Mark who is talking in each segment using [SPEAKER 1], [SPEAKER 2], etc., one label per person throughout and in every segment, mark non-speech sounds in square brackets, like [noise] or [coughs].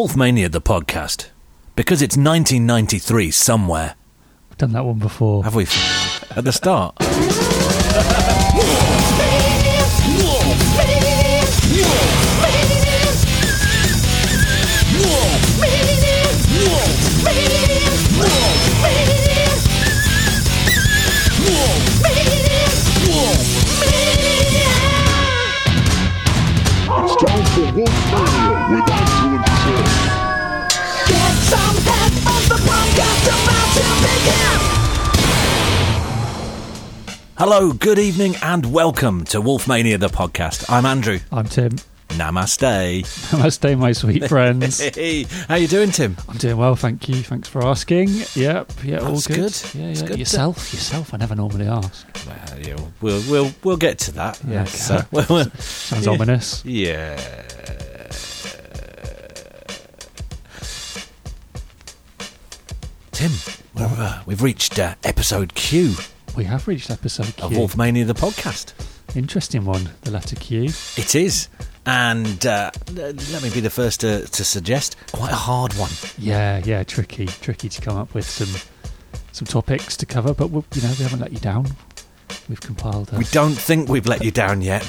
[SPEAKER 1] Wolfmania the podcast because it's 1993 somewhere.
[SPEAKER 2] I've done that one before.
[SPEAKER 1] Have we f- at the start?
[SPEAKER 3] It's time for Wolfmania with Andrew and Chris.
[SPEAKER 1] Hello, good evening, and welcome to Wolfmania the podcast. I'm Andrew.
[SPEAKER 2] I'm Tim. [laughs]
[SPEAKER 1] Namaste.
[SPEAKER 2] I stay my sweet
[SPEAKER 1] [laughs]
[SPEAKER 2] friends.
[SPEAKER 1] Hey, how you doing, Tim?
[SPEAKER 2] I'm doing well, thank you. Thanks for asking. Yep, yeah, all
[SPEAKER 1] That's
[SPEAKER 2] good.
[SPEAKER 1] good.
[SPEAKER 2] Yeah,
[SPEAKER 1] That's
[SPEAKER 2] yeah.
[SPEAKER 1] good.
[SPEAKER 2] Yourself, yourself. I never normally ask.
[SPEAKER 1] Well, Uh, yeah, we'll we'll we'll get to that. Yeah.
[SPEAKER 2] Okay.
[SPEAKER 1] [laughs] So, well, well,
[SPEAKER 2] Sounds
[SPEAKER 1] Yeah.
[SPEAKER 2] ominous.
[SPEAKER 1] yeah. Tim, we're, uh, we've reached uh, episode Q
[SPEAKER 2] We have reached episode Q.
[SPEAKER 1] of Wolfmania the podcast.
[SPEAKER 2] Interesting one. The letter Q.
[SPEAKER 1] It is. And uh, let me be the first to, to suggest quite a hard one.
[SPEAKER 2] Yeah, yeah. Tricky, tricky to come up with some some topics to cover. But we, you know, we haven't let you down. We've compiled. [laughs] A,
[SPEAKER 1] We don't think we've let you down
[SPEAKER 2] [laughs]
[SPEAKER 1] yet.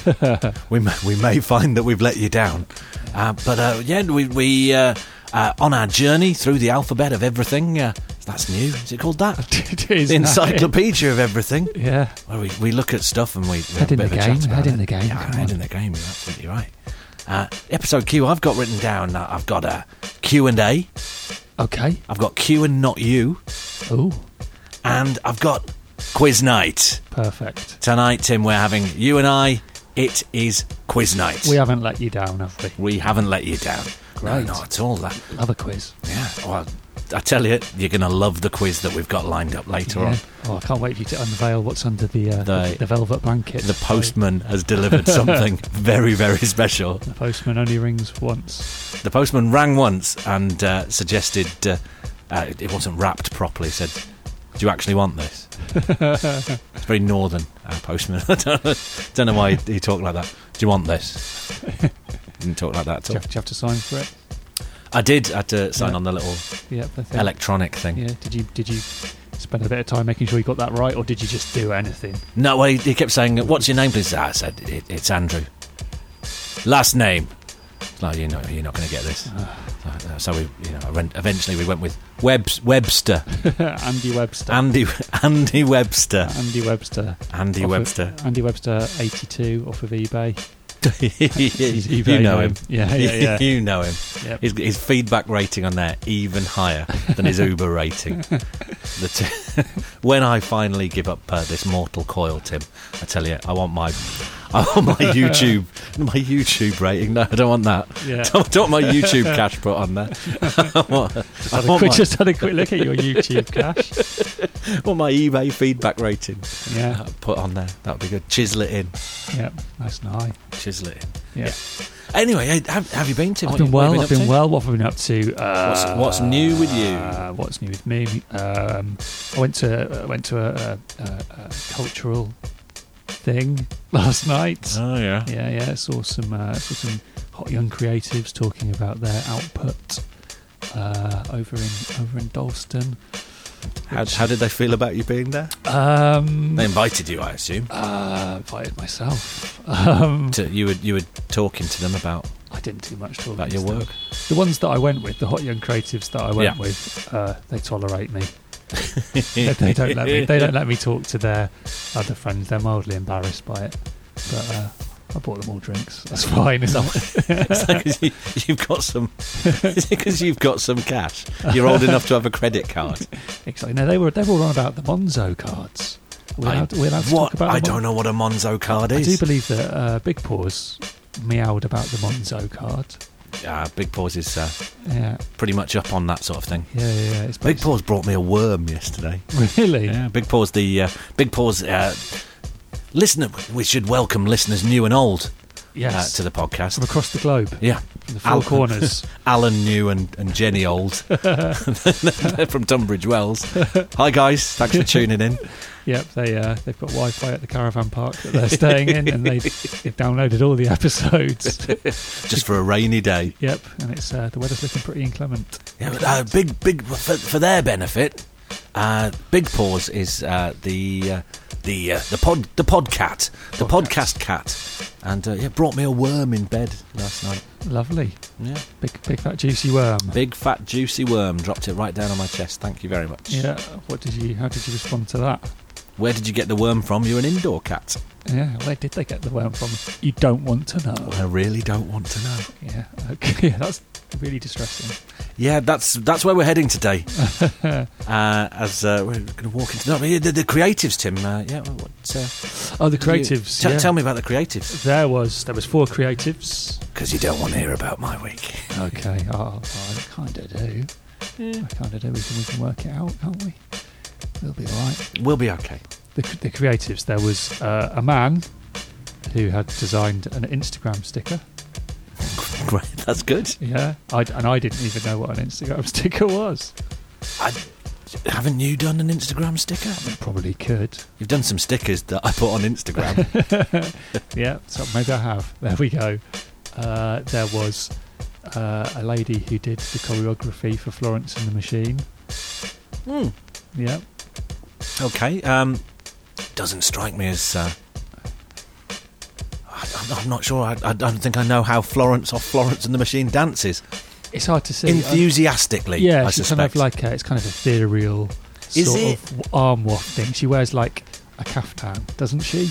[SPEAKER 1] we, may, we may find that we've let you down. Uh, but uh, yeah, we, we uh, uh, on our journey through the alphabet of everything. Uh, that's new. Is it called
[SPEAKER 2] [laughs]
[SPEAKER 1] that?
[SPEAKER 2] It is
[SPEAKER 1] The
[SPEAKER 2] now.
[SPEAKER 1] encyclopedia of everything.
[SPEAKER 2] Yeah.
[SPEAKER 1] Well, we, we look at stuff and we, we have
[SPEAKER 2] Head
[SPEAKER 1] a
[SPEAKER 2] in
[SPEAKER 1] bit
[SPEAKER 2] the
[SPEAKER 1] of a
[SPEAKER 2] game,
[SPEAKER 1] chat about
[SPEAKER 2] head in
[SPEAKER 1] it.
[SPEAKER 2] the game,
[SPEAKER 1] Yeah,
[SPEAKER 2] come
[SPEAKER 1] head
[SPEAKER 2] on.
[SPEAKER 1] in the game. You're absolutely right. Uh, episode Q. I've got written down. Uh, I've got a Q and A.
[SPEAKER 2] Okay.
[SPEAKER 1] I've got Q and not you.
[SPEAKER 2] Oh,
[SPEAKER 1] and I've got quiz night
[SPEAKER 2] perfect.
[SPEAKER 1] tonight. Tim, we're having you and I. It is quiz night.
[SPEAKER 2] We haven't let you down, have we?
[SPEAKER 1] We haven't let you down.
[SPEAKER 2] Great.
[SPEAKER 1] No, not at all. That
[SPEAKER 2] Love a quiz.
[SPEAKER 1] yeah. Well, I tell you, you're going to love the quiz that we've got lined up later on.
[SPEAKER 2] Yeah. Oh, I can't wait for you to unveil what's under the uh,
[SPEAKER 1] The-
[SPEAKER 2] the, the velvet blanket.
[SPEAKER 1] The postman has delivered
[SPEAKER 2] [laughs]
[SPEAKER 1] something very, very special.
[SPEAKER 2] The postman only rings once.
[SPEAKER 1] The postman rang once and uh, suggested uh, uh, it wasn't wrapped properly. Said, "Do you actually want
[SPEAKER 2] [laughs]
[SPEAKER 1] this?" it's very northern uh, postman. [laughs] I don't know- don't know why he talked like that. Do you want this? Didn't talk like that at
[SPEAKER 2] Do you,
[SPEAKER 1] all.
[SPEAKER 2] have, do you have to sign for it?
[SPEAKER 1] I did. I had to sign
[SPEAKER 2] Yeah.
[SPEAKER 1] on the little
[SPEAKER 2] Yeah. The thing.
[SPEAKER 1] electronic thing.
[SPEAKER 2] Yeah. Did you did you spend a bit of time making sure you got that right, or did you just do anything? [laughs]
[SPEAKER 1] No, well, he, he kept saying, "What's your name, please?" I said, it, "It's Andrew." Last name. No, you know, you're not going to get this.
[SPEAKER 2] Ah.
[SPEAKER 1] So, uh, so we, you know, I went- eventually we went with Webs, Webster,
[SPEAKER 2] Andy Webster.
[SPEAKER 1] Andy, Andy Webster.
[SPEAKER 2] Andy Webster.
[SPEAKER 1] Andy
[SPEAKER 2] Off of-
[SPEAKER 1] Webster.
[SPEAKER 2] [laughs]
[SPEAKER 1] [laughs]
[SPEAKER 2] Andy Webster, 82, off of eBay. He's
[SPEAKER 1] you
[SPEAKER 2] eBay
[SPEAKER 1] know
[SPEAKER 2] name.
[SPEAKER 1] him. [laughs]
[SPEAKER 2] Yeah, yeah, yeah.
[SPEAKER 1] you know him.
[SPEAKER 2] Yep.
[SPEAKER 1] His, his feedback rating on there even higher than his Uber
[SPEAKER 2] [laughs]
[SPEAKER 1] rating. The t- [laughs] when I finally give up uh, this mortal coil, Tim, I tell you, I want my, I want my YouTube, [laughs] my YouTube rating. No, I don't want that. [laughs]
[SPEAKER 2] Yeah.
[SPEAKER 1] Don't, don't want my YouTube
[SPEAKER 2] [laughs]
[SPEAKER 1] cash put on there. [laughs] I want,
[SPEAKER 2] Just
[SPEAKER 1] I
[SPEAKER 2] had, a
[SPEAKER 1] want
[SPEAKER 2] quick,
[SPEAKER 1] my-
[SPEAKER 2] just had a quick look at your YouTube cash.
[SPEAKER 1] [laughs] I want my eBay feedback rating
[SPEAKER 2] Yeah,
[SPEAKER 1] uh, put on there. That would be good. Chisel it in.
[SPEAKER 2] yeah, nice and high.
[SPEAKER 1] Chisel it in.
[SPEAKER 2] Yeah,
[SPEAKER 1] Anyway, hey, have, have you been, Tim?
[SPEAKER 2] I've
[SPEAKER 1] What
[SPEAKER 2] been
[SPEAKER 1] you- what
[SPEAKER 2] well.
[SPEAKER 1] have you
[SPEAKER 2] I've been
[SPEAKER 1] up to?
[SPEAKER 2] well. What have I been up to? Uh,
[SPEAKER 1] what's new with you?
[SPEAKER 2] uh, what's new with me? Um, I went to uh, went to a, a, a, a cultural thing last night.
[SPEAKER 1] Oh yeah.
[SPEAKER 2] Yeah, yeah. Saw some uh, saw some hot young creatives talking about their output uh, over in over in Dalston.
[SPEAKER 1] How, how did they feel about you being there?
[SPEAKER 2] Um,
[SPEAKER 1] They invited you, I assume.
[SPEAKER 2] uh, invited myself. Um,
[SPEAKER 1] To, you were you were talking to them about
[SPEAKER 2] I didn't do much talking.
[SPEAKER 1] about your
[SPEAKER 2] to them.
[SPEAKER 1] work.
[SPEAKER 2] The ones that I went with, the hot young creatives that I went
[SPEAKER 1] Yeah.
[SPEAKER 2] with, uh, they tolerate me. they,
[SPEAKER 1] [laughs]
[SPEAKER 2] they don't let me. They don't let me talk to their other friends. They're mildly embarrassed by it, but uh, I bought them all drinks. That's fine.
[SPEAKER 1] So- [laughs] it's like 'cause you, [laughs] you've got some [laughs] because you've got some cash. You're old enough to have a credit
[SPEAKER 2] [laughs]
[SPEAKER 1] card.
[SPEAKER 2] Exactly. No, they were they were all on about the Monzo cards. Are we
[SPEAKER 1] I-
[SPEAKER 2] allowed, are we allowed to talk
[SPEAKER 1] what
[SPEAKER 2] about?
[SPEAKER 1] I
[SPEAKER 2] the Mon-
[SPEAKER 1] don't know what a Monzo card
[SPEAKER 2] I do
[SPEAKER 1] is.
[SPEAKER 2] believe that uh, Big Paws meowed about the Monzo card.
[SPEAKER 1] uh, Big Paws is uh,
[SPEAKER 2] Yeah,
[SPEAKER 1] pretty much up on that sort of thing.
[SPEAKER 2] yeah, yeah. yeah. It's
[SPEAKER 1] Big Paws brought me a worm yesterday.
[SPEAKER 2] [laughs] Really?
[SPEAKER 1] Yeah, Big Paws the uh, Big Paws uh, listener. We should welcome listeners new and old. uh,
[SPEAKER 2] Yes.
[SPEAKER 1] to the
[SPEAKER 2] From
[SPEAKER 1] podcast.
[SPEAKER 2] across the globe,
[SPEAKER 1] Yeah,
[SPEAKER 2] from the four
[SPEAKER 1] Al- [laughs]
[SPEAKER 2] corners.
[SPEAKER 1] Alan New and, and Jenny Old from Tunbridge Wells. Hi guys, thanks for tuning in.
[SPEAKER 2] Yep, they uh, they've got Wi-Fi at the caravan park that they're staying in, and they've, they've downloaded all
[SPEAKER 1] [laughs]
[SPEAKER 2] the episodes.
[SPEAKER 1] Just for a rainy day.
[SPEAKER 2] yep, and it's uh, the weather's looking pretty inclement.
[SPEAKER 1] Yeah, but, uh, big, big for, for their benefit. Uh, big pause is uh, the uh, the uh, the pod the podcat the podcast
[SPEAKER 2] Podcast.
[SPEAKER 1] cat, and uh, yeah, brought me a worm in bed last night.
[SPEAKER 2] Lovely,
[SPEAKER 1] Yeah,
[SPEAKER 2] big big fat juicy worm.
[SPEAKER 1] big fat juicy worm dropped it right down on my chest. Thank you very much.
[SPEAKER 2] Yeah, what did you? How did you respond to that?
[SPEAKER 1] Where did you get the worm from? You're an indoor cat.
[SPEAKER 2] Yeah, where did they get the worm from? You don't want to know.
[SPEAKER 1] I really don't want to know.
[SPEAKER 2] [laughs] Yeah, okay, that's really distressing.
[SPEAKER 1] Yeah, that's that's where we're heading
[SPEAKER 2] [laughs]
[SPEAKER 1] today. uh, as uh, we're going to walk into no, the, the, the creatives, Tim. Uh, yeah, what, uh,
[SPEAKER 2] Oh, the
[SPEAKER 1] you-
[SPEAKER 2] creatives.
[SPEAKER 1] T-
[SPEAKER 2] yeah.
[SPEAKER 1] Tell me about the creatives
[SPEAKER 2] There was there was four creatives.
[SPEAKER 1] because you don't want to hear about my week.
[SPEAKER 2] Okay, oh, I kind of do. I kind of do. We can we can work it out, can't we? We'll be all right.
[SPEAKER 1] [laughs] We'll be okay. [laughs]
[SPEAKER 2] the, the creatives, there was uh, a man who had designed an Instagram sticker.
[SPEAKER 1] Great, that's good.
[SPEAKER 2] Yeah, I, and I didn't even know what an Instagram [laughs] sticker was.
[SPEAKER 1] I, haven't you done an Instagram sticker?
[SPEAKER 2] I probably could.
[SPEAKER 1] You've done some stickers that I put on [laughs] Instagram.
[SPEAKER 2] Yeah, so maybe I have. There we go. Uh, there was uh, a lady who did the choreography for Florence and the Machine.
[SPEAKER 1] Hmm,
[SPEAKER 2] Yeah,
[SPEAKER 1] Okay. Um, doesn't strike me as. Uh, I, I'm- I'm not sure. I, I don't think I know how Florence or Florence and the Machine dances
[SPEAKER 2] it's hard to see.
[SPEAKER 1] enthusiastically.
[SPEAKER 2] yeah,
[SPEAKER 1] I
[SPEAKER 2] she's
[SPEAKER 1] suspect.
[SPEAKER 2] kind of like a, it's kind of ethereal,
[SPEAKER 1] Is
[SPEAKER 2] sort
[SPEAKER 1] it?
[SPEAKER 2] of w- arm wafting. She wears like a caftan,
[SPEAKER 1] [sighs]
[SPEAKER 2] doesn't she?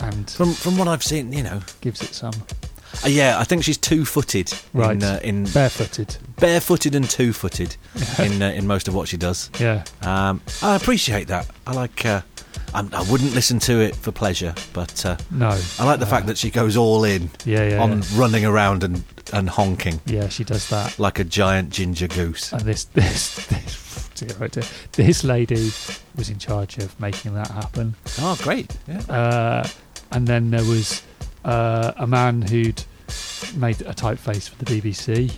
[SPEAKER 2] And
[SPEAKER 1] from from what I've seen, you know.
[SPEAKER 2] gives it some
[SPEAKER 1] Uh, yeah, I think she's two-footed.
[SPEAKER 2] Right.
[SPEAKER 1] In, uh, in
[SPEAKER 2] barefooted.
[SPEAKER 1] barefooted and
[SPEAKER 2] [laughs]
[SPEAKER 1] two-footed in uh, in most of what she does.
[SPEAKER 2] Yeah,
[SPEAKER 1] Um, I appreciate that. I like. Uh, I, I wouldn't listen to it for pleasure, but uh,
[SPEAKER 2] no.
[SPEAKER 1] I like the fact that she goes all in
[SPEAKER 2] yeah, yeah,
[SPEAKER 1] on
[SPEAKER 2] yeah.
[SPEAKER 1] running around and, and honking
[SPEAKER 2] yeah, she does that.
[SPEAKER 1] like a giant ginger goose.
[SPEAKER 2] And this, [laughs] this, this, dear, oh dear. this lady was in charge of making that happen.
[SPEAKER 1] Oh, great! Yeah,
[SPEAKER 2] Uh, and then there was uh, a man who'd made a typeface for the BBC,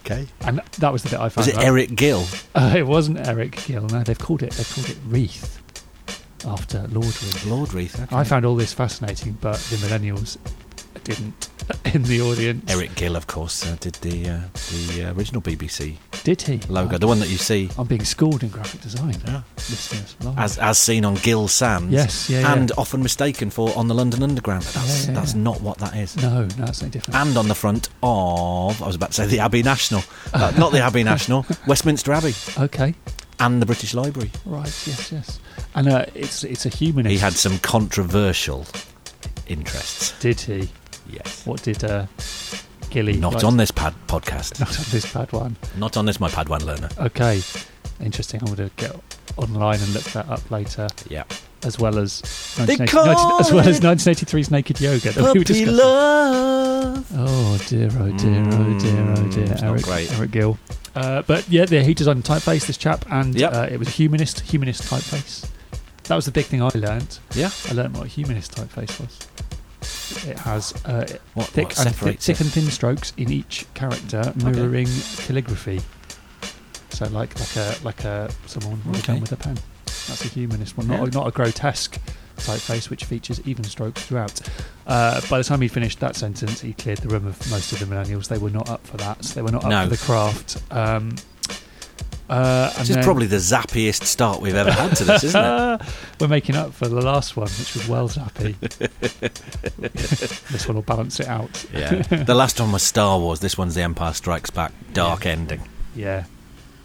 [SPEAKER 1] okay.
[SPEAKER 2] and that was the bit I
[SPEAKER 1] Was
[SPEAKER 2] found.
[SPEAKER 1] it
[SPEAKER 2] out.
[SPEAKER 1] Eric Gill?
[SPEAKER 2] Uh, it wasn't Eric Gill. No, they've called it. They've called it Wreath after Lord Wreath.
[SPEAKER 1] Lord Reith. okay.
[SPEAKER 2] I found all this fascinating, but the millennials didn't. In the audience,
[SPEAKER 1] Eric Gill, of course, uh, did the uh, the uh, original BBC
[SPEAKER 2] did he
[SPEAKER 1] logo,
[SPEAKER 2] I'm-
[SPEAKER 1] the one that you see
[SPEAKER 2] I'm being schooled in graphic design.
[SPEAKER 1] Yeah.
[SPEAKER 2] Listeners, live.
[SPEAKER 1] as as seen on Gill Sands.
[SPEAKER 2] yes, yeah, yeah.
[SPEAKER 1] And often mistaken for on the London Underground, but that's
[SPEAKER 2] Yeah, yeah,
[SPEAKER 1] that's
[SPEAKER 2] yeah.
[SPEAKER 1] not what that is.
[SPEAKER 2] no, no, it's something different.
[SPEAKER 1] and on the front of I was about to say the Abbey National, Uh, not the Abbey
[SPEAKER 2] [laughs]
[SPEAKER 1] National, Westminster Abbey
[SPEAKER 2] okay,
[SPEAKER 1] and the British Library.
[SPEAKER 2] right, yes, yes. And uh, it's it's a humanist.
[SPEAKER 1] He had some controversial interests.
[SPEAKER 2] did he?
[SPEAKER 1] Yes,
[SPEAKER 2] What did uh, Gilly?
[SPEAKER 1] not
[SPEAKER 2] like-
[SPEAKER 1] on this pad podcast,
[SPEAKER 2] [laughs] Not on this bad one.
[SPEAKER 1] not on this my Padawan learner.
[SPEAKER 2] Okay, interesting. I'm going to get online and look that up later.
[SPEAKER 1] Yeah,
[SPEAKER 2] as well as
[SPEAKER 1] They
[SPEAKER 2] 1980
[SPEAKER 1] call
[SPEAKER 2] 19 as well as
[SPEAKER 1] it
[SPEAKER 2] 1983's Naked Yoga that we were
[SPEAKER 1] puppy
[SPEAKER 2] discussing.
[SPEAKER 1] love.
[SPEAKER 2] Oh dear, oh dear, oh dear, oh
[SPEAKER 1] Mm,
[SPEAKER 2] dear,
[SPEAKER 1] it's not
[SPEAKER 2] Eric,
[SPEAKER 1] great.
[SPEAKER 2] Eric Gill. Uh, but yeah, the, he designed the typeface, this chap, and
[SPEAKER 1] Yep.
[SPEAKER 2] uh, it was a humanist, humanist typeface. That was the big thing I learnt.
[SPEAKER 1] Yeah,
[SPEAKER 2] I learnt what a humanist typeface was. It has uh,
[SPEAKER 1] what,
[SPEAKER 2] thick,
[SPEAKER 1] what
[SPEAKER 2] and, thick,
[SPEAKER 1] separates
[SPEAKER 2] thick
[SPEAKER 1] it?
[SPEAKER 2] and thin strokes in each character, mirroring calligraphy. So like like a like a someone would have
[SPEAKER 1] Okay.
[SPEAKER 2] done with a pen. That's a humanist one, not
[SPEAKER 1] Yeah.
[SPEAKER 2] a, not a grotesque typeface which features even strokes throughout. Uh, by the time he finished that sentence, he cleared the room of most of the millennials. They were not up for that. They were not up
[SPEAKER 1] No.
[SPEAKER 2] for the craft. Um, uh, and
[SPEAKER 1] This is
[SPEAKER 2] then-
[SPEAKER 1] probably the zappiest start we've ever had to this, isn't it?
[SPEAKER 2] [laughs] We're making up for the last one, which was well
[SPEAKER 1] [laughs]
[SPEAKER 2] zappy. [laughs] this one will balance it out.
[SPEAKER 1] Yeah. the last one was Star Wars. This one's The Empire Strikes Back. Dark ending.
[SPEAKER 2] Yeah.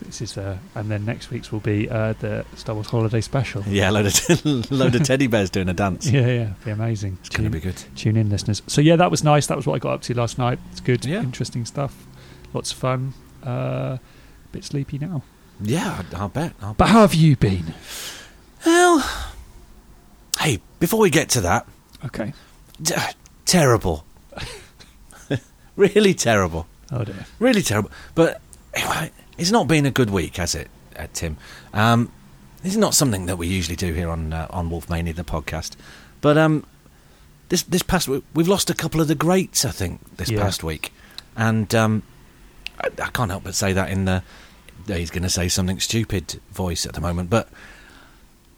[SPEAKER 2] This is uh, and then next week's will be uh, the Star Wars holiday special.
[SPEAKER 1] Yeah, load of [laughs] load of teddy bears doing a dance.
[SPEAKER 2] [laughs] Yeah, yeah, be amazing.
[SPEAKER 1] It's going to
[SPEAKER 2] Tune-
[SPEAKER 1] be good.
[SPEAKER 2] tune in, listeners. So yeah, that was nice. That was what I got up to last night. It's good,
[SPEAKER 1] Yeah.
[SPEAKER 2] interesting stuff. Lots of fun. Uh, bit sleepy now.
[SPEAKER 1] Yeah, I- I'll bet. I'll bet.
[SPEAKER 2] But how have you been?
[SPEAKER 1] Well, hey, before we get to that,
[SPEAKER 2] Okay.
[SPEAKER 1] d- terrible. [laughs] really terrible.
[SPEAKER 2] Oh dear.
[SPEAKER 1] Really terrible. But anyway, it's not been a good week, has it, uh, Tim? Um, this is not something that we usually do here on uh, on Wolfmania, the podcast. But um, this this past week we've lost a couple of the greats. I think this
[SPEAKER 2] Yeah.
[SPEAKER 1] past week, and um, I, I can't help but say that in the he's going to say something stupid voice at the moment, but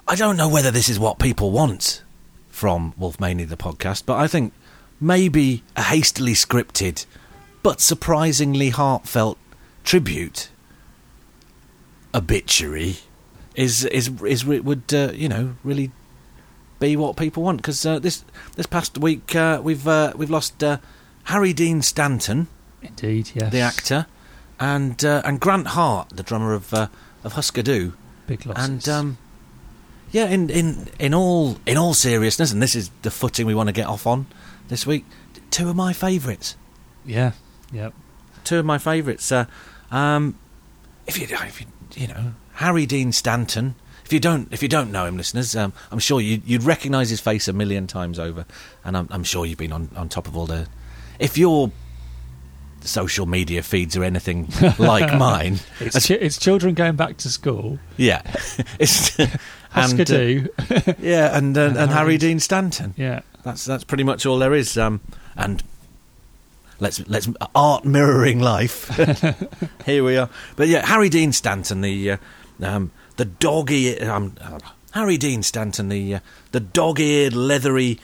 [SPEAKER 1] I don't know whether this is what people want from Wolfmania the podcast, but I think maybe a hastily scripted but surprisingly heartfelt tribute obituary is is is would uh, you know really be what people want because uh, this this past week uh, we've uh, we've lost uh, Harry Dean Stanton,
[SPEAKER 2] Indeed, yes.
[SPEAKER 1] the actor, and uh, and Grant Hart, the drummer of uh, of Husker Du,
[SPEAKER 2] Big losses.
[SPEAKER 1] and um, yeah, in, in in all in all seriousness, and this is the footing we want to get off on this week. Two of my favourites.
[SPEAKER 2] yeah, yep.
[SPEAKER 1] Two of my favourites. Uh, um, if you if you, you know Harry Dean Stanton. If you don't if you don't know him, listeners, um, I'm sure you, you'd recognise his face a million times over, and I'm, I'm sure you've been on, on top of all the. If your social media feeds are anything like mine,
[SPEAKER 2] It's, chi- it's children going back to school.
[SPEAKER 1] yeah, [laughs] it's
[SPEAKER 2] Husker
[SPEAKER 1] uh,
[SPEAKER 2] Du.
[SPEAKER 1] Yeah, and uh, and,
[SPEAKER 2] Harry
[SPEAKER 1] Harry
[SPEAKER 2] Dean-
[SPEAKER 1] Dean Stanton.
[SPEAKER 2] [laughs] yeah.
[SPEAKER 1] That's that's pretty much all there is. Um, and let's let's art mirroring [laughs] life. Here we are. But yeah, Harry Dean Stanton, the uh, um, the doggy um, uh, Harry Dean Stanton, the uh, the dog-eared, leathery,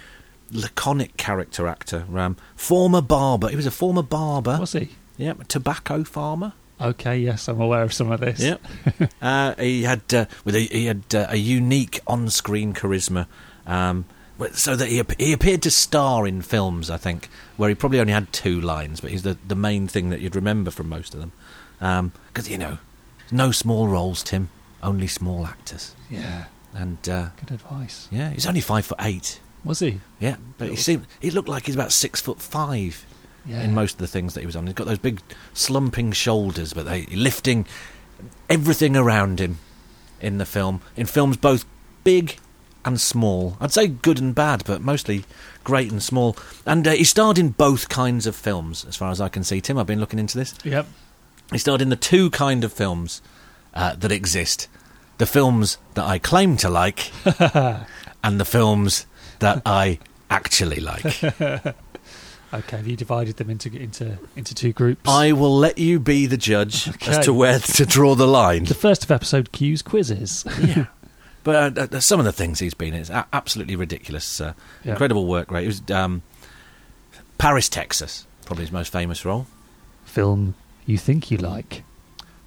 [SPEAKER 1] laconic character actor. Um, former barber. He was a former barber.
[SPEAKER 2] Was he?
[SPEAKER 1] Yeah, tobacco farmer.
[SPEAKER 2] Okay, yes, I'm aware of some of this.
[SPEAKER 1] Yep. [laughs] uh, he had uh, with a, he had uh, a unique on-screen charisma, um, wh- so that he ap- he appeared to star in films. I think where he probably only had two lines, but he's the the main thing that you'd remember from most of them. Because you know, no small roles, Tim. Only small actors.
[SPEAKER 2] Yeah.
[SPEAKER 1] And uh,
[SPEAKER 2] Good advice.
[SPEAKER 1] yeah, he's only five foot eight.
[SPEAKER 2] Was he?
[SPEAKER 1] Yeah, but he seemed he looked like he's about six foot five
[SPEAKER 2] Yeah.
[SPEAKER 1] in most of the things that he was on. He's got those big slumping shoulders, but they lifting everything around him in the film. In films both big and small. I'd say good and bad, but mostly great and small. And uh, he starred in both kinds of films, as far as I can see. Tim, I've been looking into this.
[SPEAKER 2] Yep.
[SPEAKER 1] He starred in the two kind of films uh, that exist: the films that I claim to like, and the films that I actually like.
[SPEAKER 2] Okay, have you divided them into into into two groups?
[SPEAKER 1] I will let you be the judge
[SPEAKER 2] Okay.
[SPEAKER 1] as to where to draw the
[SPEAKER 2] [laughs]
[SPEAKER 1] line.
[SPEAKER 2] the first of episode Q's quizzes.
[SPEAKER 1] yeah. But uh, uh, some of the things he's been in is a- absolutely ridiculous. Uh,
[SPEAKER 2] Yeah.
[SPEAKER 1] Incredible work rate. It was um, Paris, Texas, probably his most famous role.
[SPEAKER 2] Film you think you like.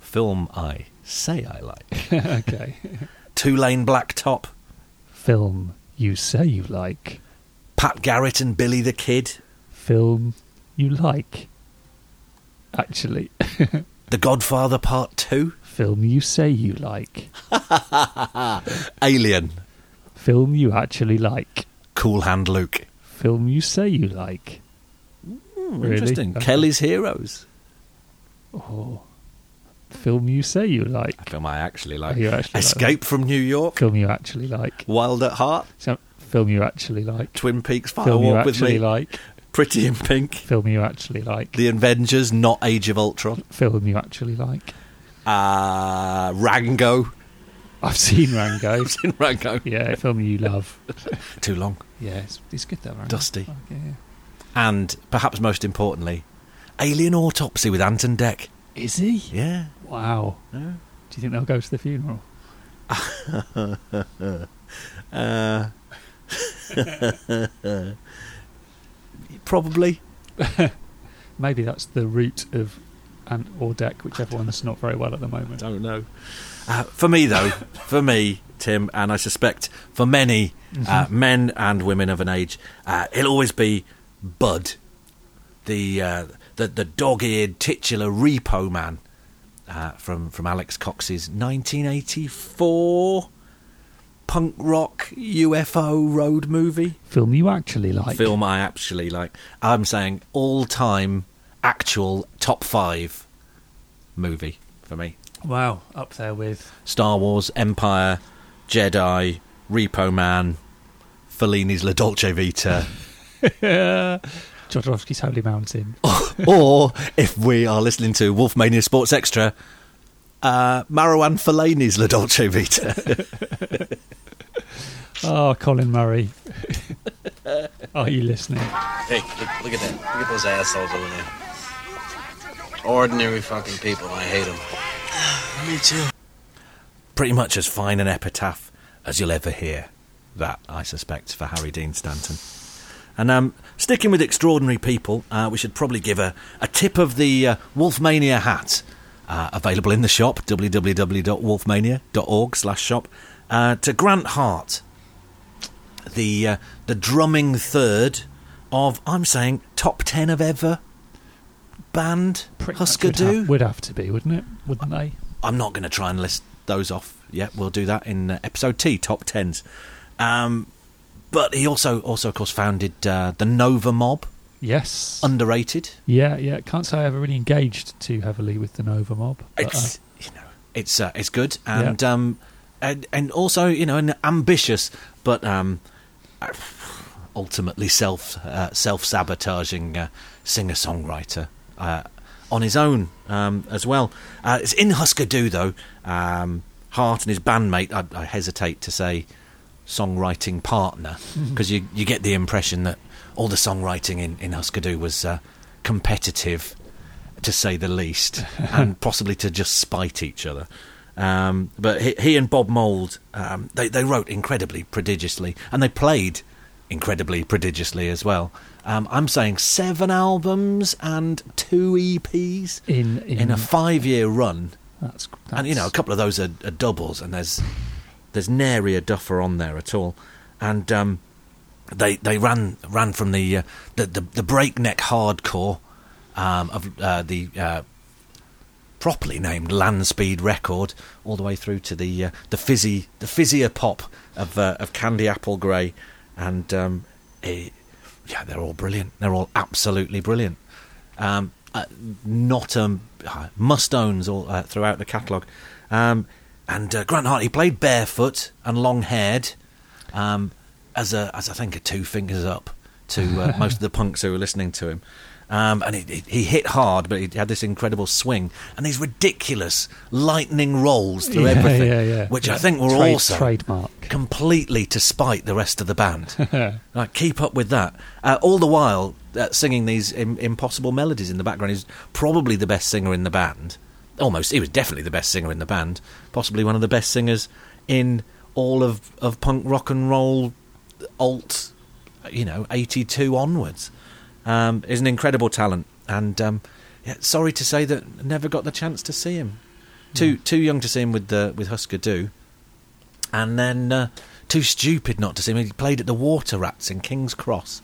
[SPEAKER 1] Film I say I like.
[SPEAKER 2] [laughs] okay.
[SPEAKER 1] Tulane Blacktop,
[SPEAKER 2] Film you say you like.
[SPEAKER 1] Pat Garrett and Billy the Kid,
[SPEAKER 2] Film you like. Actually,
[SPEAKER 1] The Godfather Part 2,
[SPEAKER 2] film you say you like.
[SPEAKER 1] Alien,
[SPEAKER 2] Film you actually like.
[SPEAKER 1] Cool Hand Luke.
[SPEAKER 2] Film you say you like.
[SPEAKER 1] Hmm,
[SPEAKER 2] Really?
[SPEAKER 1] Interesting.
[SPEAKER 2] Okay.
[SPEAKER 1] Kelly's Heroes.
[SPEAKER 2] Oh. Film you say you like.
[SPEAKER 1] A film I actually like.
[SPEAKER 2] Oh, You actually like
[SPEAKER 1] Escape from New York,
[SPEAKER 2] Film you actually like.
[SPEAKER 1] Wild at Heart,
[SPEAKER 2] So- Film you actually like.
[SPEAKER 1] Twin Peaks
[SPEAKER 2] Film you
[SPEAKER 1] Firewalk with
[SPEAKER 2] actually
[SPEAKER 1] Me,
[SPEAKER 2] like.
[SPEAKER 1] Pretty in Pink.
[SPEAKER 2] Film you actually like.
[SPEAKER 1] The Avengers, not Age of Ultron.
[SPEAKER 2] Film you actually like.
[SPEAKER 1] Uh, Rango.
[SPEAKER 2] I've seen Rango.
[SPEAKER 1] It's [laughs] in Rango.
[SPEAKER 2] [laughs] yeah, film you love.
[SPEAKER 1] Too long.
[SPEAKER 2] Yeah, it's, it's good though, Rango.
[SPEAKER 1] Dusty.
[SPEAKER 2] Fuck, yeah,
[SPEAKER 1] And perhaps most importantly, Alien Autopsy with Anton Deck.
[SPEAKER 2] yeah. Is he?
[SPEAKER 1] Yeah.
[SPEAKER 2] Wow. Do you think they'll go to the funeral?
[SPEAKER 1] Uh, probably.
[SPEAKER 2] Maybe that's the root of Ant or Deck, whichever one's not very well at the moment.
[SPEAKER 1] Don't know. Oh, Uh, for me, though, for me, Tim, and I suspect for many uh, men and women of an age, uh, it'll always be Bud, the uh, the, the dog-eared titular repo man uh, from from Alex Cox's 1984 punk rock UFO road movie
[SPEAKER 2] Film you actually like.
[SPEAKER 1] film I actually like. I'm saying all-time actual top five movie for me.
[SPEAKER 2] Wow, up there with.
[SPEAKER 1] Star Wars, Empire, Jedi, Repo Man, Fellini's La Dolce Vita,
[SPEAKER 2] [laughs] Jodorowsky's Holy Mountain.
[SPEAKER 1] Oh. or if we are listening to Wolfmania Sports Extra, uh, Marouane Fellini's La Dolce Vita. [laughs]
[SPEAKER 2] Oh, Colin Murray. Are you listening?
[SPEAKER 4] Hey, look, look at that. Look at those assholes over there. Ordinary fucking people. I hate them. [sighs] Me too.
[SPEAKER 1] Pretty much as fine an epitaph as you'll ever hear. That, I suspect, for Harry Dean Stanton. And um, sticking with extraordinary people, uh, we should probably give a, a tip of the uh, Wolfmania hat. Uh, available in the shop, www.wolfmania.org slash shop, uh, to Grant Hart, the, uh, the drumming third of, I'm saying, top ten of ever band,
[SPEAKER 2] Pretty much
[SPEAKER 1] Husker
[SPEAKER 2] would have-
[SPEAKER 1] Du.
[SPEAKER 2] would have to be, wouldn't it? Wouldn't they?
[SPEAKER 1] I'm not going to try and list those off yet. We'll do that in uh, episode T, top tens. Um, but he also, also of course, founded uh, the Nova Mob,
[SPEAKER 2] Yes.
[SPEAKER 1] underrated.
[SPEAKER 2] yeah, yeah. Can't say I ever really engaged too heavily with the Nova Mob. But,
[SPEAKER 1] It's
[SPEAKER 2] uh,
[SPEAKER 1] you know, it's uh, it's good and um, and and also you know, an ambitious but um, ultimately self uh, self sabotaging uh, singer songwriter uh, on his own um, as well. Uh, it's in Husker Du though. Um, Hart and his bandmate. I, I hesitate to say songwriting partner because you you get the impression that all the songwriting in in Husker Du was uh, competitive, to say the least, [laughs] and possibly to just spite each other. Um, but he, he and Bob Mould, um, they, they wrote incredibly prodigiously, and they played incredibly prodigiously as well. Um, I'm saying seven albums and two EPs
[SPEAKER 2] in, in,
[SPEAKER 1] in a five-year run
[SPEAKER 2] that's, that's
[SPEAKER 1] and you know a couple of those are, are doubles, and there's there's nary a duffer on there at all, and um, they they ran ran from the uh, the, the the breakneck hardcore um, of uh, the uh, properly named land speed record all the way through to the uh, the fizzy the fizzier pop of uh, of candy apple grey, and um, eh, yeah, they're all brilliant. They're all absolutely brilliant. Um, uh, not um, uh, must owns all uh, throughout the catalogue. Um, and uh, Grant Hart, he played barefoot and long haired, um, as a as I think a two fingers up to
[SPEAKER 2] [laughs]
[SPEAKER 1] uh, most of the punks who were listening to him. Um, and he, he- he hit hard, but he had this incredible swing and these ridiculous lightning rolls through
[SPEAKER 2] Yeah,
[SPEAKER 1] everything,
[SPEAKER 2] yeah, yeah.
[SPEAKER 1] which I
[SPEAKER 2] Yeah.
[SPEAKER 1] think were
[SPEAKER 2] Trade-
[SPEAKER 1] also
[SPEAKER 2] trademark.
[SPEAKER 1] completely to spite the rest of the band. Like, keep up with that. Uh, all the while uh, singing these Im- impossible melodies in the background. He's probably the best singer in the band. Almost, he was definitely the best singer in the band. Possibly one of the best singers in all of, of punk rock and roll, alt, you know, 82 onwards. Um, is an incredible talent. And um, yeah, sorry to say that never got the chance to see him. Too too young to see him with the with Husker Du and then uh, too stupid not to see him. He played at the Water Rats in King's Cross,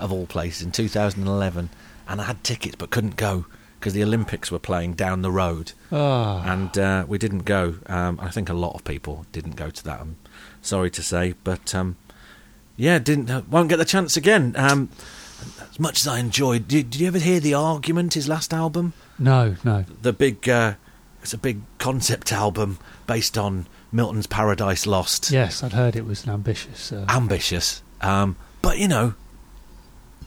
[SPEAKER 1] of all places, in 2011, and I had tickets but couldn't go because the Olympics were playing down the road,
[SPEAKER 2] Ah.
[SPEAKER 1] and uh, we didn't go. Um, I think a lot of people didn't go to that. I'm sorry to say, but um, yeah, didn't uh, won't get the chance again. Um, as much as I enjoyed, did, did you ever hear the argument? His last album
[SPEAKER 2] no, no.
[SPEAKER 1] the big uh, it's a big concept album based on Milton's Paradise Lost.
[SPEAKER 2] Yes, I'd heard it was an ambitious. Uh,
[SPEAKER 1] Ambitious, um, but you know,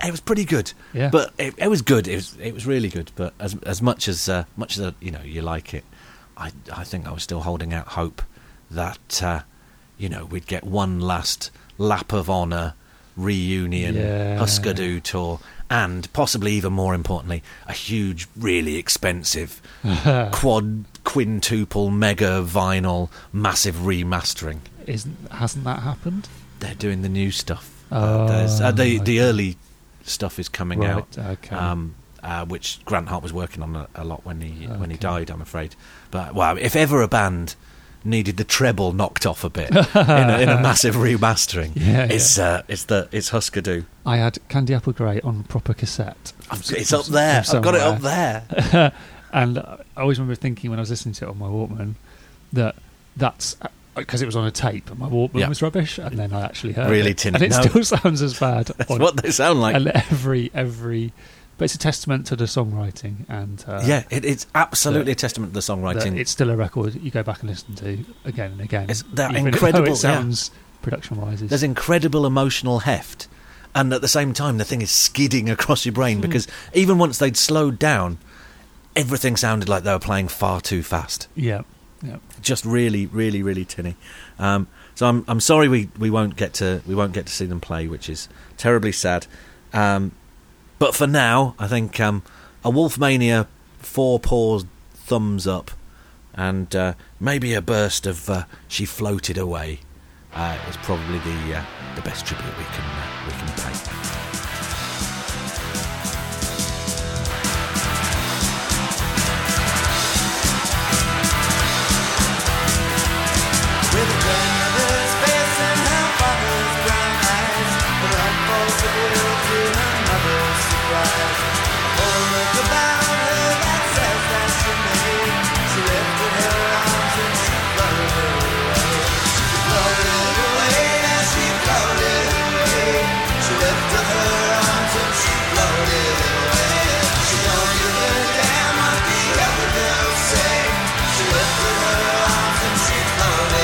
[SPEAKER 1] it was pretty good.
[SPEAKER 2] Yeah.
[SPEAKER 1] But it, it was good. It was it was really good. But as as much as uh, much as uh, you know you like it, I I think I was still holding out hope that uh, you know we'd get one last lap of honour reunion
[SPEAKER 2] Yeah.
[SPEAKER 1] Husker Du tour. And possibly even more importantly, a huge, really
[SPEAKER 2] [laughs]
[SPEAKER 1] expensive quad quintuple mega vinyl massive remastering.
[SPEAKER 2] isn't hasn't that happened?
[SPEAKER 1] They're doing the new stuff.
[SPEAKER 2] Oh,
[SPEAKER 1] uh, there's- uh, the the
[SPEAKER 2] okay.
[SPEAKER 1] early stuff is coming
[SPEAKER 2] Right,
[SPEAKER 1] out.
[SPEAKER 2] okay.
[SPEAKER 1] Um, uh, which Grant Hart was working on a, a lot when he when he
[SPEAKER 2] Okay.
[SPEAKER 1] died, I'm afraid. But well, if ever a band needed the treble knocked off a
[SPEAKER 2] [laughs]
[SPEAKER 1] bit in, a, in a massive remastering,
[SPEAKER 2] Yeah,
[SPEAKER 1] it's Uh, it's the it's Husker Du.
[SPEAKER 2] I had Candy Apple Grey on proper cassette.
[SPEAKER 1] I've- It's up there. I've got it up there.
[SPEAKER 2] [laughs] And I always remember thinking when I was listening to it on my Walkman that that's because it was on a tape and my Walkman
[SPEAKER 1] Yeah.
[SPEAKER 2] was rubbish. And then I actually heard
[SPEAKER 1] Really
[SPEAKER 2] it,
[SPEAKER 1] tin-
[SPEAKER 2] and it
[SPEAKER 1] no.
[SPEAKER 2] still [laughs] sounds as bad.
[SPEAKER 1] That's what they sound like.
[SPEAKER 2] [laughs] and every every, but it's a testament to the songwriting and uh,
[SPEAKER 1] yeah, it, it's absolutely
[SPEAKER 2] that-
[SPEAKER 1] a testament to the
[SPEAKER 2] that
[SPEAKER 1] songwriting.
[SPEAKER 2] it's still a record that you go back and listen to again and again.
[SPEAKER 1] It's that
[SPEAKER 2] even though
[SPEAKER 1] incredible, yeah.
[SPEAKER 2] It sounds production wise.
[SPEAKER 1] there's incredible emotional heft and at the same time the thing is skidding across your brain because even once they'd slowed down everything sounded like they were playing far too fast
[SPEAKER 2] Yeah. Yeah.
[SPEAKER 1] just really, really, really tinny. Um, so I'm I'm sorry we, we won't get to we won't get to see them play, which is terribly sad. Um, but for now, I think um, a Wolfmania four paws thumbs up, and uh, maybe a burst of uh, she floated away uh, is probably the uh, the best tribute we can uh, we can pay.
[SPEAKER 5] With a gray mother's face and her father's brown eyes, her heart falls a little to her mother's surprise. A whole look about her that says that she may. She lifted her arms and she floated away. She floated away and she floated away. She lifted her arms and she floated away. She don't give a damn what the other girls say. She lifted her arms and she floated away.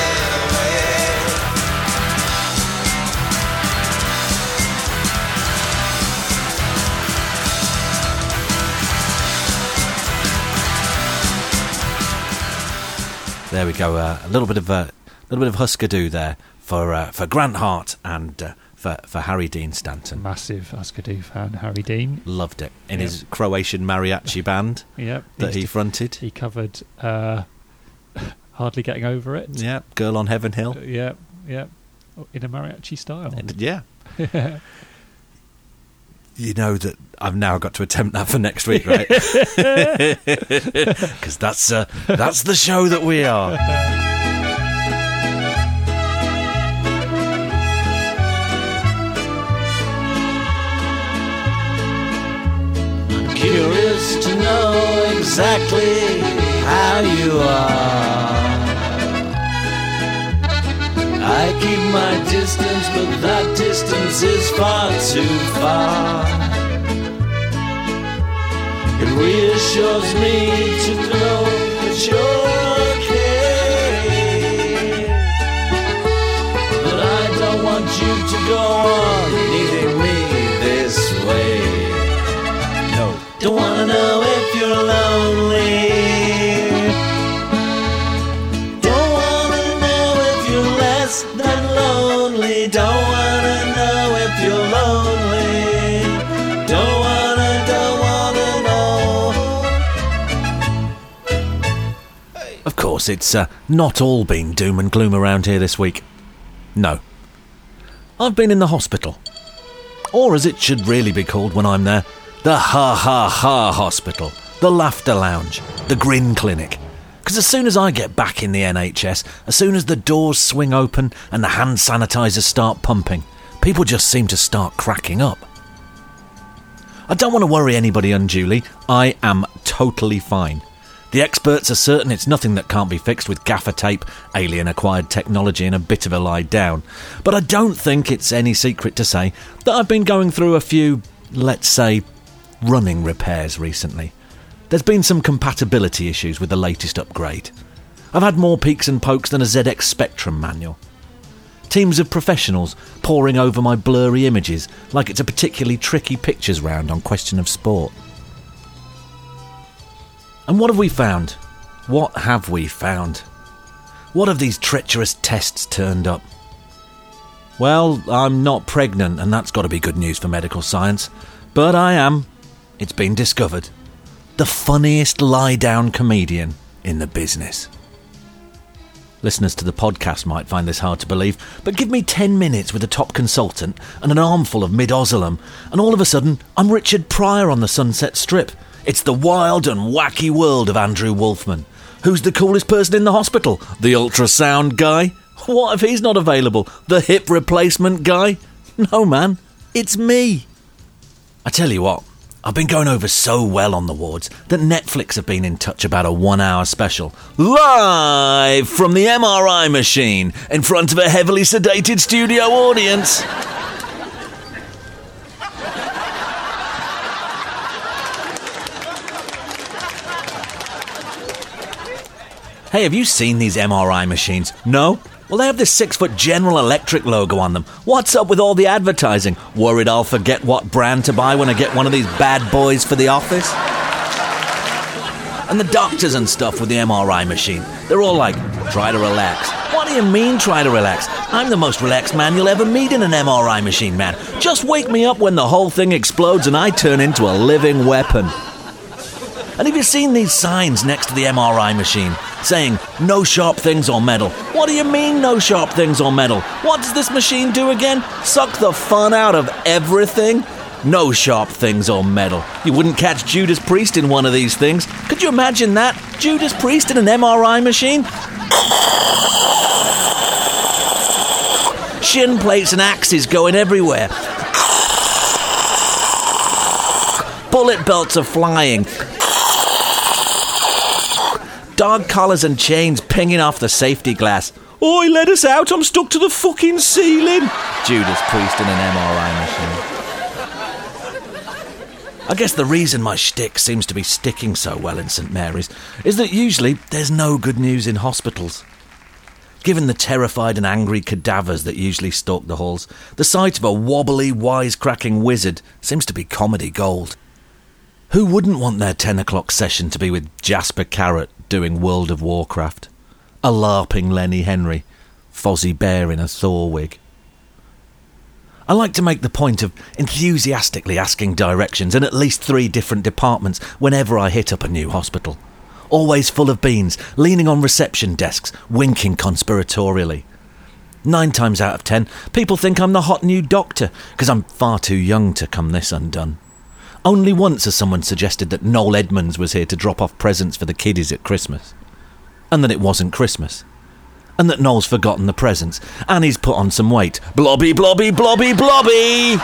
[SPEAKER 1] There we go. Uh, a little bit of a little bit of Husker Du there for uh, for Grant Hart and uh, for for Harry Dean Stanton.
[SPEAKER 2] Massive Askadoo fan, Harry Dean.
[SPEAKER 1] Loved it in
[SPEAKER 2] Yeah.
[SPEAKER 1] his Croatian mariachi band
[SPEAKER 2] Yep.
[SPEAKER 1] that
[SPEAKER 2] he's
[SPEAKER 1] he
[SPEAKER 2] def-
[SPEAKER 1] fronted.
[SPEAKER 2] he covered uh, [laughs] Hardly Getting Over It.
[SPEAKER 1] Yeah, Girl on Heaven Hill.
[SPEAKER 2] Uh, Yep. Yep. In a mariachi style.
[SPEAKER 1] And, yeah. [laughs] You know that I've now got to attempt that for next week, right? Because that's uh, that's the show that we are.
[SPEAKER 4] Curious to know exactly how you are. I keep my distance, but that distance is far too far. It reassures me to know that you're okay. But I don't want you to go on needing me this way.
[SPEAKER 1] No.
[SPEAKER 4] Don't wanna know if you're lonely. Don't wanna know if you're less than lonely. Don't wanna know if you're lonely. Don't wanna, don't wanna know.
[SPEAKER 1] Of course, it's uh, not all been doom and gloom around here this week. No. I've been in the hospital. Or, as it should really be called when I'm there, the Ha Ha Ha Hospital, the Laughter Lounge, the Grin Clinic. Because as soon as I get back in the NHS, as soon as the doors swing open and the hand sanitizers start pumping, people just seem to start cracking up. I don't want to worry anybody unduly. I am totally fine. The experts are certain it's nothing that can't be fixed with gaffer tape, alien acquired technology, and a bit of a lie down. But I don't think it's any secret to say that I've been going through a few, let's say, running repairs recently. There's been some compatibility issues with the latest upgrade. I've had more peaks and pokes than a ZX Spectrum manual teams of professionals poring over my blurry images like it's a particularly tricky pictures round on Question of Sport. And what have we found? What have we found? What have these treacherous tests turned up? Well, I'm not pregnant, and that's got to be good news for medical science, but I am. It's been discovered. The funniest lie down comedian in the business. Listeners to the podcast might find this hard to believe, but give me 10 minutes with a top consultant and an armful of mid ozolum, and all of a sudden, I'm Richard Pryor on the Sunset Strip. It's the wild and wacky world of Andrew Wolfman. Who's the coolest person in the hospital? The ultrasound guy? What if he's not available? The hip replacement guy? No, man, it's me. I tell you what, I've been going over so well on the wards that Netflix have been in touch about a one hour special. Live from the MRI machine in front of a heavily sedated studio audience. Hey, have you seen these MRI machines? No? Well, they have this six foot General Electric logo on them. What's up with all the advertising? Worried I'll forget what brand to buy when I get one of these bad boys for the office? And the doctors and stuff with the MRI machine, they're all like, try to relax. What do you mean, try to relax? I'm the most relaxed man you'll ever meet in an MRI machine, man. Just wake me up when the whole thing explodes and I turn into a living weapon. And have you seen these signs next to the MRI machine saying, no sharp things or metal? What do you mean, no sharp things or metal? What does this machine do again? Suck the fun out of everything? No sharp things or metal. You wouldn't catch Judas Priest in one of these things. Could you imagine that? Judas Priest in an MRI machine? Shin plates and axes going everywhere. Bullet belts are flying dog collars and chains pinging off the safety glass. Oi, let us out, I'm stuck to the fucking ceiling! Judas Priest in an MRI machine. I guess the reason my shtick seems to be sticking so well in St Mary's is that usually there's no good news in hospitals. Given the terrified and angry cadavers that usually stalk the halls, the sight of a wobbly, wisecracking wizard seems to be comedy gold. Who wouldn't want their 10 o'clock session to be with Jasper Carrot doing World of Warcraft? A LARPing Lenny Henry, Fozzie Bear in a Thor wig. I like to make the point of enthusiastically asking directions in at least three different departments whenever I hit up a new hospital. Always full of beans, leaning on reception desks, winking conspiratorially. Nine times out of ten, people think I'm the hot new doctor, because I'm far too young to come this undone. Only once has someone suggested that Noel Edmonds was here to drop off presents for the kiddies at Christmas. And that it wasn't Christmas. And that Noel's forgotten the presents. And he's put on some weight. Blobby, blobby, blobby, blobby!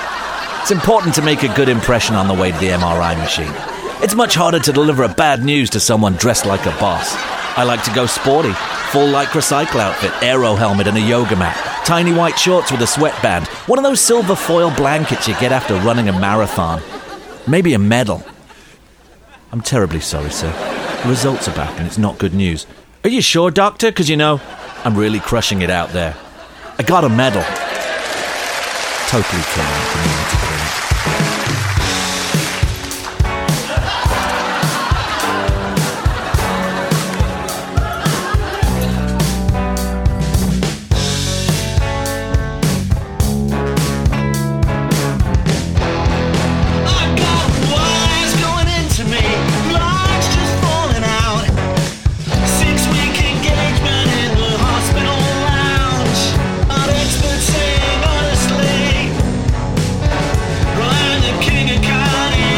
[SPEAKER 1] It's important to make a good impression on the way to the MRI machine. It's much harder to deliver a bad news to someone dressed like a boss. I like to go sporty. Full lycra cycle outfit, aero helmet and a yoga mat. Tiny white shorts with a sweatband. One of those silver foil blankets you get after running a marathon. Maybe a medal. I'm terribly sorry, sir. The results are back and it's not good news. Are you sure, Doctor? Because you know, I'm really crushing it out there. I got a medal. Totally killing the community. cleaning.
[SPEAKER 6] I've got wires going into me, blocks just falling out. Six-week engagement in the hospital lounge. Our experts saying honestly, Brian the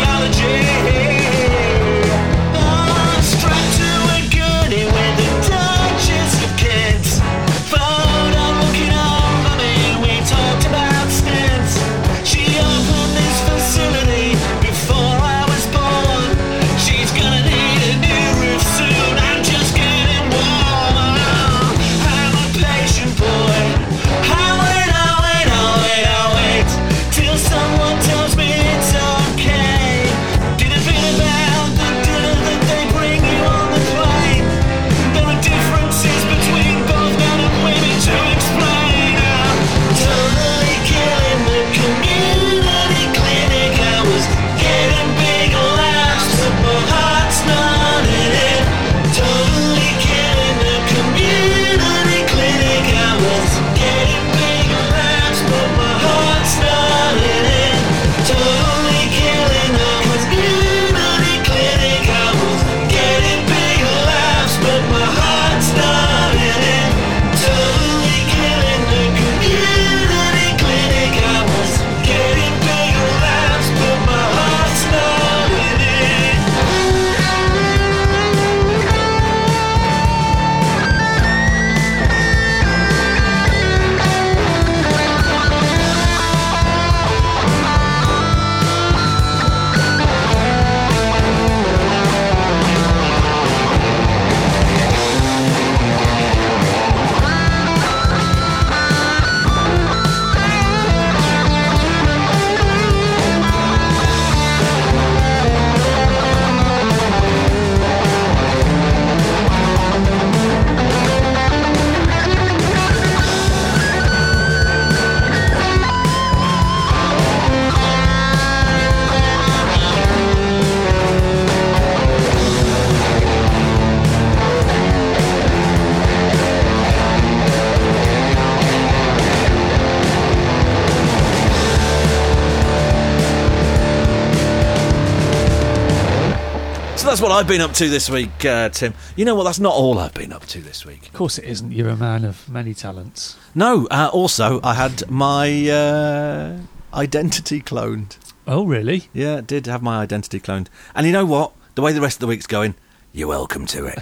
[SPEAKER 1] that's what I've been up to this week, uh, Tim. You know what? That's not all I've been up to this week.
[SPEAKER 2] Of course it isn't. You're a man of many talents.
[SPEAKER 1] No, uh, also, I had my uh, identity cloned.
[SPEAKER 2] Oh, really?
[SPEAKER 1] Yeah, I did have my identity cloned. And you know what? The way the rest of the week's going, you're welcome to [laughs] it.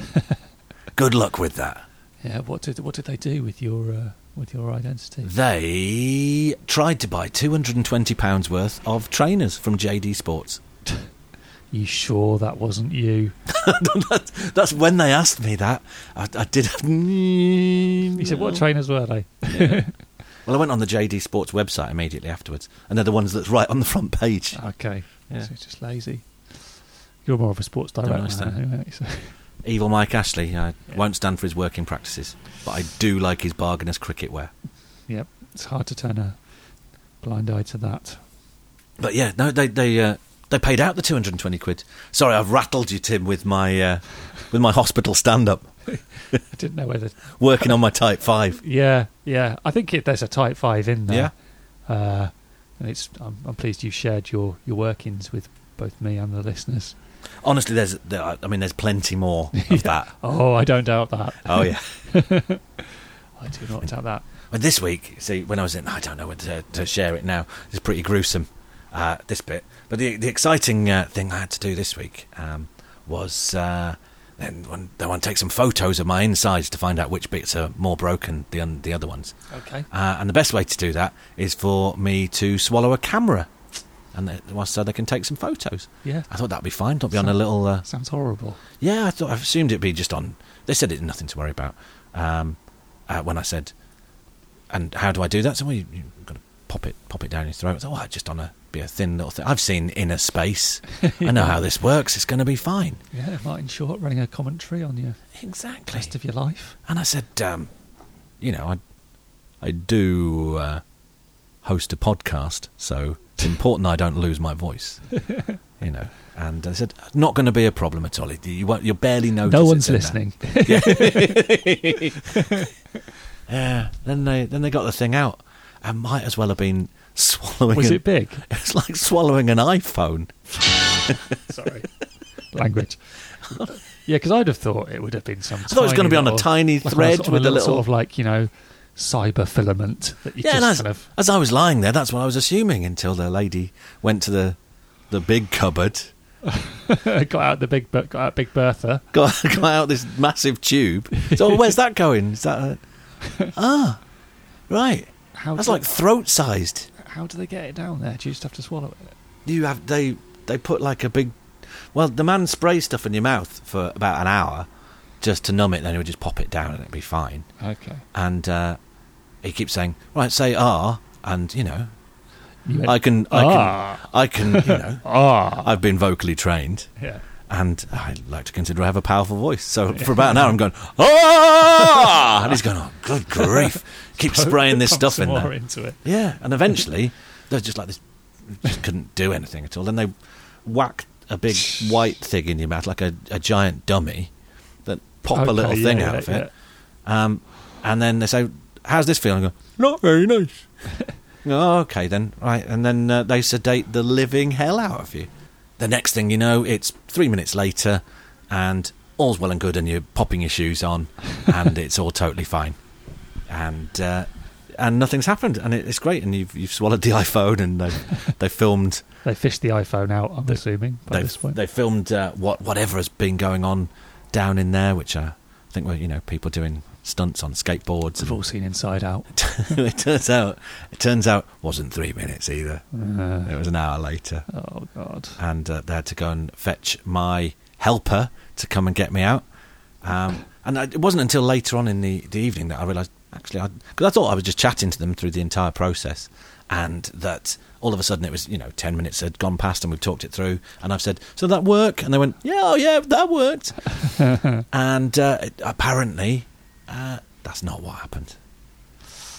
[SPEAKER 1] Good luck with that.
[SPEAKER 2] Yeah. What did What did they do with your uh, with your identity?
[SPEAKER 1] Mm-hmm. They tried to buy £220 worth of trainers from JD Sports.
[SPEAKER 2] You sure that wasn't you?
[SPEAKER 1] That's- That's when they asked me that. I, I did. [laughs]
[SPEAKER 2] He
[SPEAKER 1] He
[SPEAKER 2] said, "What trainers were they?"
[SPEAKER 1] Well, I went on the JD Sports website immediately afterwards, and they're the ones that's right on the front page.
[SPEAKER 2] Okay.
[SPEAKER 1] Yeah.
[SPEAKER 2] So it's just lazy. You're more of a sports director.
[SPEAKER 1] understand.
[SPEAKER 2] now, anyway, so- [laughs]
[SPEAKER 1] Evil Mike Ashley I won't stand for his working practices, but I do like his bargainous cricket wear.
[SPEAKER 2] Yep. It's hard to turn a blind eye to that.
[SPEAKER 1] But yeah, no, they they uh, they paid out the two hundred and twenty quid. Sorry, I've rattled you, Tim, with my uh, with my hospital stand up,
[SPEAKER 2] I didn't know whether.
[SPEAKER 1] working on my type five.
[SPEAKER 2] Yeah, yeah. I think it, there's a tight five in there. Yeah. Uh, and it's. I'm, I'm pleased you shared your your workings with both me and the listeners.
[SPEAKER 1] Honestly, there's there, are- I mean, there's plenty more of that.
[SPEAKER 2] Oh, I don't doubt that.
[SPEAKER 1] Oh yeah.
[SPEAKER 2] I do not doubt that.
[SPEAKER 1] But this week, see, when I was in, I don't know whether to, to share it now. It's pretty gruesome, uh, this bit. But the the exciting uh, thing I had to do this week um, was uh, then one, they want to take some photos of my insides to find out which bits are more broken than the other ones.
[SPEAKER 2] Okay.
[SPEAKER 1] Uh, and the best way to do that is for me to swallow a camera, and they, well, so they can take some photos.
[SPEAKER 2] Yeah.
[SPEAKER 1] I thought that'd be fine. Don't be on a
[SPEAKER 2] Sounds-
[SPEAKER 1] little. Uh,
[SPEAKER 2] Sounds horrible.
[SPEAKER 1] yeah, I thought I assumed it'd be just on. They said it's nothing to worry about. Um, uh, when I said, and how do I do that? So well, you, you've got to pop it, pop it down your throat. It's, oh, I just on a be a thin little thing. I've seen inner
[SPEAKER 2] [laughs]
[SPEAKER 1] space. I know how this works. It's going to be fine.
[SPEAKER 2] Yeah, Martin Short running a commentary on your
[SPEAKER 1] Exactly.
[SPEAKER 2] rest of your life.
[SPEAKER 1] And I said, um, you know, I, I do uh, host a podcast, so it's important I don't lose my
[SPEAKER 2] [laughs]
[SPEAKER 1] voice. you know, and I said, not going to be a problem at all. You, won't, you'll barely notice.
[SPEAKER 2] no
[SPEAKER 1] it's
[SPEAKER 2] one's
[SPEAKER 1] in there."
[SPEAKER 2] [laughs] listening.
[SPEAKER 1] Yeah. Then they then they got the thing out, and might as well have been swallowing.
[SPEAKER 2] Was
[SPEAKER 1] an-
[SPEAKER 2] it big?
[SPEAKER 1] [laughs] It's like swallowing an iPhone.
[SPEAKER 2] Sorry. [laughs] Language. yeah, because I'd have thought it would have been some. I
[SPEAKER 1] thought it was gonna be on a tiny thread with a little-
[SPEAKER 2] sort of like you know cyber filament that [laughs] you
[SPEAKER 1] Yeah, and
[SPEAKER 2] just
[SPEAKER 1] as,
[SPEAKER 2] kind of.
[SPEAKER 1] as I was lying there, that's what I was assuming until the lady went to the the big cupboard, [laughs]
[SPEAKER 2] [laughs] got out the big Ber- got out Big Bertha.
[SPEAKER 1] got, got out this massive tube. So "Oh, where's that going? Is that a, [laughs] ah right?
[SPEAKER 2] How
[SPEAKER 1] That's
[SPEAKER 2] do,
[SPEAKER 1] like throat sized.
[SPEAKER 2] how do they get it down there? Do you just have to swallow it?
[SPEAKER 1] You have they they put like a big. Well, the man sprays stuff in your mouth for about an hour, just to numb it. Then he would just pop it down and it'd be fine.
[SPEAKER 2] Okay.
[SPEAKER 1] and uh, he keeps saying, "Right, say ah," and you know,
[SPEAKER 2] You went,
[SPEAKER 1] I can, I
[SPEAKER 2] "Ah."
[SPEAKER 1] can, I can, you
[SPEAKER 2] [laughs]
[SPEAKER 1] know,
[SPEAKER 2] ah.
[SPEAKER 1] I've been vocally trained,
[SPEAKER 2] Yeah.
[SPEAKER 1] and I like to consider I have a powerful voice. So for about an hour, I'm going ah, and he's going, "Oh, good grief!" Keeps
[SPEAKER 2] [laughs]
[SPEAKER 1] spraying this
[SPEAKER 2] Pump
[SPEAKER 1] stuff
[SPEAKER 2] some
[SPEAKER 1] in
[SPEAKER 2] more
[SPEAKER 1] there,
[SPEAKER 2] into it.
[SPEAKER 1] yeah, and eventually they're just like this, just couldn't do anything at all. Then they whack a big white thing in your mouth, like a, a giant dummy, that pop a
[SPEAKER 2] Okay,
[SPEAKER 1] little
[SPEAKER 2] yeah,
[SPEAKER 1] thing
[SPEAKER 2] yeah,
[SPEAKER 1] out of
[SPEAKER 2] yeah.
[SPEAKER 1] it. Um, and then they say, "How's this feeling?" I go, "Not very nice." oh, okay then, right. And then uh, they sedate the living hell out of you. The next thing you know, it's three minutes later, and all's well and good, and you're popping your shoes on,
[SPEAKER 2] [laughs]
[SPEAKER 1] and it's all totally fine, and uh, and nothing's happened, and it, it's great, and you've you've swallowed the [laughs] iPhone, and they they
[SPEAKER 2] [laughs]
[SPEAKER 1] filmed
[SPEAKER 2] They fished the iPhone out. I'm assuming by
[SPEAKER 1] they
[SPEAKER 2] this point.
[SPEAKER 1] they filmed uh, what whatever has been going on down in there, which uh, I think were you know people doing stunts on skateboards and
[SPEAKER 2] We've all seen Inside Out.
[SPEAKER 1] [laughs] it turns out it turns out wasn't three minutes either. It was an hour later,
[SPEAKER 2] oh God.
[SPEAKER 1] and uh, they had to go and fetch my helper to come and get me out. Um, and I, it wasn't until later on in the, the evening that I realised actually because I, thought I was just chatting to them through the entire process, and that all of a sudden it was you know ten minutes had gone past and we've talked it through, and I've said so did that work, and they went yeah oh yeah that worked, and uh, it- apparently uh, that's not what happened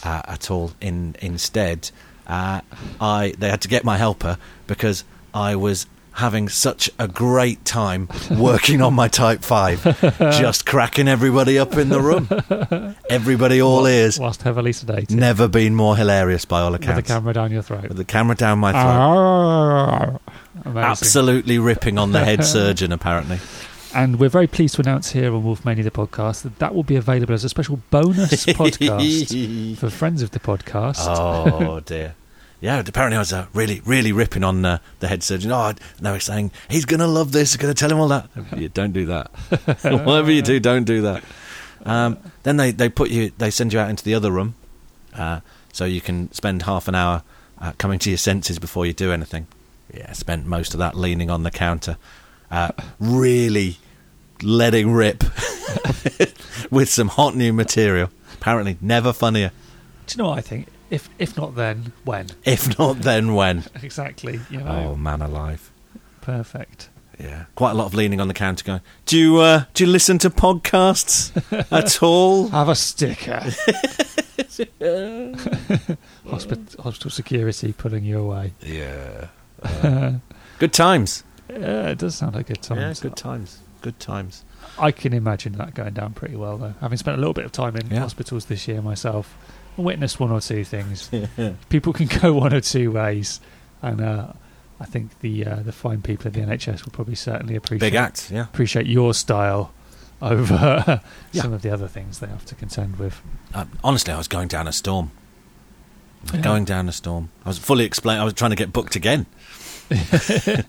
[SPEAKER 1] uh, at all. In instead, uh, I they had to get my helper because I was having such a great time working on my Type
[SPEAKER 2] [laughs]
[SPEAKER 1] 5, just cracking everybody up in the room. Everybody all ears.
[SPEAKER 2] Whilst heavily sedated.
[SPEAKER 1] Never been more hilarious by all
[SPEAKER 2] With the
[SPEAKER 1] accounts.
[SPEAKER 2] camera Ah, down your throat.
[SPEAKER 1] With the camera down my throat.
[SPEAKER 2] Amazing.
[SPEAKER 1] Absolutely ripping on the head surgeon,
[SPEAKER 2] [laughs]
[SPEAKER 1] apparently.
[SPEAKER 2] And we're very pleased to announce here on Wolfmania the podcast that that will be available as a special
[SPEAKER 1] [laughs]
[SPEAKER 2] bonus podcast for friends of the podcast.
[SPEAKER 1] Oh dear. Yeah, apparently I was uh, really, really ripping on uh, the head surgeon. Oh, no, he's saying he's going to love this. Going to tell him all that. You don't do that. [laughs] Whatever you do, don't do that. Um, then they, they put you, they send you out into the other room, uh, so you can spend half an hour uh, coming to your senses before you do anything. Yeah, spent most of that leaning on the counter, uh, really letting rip [laughs] with some hot new material. Apparently, never funnier.
[SPEAKER 2] Do you know what I think? If if not then, when?
[SPEAKER 1] If not, then when?
[SPEAKER 2] Exactly. You
[SPEAKER 1] Oh
[SPEAKER 2] know,
[SPEAKER 1] man, alive!
[SPEAKER 2] perfect.
[SPEAKER 1] Yeah, quite a lot of leaning on the counter, going. Do you uh, do you listen to [laughs] podcasts at all?
[SPEAKER 2] Have
[SPEAKER 1] [laughs]
[SPEAKER 2] a [laughs] sticker. hospital, hospital security pulling you away.
[SPEAKER 1] Yeah. good times.
[SPEAKER 2] Yeah, it does sound like a good time.
[SPEAKER 1] Yeah, good times. Good times.
[SPEAKER 2] I can imagine that going down pretty well, though. Having spent a little bit of time in
[SPEAKER 1] Yeah.
[SPEAKER 2] hospitals this year myself, and witnessed one or
[SPEAKER 1] [laughs]
[SPEAKER 2] two things. People can go [laughs] one or two ways, and uh, I think the uh, the fine people in the NHS will probably certainly appreciate
[SPEAKER 1] Big act. Yeah.
[SPEAKER 2] appreciate your style over [laughs]
[SPEAKER 1] Yeah.
[SPEAKER 2] some of the other things they have to contend with.
[SPEAKER 1] Uh, honestly, I was going down a storm. I was Going down a storm. I was fully explained. I was trying to get booked again. when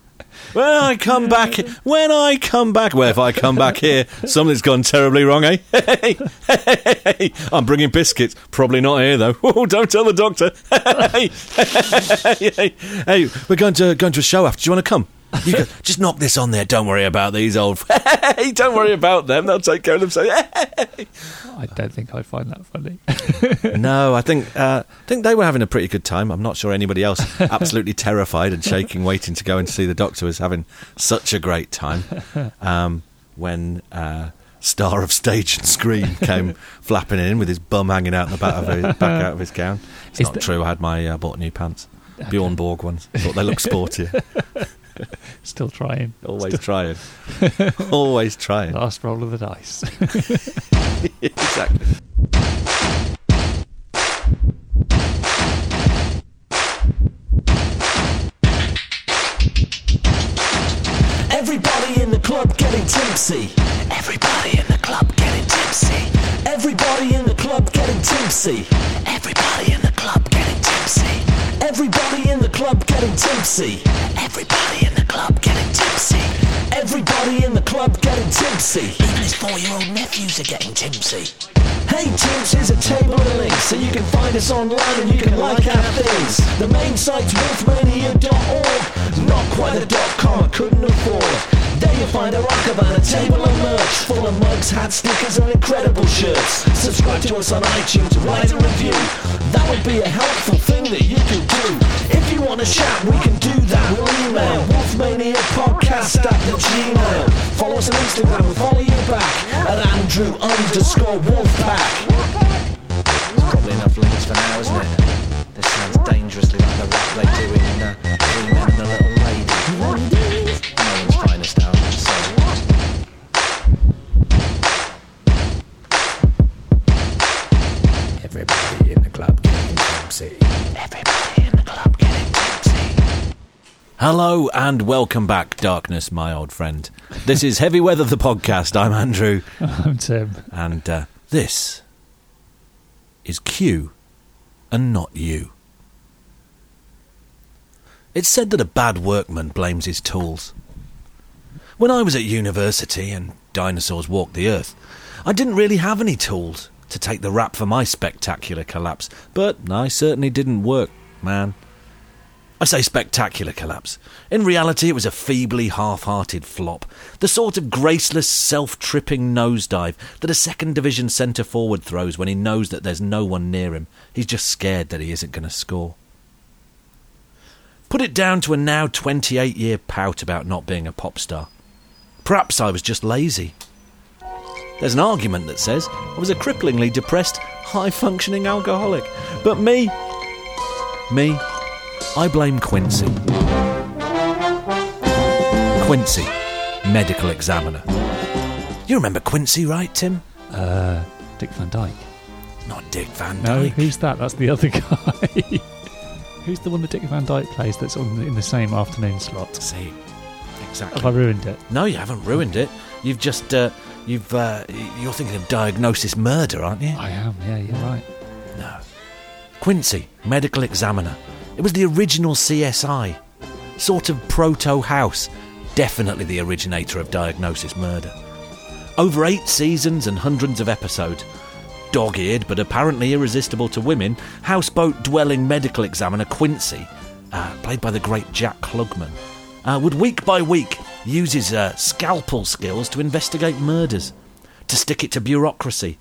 [SPEAKER 1] I come back, when I come back, well, if I come back here, something's gone terribly wrong, eh? [laughs] Hey, hey, hey, I'm bringing biscuits. Probably not here though. [laughs] Oh, don't tell the doctor. [laughs] hey, hey, hey, hey, we're going to going to a show after. Do you want to come? You go, just knock this on there. Don't worry about these old. [laughs] Hey, don't worry about them. They'll take care of themselves. [laughs]
[SPEAKER 2] I don't think I find that funny. [laughs]
[SPEAKER 1] No, I think uh, I think they were having a pretty good time. I'm not sure anybody
[SPEAKER 2] [laughs]
[SPEAKER 1] else, absolutely terrified and shaking, waiting to go and see the doctor, was having such a great time. Um, when uh, star of stage and screen
[SPEAKER 2] [laughs]
[SPEAKER 1] came flapping in with his bum hanging out the back of his, back out of his gown. It's
[SPEAKER 2] Is
[SPEAKER 1] not
[SPEAKER 2] that-
[SPEAKER 1] true. I had my uh, bought new pants, Bjorn Borg ones. Thought they looked
[SPEAKER 2] [laughs]
[SPEAKER 1] sportier.
[SPEAKER 2] Still Oh. trying.
[SPEAKER 1] Always
[SPEAKER 2] [laughs]
[SPEAKER 1] trying. Always trying.
[SPEAKER 2] Last roll of the dice. [laughs]
[SPEAKER 1] exactly.
[SPEAKER 4] Everybody in the club getting tipsy. Everybody in the club getting tipsy. Everybody in the club getting tipsy. Everybody in the club getting tipsy. Everybody in the club getting tipsy. Everybody in the club getting tipsy. Everybody in the club getting tipsy. Even his four-year-old nephews are getting tipsy. Hey Tim's, here's a table of links so you can find us online and you can like our things. The main site's wolfmania.org, not quite a dot com, I couldn't afford. There you'll find a rock about a table of merch full of mugs, hats, stickers, and incredible shirts. Subscribe to us on iTunes, write a review. That would be a helpful thing that you could do. If you want to chat, we can do that. We'll email wolfmaniapodcast at the gmail. Follow us on Instagram, we'll follow you back at Andrew underscore Wolfpack.
[SPEAKER 7] Probably enough links for now, isn't it? This sounds dangerously like the rap they do in uh, Three Men and a Little Lady. Ireland's finest hour, so. Everybody in the club getting tipsy. Everybody in the club getting tipsy.
[SPEAKER 1] Hello and welcome back, darkness, my old friend. This is Heavy Weather, the podcast. I'm Andrew.
[SPEAKER 2] I'm Tim.
[SPEAKER 1] And uh, this is Q and not you. It's said that a bad workman blames his tools. When I was at university and dinosaurs walked the earth, I didn't really have any tools to take the rap for my spectacular collapse, but I certainly didn't work, man. I say spectacular collapse. In reality, it was a feebly half hearted flop. The sort of graceless, self tripping nosedive that a second division centre forward throws when he knows that there's no one near him. He's just scared that he isn't going to score. Put it down to a now 28 year pout about not being a pop star. Perhaps I was just lazy. There's an argument that says I was a cripplingly depressed, high functioning alcoholic. But me. Me. I blame Quincy. Quincy, medical examiner. You remember Quincy, right, Tim?
[SPEAKER 2] Uh, Dick Van Dyke.
[SPEAKER 1] Not Dick Van
[SPEAKER 2] No,
[SPEAKER 1] Dyke.
[SPEAKER 2] who's that? That's the other [laughs] guy. who's the one that Dick Van Dyke plays that's on the, in the same afternoon slot?
[SPEAKER 1] See, exactly.
[SPEAKER 2] Have I ruined it?
[SPEAKER 1] No, you haven't ruined it. You've just uh, you've uh, y- you're thinking of diagnosis murder, aren't you?
[SPEAKER 2] I am, yeah, you're right.
[SPEAKER 1] No. Quincy, medical examiner. It was the original CSI, sort of proto house, definitely the originator of diagnosis murder. Over eight seasons and hundreds of episodes. Dog eared but apparently irresistible to women, houseboat dwelling medical examiner Quincy, uh, played by the great Jack Klugman, uh, would week by week use his uh, scalpel skills to investigate murders, to stick it to bureaucracy,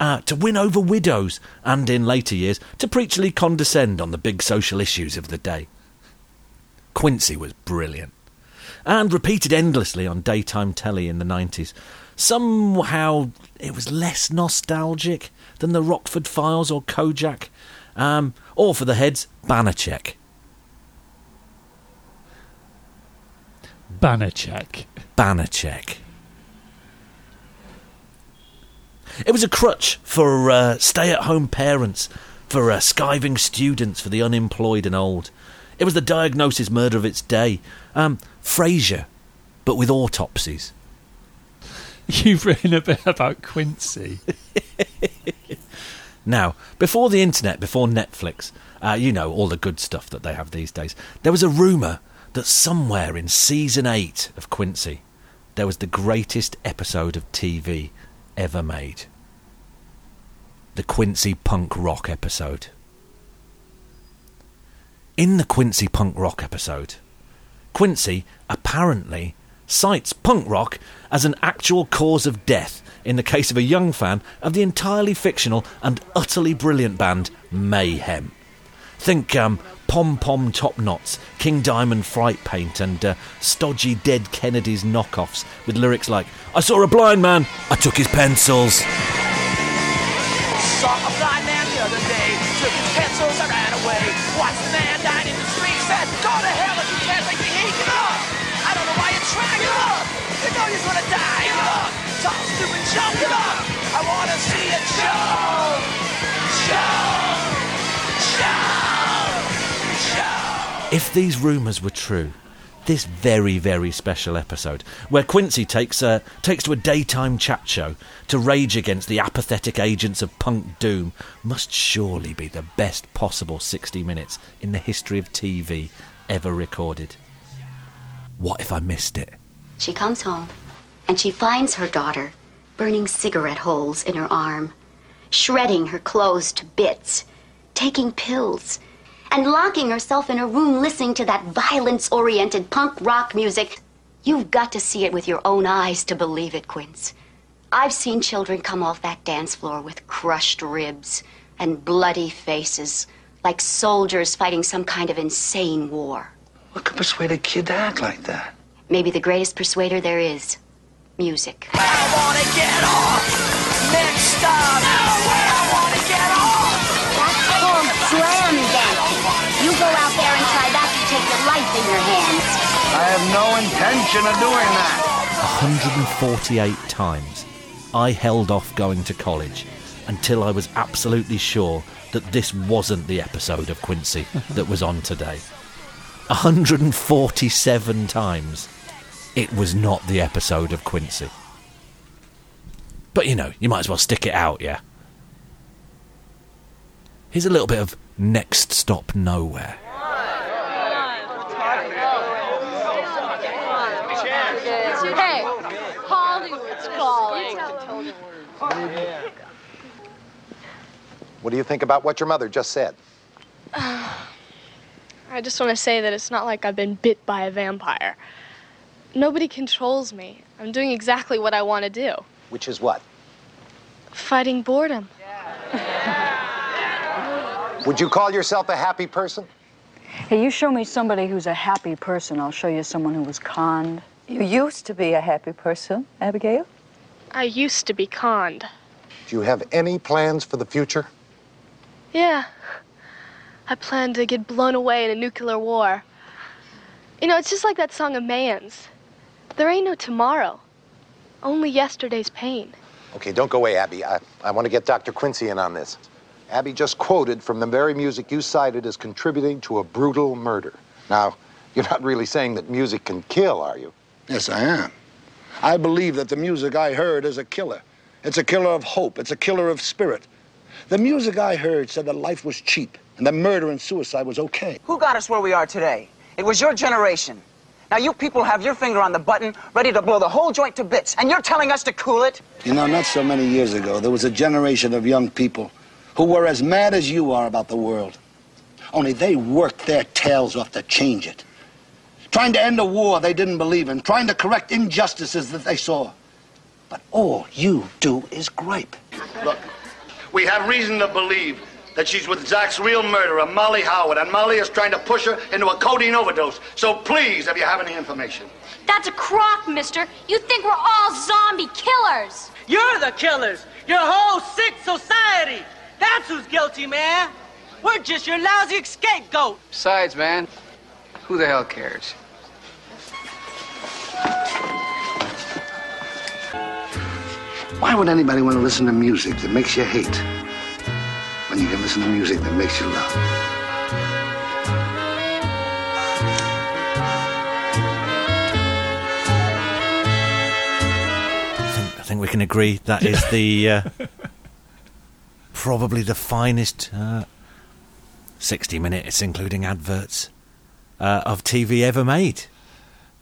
[SPEAKER 1] uh, to win over widows, and in later years to preachily condescend on the big social issues of the day. Quincy was brilliant and repeated endlessly on daytime telly in the 90s. Somehow it was less nostalgic than the Rockford Files or Kojak, um, or for the heads, Banachek.
[SPEAKER 2] Banner check. [laughs]
[SPEAKER 1] banner check. It was a crutch for uh, stay at home parents, for uh, skiving students, for the unemployed and old. It was the diagnosis murder of its day. Um, Frasier, but with autopsies.
[SPEAKER 2] You've written a bit about Quincy.
[SPEAKER 1] Now, before the internet, before Netflix, uh, you know, all the good stuff that they have these days, there was a rumour that somewhere in season 8 of Quincy, there was the greatest episode of TV ever made. The Quincy Punk Rock episode. In the Quincy Punk Rock episode, Quincy apparently cites punk rock as an actual cause of death in the case of a young fan of the entirely fictional and utterly brilliant band Mayhem. Think um, Pom Pom Top Knots, King Diamond Fright Paint, and uh, stodgy Dead Kennedys knockoffs with lyrics like, I saw a blind man, I took his pencils.
[SPEAKER 8] Saw a blind man the other day, took his pencils and ran away. Watched the man dying in the street, said, Go to hell if you can't make me heat, get up! I don't know why you're trying, get up! You know you're gonna die, get up! Talk stupid, jump, get up! I wanna see you jump! Jump! Jump! Jump!
[SPEAKER 1] If these rumours were true, this very, very special episode, where Quincy takes, uh, takes to a daytime chat show to rage against the apathetic agents of punk doom, must surely be the best possible 60 minutes in the history of TV ever recorded. What if I missed it?
[SPEAKER 9] She comes home and she finds her daughter burning cigarette holes in her arm, shredding her clothes to bits, taking pills, and locking herself in her room listening to that violence oriented punk rock music. You've got to see it with your own eyes to believe it, Quince. I've seen children come off that dance floor with crushed ribs and bloody faces, like soldiers fighting some kind of insane war.
[SPEAKER 8] What could persuade a kid to act like that?
[SPEAKER 9] Maybe the greatest persuader there is music.
[SPEAKER 8] I wanna get off! Next stop! I wanna get off!
[SPEAKER 9] That's called slam dancing. You go out there and try that, you take your life in your hands.
[SPEAKER 5] I have no intention of doing that.
[SPEAKER 1] 148 times I held off going to college until I was absolutely sure that this wasn't the episode of Quincy that was on today. 147 times it was not the episode of Quincy. But you know, you might as well stick it out, yeah? Here's a little bit of Next Stop Nowhere.
[SPEAKER 10] Hey, Hollywood's calling.
[SPEAKER 11] What do you think about what your mother just said?
[SPEAKER 10] I just want to say that it's not like I've been bit by a vampire. Nobody controls me. I'm doing exactly what I want to do
[SPEAKER 11] Which is what?
[SPEAKER 10] fighting boredom.
[SPEAKER 11] [laughs] Would you call yourself a happy person?
[SPEAKER 12] Hey, you show me somebody who's a happy person, I'll show you someone who was conned. You used to be a happy person, Abigail.
[SPEAKER 10] I used to be conned.
[SPEAKER 11] Do you have any plans for the future?
[SPEAKER 10] Yeah. I plan to get blown away in a nuclear war. You know, it's just like that song of Mayans. There ain't no tomorrow, only yesterday's pain.
[SPEAKER 11] Okay, don't go away, Abby. I, I want to get Dr. Quincy in on this. Abby just quoted from the very music you cited as contributing to a brutal murder. Now, you're not really saying that music can kill, are you?
[SPEAKER 13] Yes, I am. I believe that the music I heard is a killer. It's a killer of hope. It's a killer of spirit. The music I heard said that life was cheap and that murder and suicide was okay.
[SPEAKER 14] Who got us where we are today? It was your generation. Now you people have your finger on the button, ready to blow the whole joint to bits, and you're telling us to cool it?
[SPEAKER 13] You know, not so many years ago, there was a generation of young people who were as mad as you are about the world. Only they worked their tails off to change it. Trying to end a war they didn't believe in, trying to correct injustices that they saw. But all you do is gripe.
[SPEAKER 15] Look, we have reason to believe that she's with Zach's real murderer, Molly Howard, and Molly is trying to push her into a codeine overdose. So please, if you have any information.
[SPEAKER 16] That's a crock, mister. You think we're all zombie killers.
[SPEAKER 17] You're the killers. Your whole sick society. That's who's guilty, man. We're just your lousy scapegoat.
[SPEAKER 18] Besides, man, who the hell cares?
[SPEAKER 13] Why would anybody want to listen to music that makes you hate when you can listen to music that makes you love?
[SPEAKER 1] I think, I think we can agree that is the [laughs] uh, probably the finest uh, sixty minutes, including adverts, uh, of TV ever made.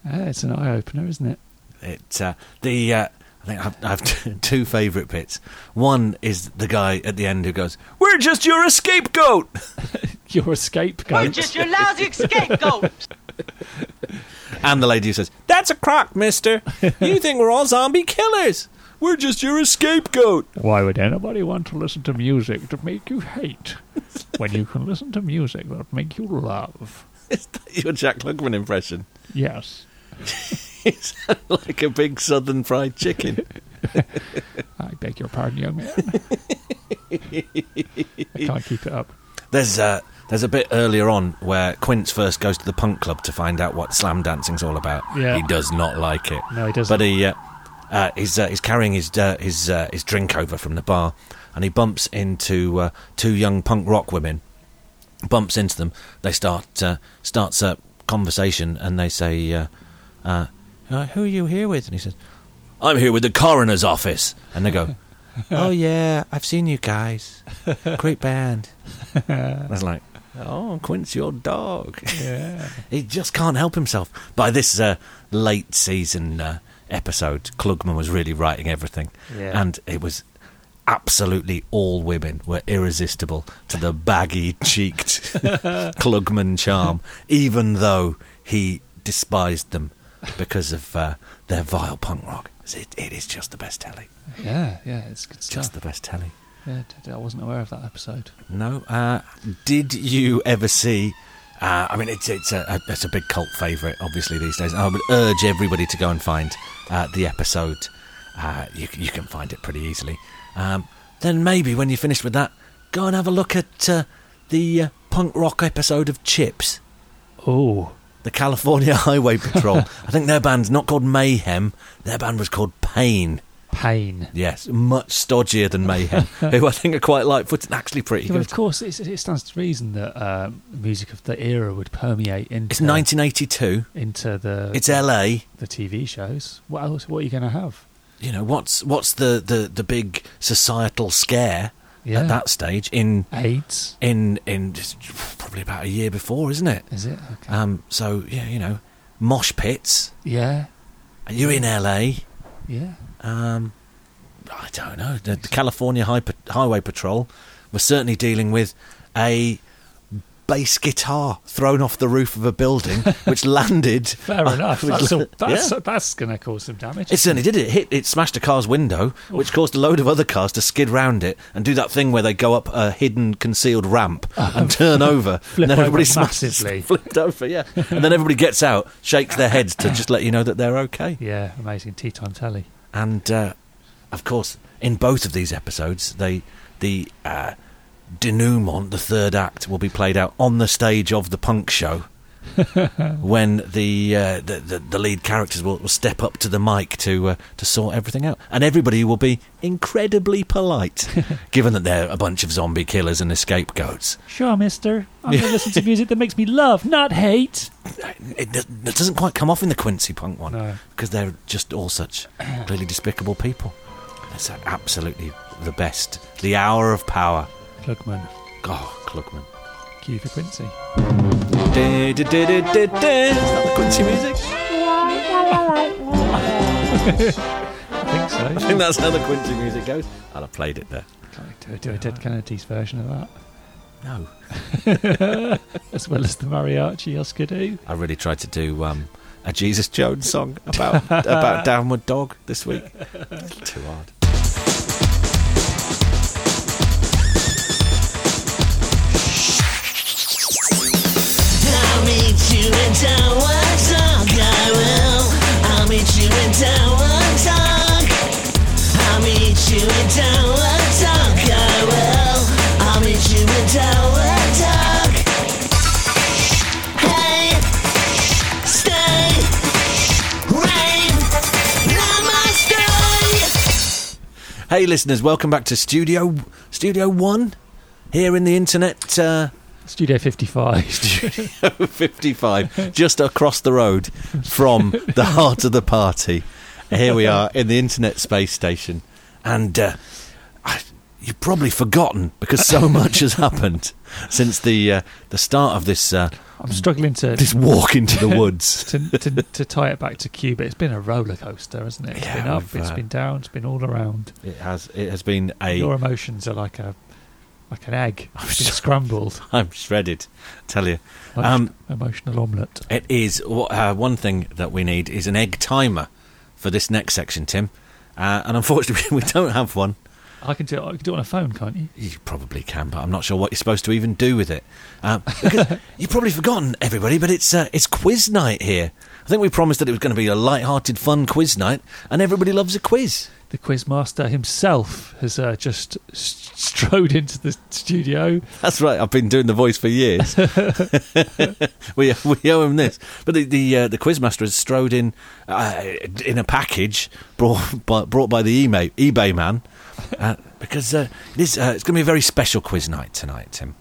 [SPEAKER 2] Yeah, it's an eye opener, isn't it?
[SPEAKER 1] It uh, the uh, I think I've, I've t- [laughs] two favourite bits. One is the guy at the end who goes, "We're just your escape goat." [laughs]
[SPEAKER 2] You're a scapegoat.
[SPEAKER 17] We're just your lousy scapegoat.
[SPEAKER 1] and the lady who says, "That's a crock, Mister. You think we're all zombie killers? We're just your escape goat."
[SPEAKER 2] [laughs] Why would anybody want to listen to music to make you hate when you can listen to music that make you love?
[SPEAKER 1] [laughs] Is that your Jack Lugman impression? [laughs]
[SPEAKER 2] Yes.
[SPEAKER 1] It's like a big southern fried chicken.
[SPEAKER 2] I beg your pardon, young [laughs] man. I can't keep it up.
[SPEAKER 1] There's a there's a bit earlier on where Quince first goes to the punk club to find out what slam dancing's all about.
[SPEAKER 2] Yeah.
[SPEAKER 1] He does not like it.
[SPEAKER 2] No, he doesn't.
[SPEAKER 1] But he uh, uh, he's uh, he's carrying his uh, his uh, his drink over from the bar, and he bumps into uh, two young punk rock women. Bumps into them. They start uh, starts a conversation, and they say, uh, uh, uh, "Who are you here with?" And he says, "I'm here with the coroner's office." And they
[SPEAKER 2] [laughs]
[SPEAKER 1] go, "Oh yeah, I've seen you guys. Great
[SPEAKER 2] [laughs]
[SPEAKER 1] band." I was like, "Oh, Quince, your dog."
[SPEAKER 2] [laughs] Yeah.
[SPEAKER 1] he just can't help himself. By this uh, late season uh, episode, Klugman was really writing everything,
[SPEAKER 2] Yeah.
[SPEAKER 1] and it was absolutely all women were irresistible to the baggy-cheeked Klugman charm, even though he despised them because of uh, their vile punk rock. It, it is just the best telly.
[SPEAKER 2] Yeah, yeah, it's good
[SPEAKER 1] Just
[SPEAKER 2] stuff.
[SPEAKER 1] the best telly.
[SPEAKER 2] Yeah, d- I wasn't aware of that episode.
[SPEAKER 1] No. Uh, did you ever see? Uh, I mean, it's it's a, a it's a big cult favourite, obviously these days. I would urge everybody to go and find uh, the episode. Uh, you c- you can find it pretty easily. Um, then maybe when you're finished with that, go and have a look at uh, the uh, punk rock episode of Chips.
[SPEAKER 2] Oh,
[SPEAKER 1] the California [laughs] Highway Patrol. I think their band's not called Mayhem. Their band was called Pain.
[SPEAKER 2] Pain.
[SPEAKER 1] Yes, much stodgier than Mayhem, who I think are quite light-footed. and Actually, pretty
[SPEAKER 2] Yeah, but
[SPEAKER 1] good.
[SPEAKER 2] of course, it's, it stands to reason that uh, music of the era would permeate into
[SPEAKER 1] It's 1982.
[SPEAKER 2] into the
[SPEAKER 1] It's LA.
[SPEAKER 2] the TV shows. What else? What are you going to have?
[SPEAKER 1] You know what's what's the the, the big societal scare
[SPEAKER 2] Yeah.
[SPEAKER 1] at that stage in
[SPEAKER 2] AIDS
[SPEAKER 1] in in just probably about a year before, isn't it?
[SPEAKER 2] Is it?
[SPEAKER 1] Um. So yeah, you know, mosh pits.
[SPEAKER 2] Yeah,
[SPEAKER 1] You're in LA.
[SPEAKER 2] yeah.
[SPEAKER 1] Um, I don't know. The, the California High, Highway Patrol were certainly dealing with a bass guitar thrown off the roof of a
[SPEAKER 2] [laughs]
[SPEAKER 1] building, which landed.
[SPEAKER 2] Fair
[SPEAKER 1] [laughs]
[SPEAKER 2] enough.
[SPEAKER 1] which
[SPEAKER 2] That's,
[SPEAKER 1] la-
[SPEAKER 2] all- that's,
[SPEAKER 1] Yeah.
[SPEAKER 2] that's going to cause some damage.
[SPEAKER 1] It certainly did. It hit. It smashed a car's window, which caused a load of other cars to skid round it and do that thing where they go up a hidden, concealed ramp and
[SPEAKER 2] [laughs]
[SPEAKER 1] turn over.
[SPEAKER 2] Ah, Flip
[SPEAKER 1] and then
[SPEAKER 2] over
[SPEAKER 1] everybody smashes, [laughs]
[SPEAKER 2] massively.
[SPEAKER 1] flipped over. Yeah, and then everybody gets out, shakes their heads to just let you know that they're okay.
[SPEAKER 2] Yeah, amazing tea time telly.
[SPEAKER 1] And uh, of course, in both of these episodes, they the uh, denouement, the third act, will be played out on the stage of the punk show when the, uh, the, the the lead characters will, will step up to the mic to uh, to sort everything out, and everybody will be incredibly polite, given that they're a bunch of zombie killers and scapegoats.
[SPEAKER 2] Sure, mister. I'm going to
[SPEAKER 1] [laughs]
[SPEAKER 2] listen to music that makes me love, not hate.
[SPEAKER 1] It, do- it doesn't quite come off in the Quincy Punk one because they're just all such really despicable people. It's absolutely the best. The hour of power.
[SPEAKER 2] Klugman.
[SPEAKER 1] Oh, Klugman.
[SPEAKER 2] Cue for Quincy.
[SPEAKER 1] Is that the Quincy [laughs] music?
[SPEAKER 2] I think so.
[SPEAKER 1] [laughs] I think that's how the Quincy music goes. I'll have played it there.
[SPEAKER 2] Do I do a Dead Kennedys version of that?
[SPEAKER 1] No.
[SPEAKER 2] as well as the mariachi Oscar do.
[SPEAKER 1] I really tried to do um, a Jesus Jones song about [laughs] about Downward Dog this [laughs] week. Too hard.
[SPEAKER 5] I'll meet you in Tower Talk. I will. I'll meet you in Tower Talk. I'll meet you in Tower Talk. I will. I'll meet you in Tower Talk. Hey, stay, rave, namaste.
[SPEAKER 1] Hey, listeners, welcome back to Studio Studio One here in the internet. Uh,
[SPEAKER 2] Studio
[SPEAKER 1] [laughs]
[SPEAKER 2] 55.
[SPEAKER 1] Studio 55, just across the road from the heart of the party. Here we are in the internet space station, and uh, I, you've probably forgotten because so much has happened since the uh, the start of this. Uh,
[SPEAKER 2] [laughs] I'm struggling to
[SPEAKER 1] this walk into the woods.
[SPEAKER 2] to, to, to tie it back to Cuba. It's been a roller coaster, hasn't it? It's been
[SPEAKER 1] Yeah,
[SPEAKER 2] up,
[SPEAKER 1] we've,
[SPEAKER 2] it's
[SPEAKER 1] uh,
[SPEAKER 2] been down, it's been all around.
[SPEAKER 1] It has it has been a
[SPEAKER 2] Your emotions are like a like an egg. It's been scrambled.
[SPEAKER 1] [laughs] I'm shredded, tell you.
[SPEAKER 2] Like
[SPEAKER 1] Um,
[SPEAKER 2] an emotional omelette.
[SPEAKER 1] it is wha- uh, one thing that we need is an egg timer for this next section, Tim. Uh, and unfortunately, [laughs] we don't have one.
[SPEAKER 2] I can do it. I can do it on a phone, can't you?
[SPEAKER 1] You probably can, but I'm not sure what you're supposed to even do with it. Um, because you've probably forgotten everybody, but it's uh, it's quiz night here. I think we promised that it was going to be a light-hearted, fun quiz night, and everybody loves a quiz.
[SPEAKER 2] The quizmaster himself has uh, just s- strode into the studio.
[SPEAKER 1] [laughs] That's right. I've been doing the voice for years. [laughs] we we owe him this. But the the, uh, the quizmaster has strode in uh, in a package brought by, brought by the eBay eBay man uh, because uh, it is, uh, it's going to be a very special quiz night tonight, Tim.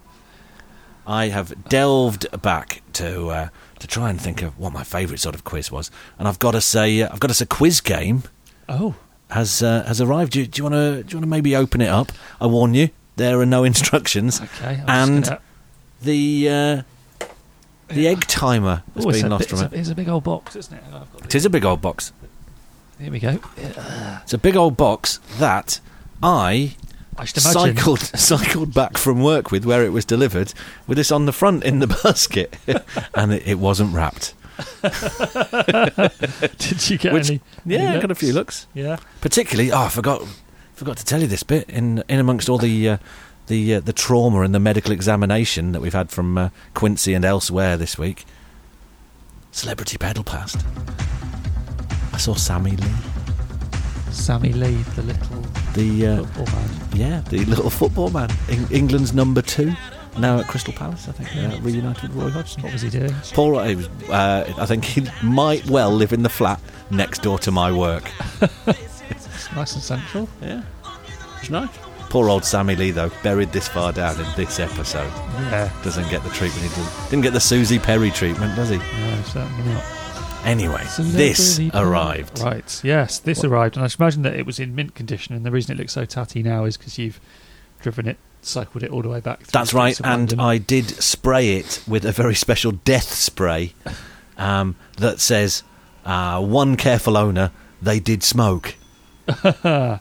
[SPEAKER 1] I have delved back to uh, to try and think of what my favourite sort of quiz was, and I've got to say uh, I've got to say quiz game
[SPEAKER 2] Oh,
[SPEAKER 1] has uh, has arrived. Do you, do you want to do you want to maybe open it up? I warn you, there are no [laughs] instructions.
[SPEAKER 2] Okay, I'm
[SPEAKER 1] and
[SPEAKER 2] just gonna-
[SPEAKER 1] the uh, the egg timer has
[SPEAKER 2] oh, it's,
[SPEAKER 1] been
[SPEAKER 2] a,
[SPEAKER 1] lost
[SPEAKER 2] it's,
[SPEAKER 1] from
[SPEAKER 2] a,
[SPEAKER 1] it.
[SPEAKER 2] it's a big old box, isn't it? I've got-
[SPEAKER 1] It is a big old box.
[SPEAKER 2] Here we go.
[SPEAKER 1] It's a big old box that I.
[SPEAKER 2] should imagine.
[SPEAKER 1] cycled [laughs] cycled back from work with where it was delivered with this on the front in the [laughs] basket and it, it wasn't wrapped [laughs]
[SPEAKER 2] Did you get
[SPEAKER 1] Which-
[SPEAKER 2] any?
[SPEAKER 1] yeah,
[SPEAKER 2] any
[SPEAKER 1] I got a few looks.
[SPEAKER 2] Yeah.
[SPEAKER 1] particularly oh, I forgot forgot to tell you this bit in in amongst all the uh, the uh, the trauma and the medical examination that we've had from uh, Quincy and elsewhere this week. Celebrity pedal past. I saw Sammy Lee,
[SPEAKER 2] Sammy Lee, the little
[SPEAKER 1] the uh,
[SPEAKER 2] football man.
[SPEAKER 1] yeah, the little football man, Eng- England's number two, now at Crystal Palace, I think, uh, reunited with Roy Hodgson. What
[SPEAKER 2] was he doing?
[SPEAKER 1] Paul, he was, uh, I think he might well live in the flat next door to my work.
[SPEAKER 2] It's nice and central.
[SPEAKER 1] Yeah. It's nice. Poor old Sammy Lee, though, buried this far down in this episode.
[SPEAKER 2] Yeah.
[SPEAKER 1] Doesn't get the treatment. He didn't, didn't get the Susie Perry treatment, does he?
[SPEAKER 2] No, certainly not.
[SPEAKER 1] Anyway, this
[SPEAKER 2] Celebrity
[SPEAKER 1] arrived.
[SPEAKER 2] Pop. Right, yes, this arrived, and I should imagine that it was in mint condition. And the reason it looks so tatty now is because you've driven it, cycled it all the way back. through
[SPEAKER 1] That's
[SPEAKER 2] the
[SPEAKER 1] right,
[SPEAKER 2] streets of
[SPEAKER 1] and
[SPEAKER 2] London.
[SPEAKER 1] I did spray it with a very special death spray um, that says, uh, one careful owner, they did smoke.
[SPEAKER 2] yeah,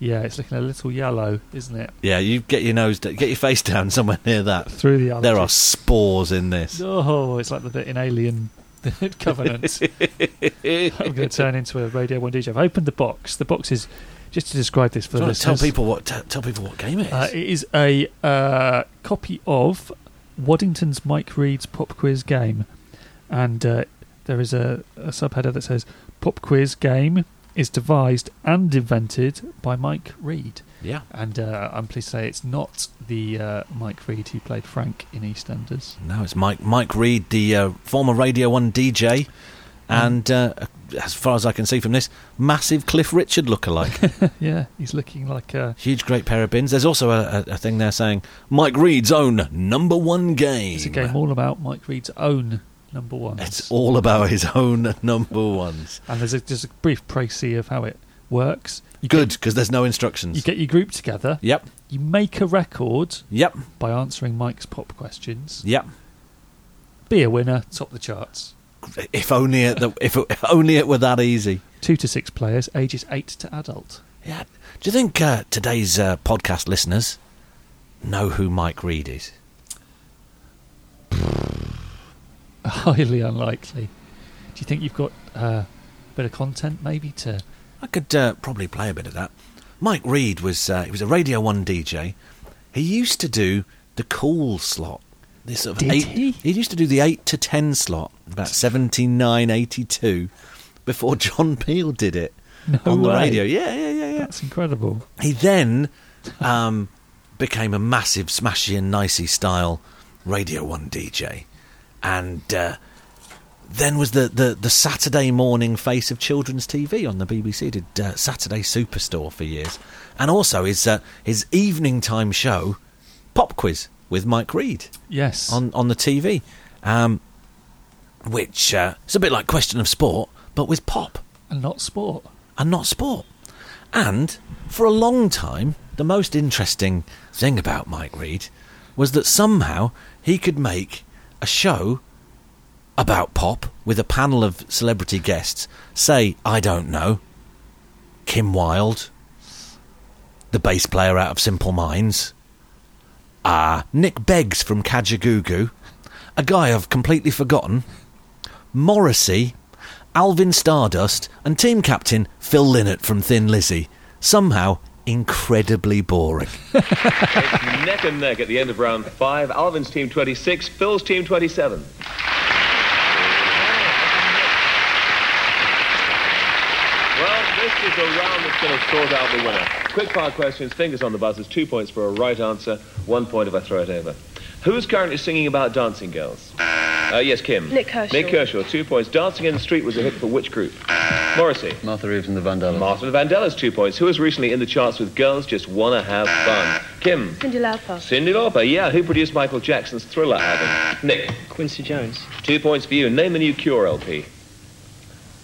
[SPEAKER 2] it's looking a little yellow, isn't it?
[SPEAKER 1] Yeah, you get your nose, d- get your face down somewhere near that.
[SPEAKER 2] Through the
[SPEAKER 1] There
[SPEAKER 2] allergy.
[SPEAKER 1] are spores in this.
[SPEAKER 2] Oh, it's like the bit in Alien [laughs]
[SPEAKER 1] [laughs]
[SPEAKER 2] Covenant. I'm going to turn into a Radio One DJ. I've opened the box. The box is just to describe this for
[SPEAKER 1] Do you
[SPEAKER 2] the
[SPEAKER 1] wanna tell
[SPEAKER 2] listeners.
[SPEAKER 1] people what t- tell people what game it is.
[SPEAKER 2] Uh, it is a uh, copy of Waddington's Mike Reed's Pop Quiz Game, and uh, there is a, a subheader that says Pop Quiz Game is devised and invented by Mike Reed.
[SPEAKER 1] Yeah.
[SPEAKER 2] And uh, I'm pleased to say it's not the uh, Mike Reed who played Frank in EastEnders. [laughs]
[SPEAKER 1] No, it's Mike Mike Reed, the uh, former Radio One DJ, and uh, as far as I can see from this, massive Cliff Richard
[SPEAKER 2] [laughs]
[SPEAKER 1] lookalike.
[SPEAKER 2] yeah, he's looking like uh, a.
[SPEAKER 1] Huge, great pair of bins. There's also a, a, a thing there saying Mike Reed's own number one game.
[SPEAKER 2] It's a game all about Mike Reed's own number one.
[SPEAKER 1] It's all about his own number ones.
[SPEAKER 2] And there's a, just a brief précis of how it works.
[SPEAKER 1] Good, because there's no instructions.
[SPEAKER 2] You get your group together.
[SPEAKER 1] Yep.
[SPEAKER 2] You make a record.
[SPEAKER 1] Yep.
[SPEAKER 2] By answering Mike's pop questions.
[SPEAKER 1] Yep.
[SPEAKER 2] Be a winner, top the charts.
[SPEAKER 1] If only it, [laughs] the, if, if only it were that easy.
[SPEAKER 2] Two to six players, ages eight to adult. [laughs]
[SPEAKER 1] Yeah. Do you think uh, today's uh, podcast listeners know who Mike Reed is?
[SPEAKER 2] Highly unlikely. Do you think you've got uh, a bit of content maybe to.
[SPEAKER 1] I could uh, probably play a bit of that. Mike Reed was uh, he was a Radio One DJ. He used to do the call slot. This sort of
[SPEAKER 2] Did
[SPEAKER 1] eight,
[SPEAKER 2] he?
[SPEAKER 1] used to do the eight to ten slot about seventy nine eighty two before [laughs] John Peel did it
[SPEAKER 2] No
[SPEAKER 1] on the
[SPEAKER 2] way.
[SPEAKER 1] radio. Yeah, yeah, yeah, yeah.
[SPEAKER 2] That's incredible.
[SPEAKER 1] He then um, became a massive smashy and nicey style Radio 1 DJ. And uh, then was the, the, the Saturday morning face of children's TV on the BBC. Did uh, Saturday Superstore for years. And also his, uh, his evening time show, Pop Quiz, with Mike Reed
[SPEAKER 2] Yes.
[SPEAKER 1] on on the TV, um, which uh, it's a bit like Question of Sport, but with pop
[SPEAKER 2] and not sport
[SPEAKER 1] and not sport. And for a long time, the most interesting thing about Mike Reed was that somehow he could make a show about pop with a panel of celebrity guests. Say, I don't know, Kim Wilde, the bass player out of Simple Minds, uh, Nick Beggs from Kajagoogoo, a guy I've completely forgotten, Morrissey, Alvin Stardust, and team captain Phil Lynott from Thin Lizzy. Somehow incredibly boring.
[SPEAKER 19] neck and neck at the end of round five. Alvin's team 26, Phil's team 27. Well, this is the round that's going to sort out the winner. Quick fire questions, fingers on the buzzers, two points for a right answer, one point if I throw it over. Who's currently singing about dancing girls? Uh, yes, Kim.
[SPEAKER 20] Nick Kershaw.
[SPEAKER 19] Nick Kershaw, two points. Dancing in the Street was a hit for which group? Morrissey. Martha Reeves and the Vandellas. Martha and the Vandellas, two points. Who was recently in the charts with Girls Just Wanna Have Fun? Kim.
[SPEAKER 20] Cindy Lauper.
[SPEAKER 19] Cindy Lauper, yeah. Who produced Michael Jackson's Thriller album? Nick. Quincy Jones. Two points for you. Name a new Cure LP.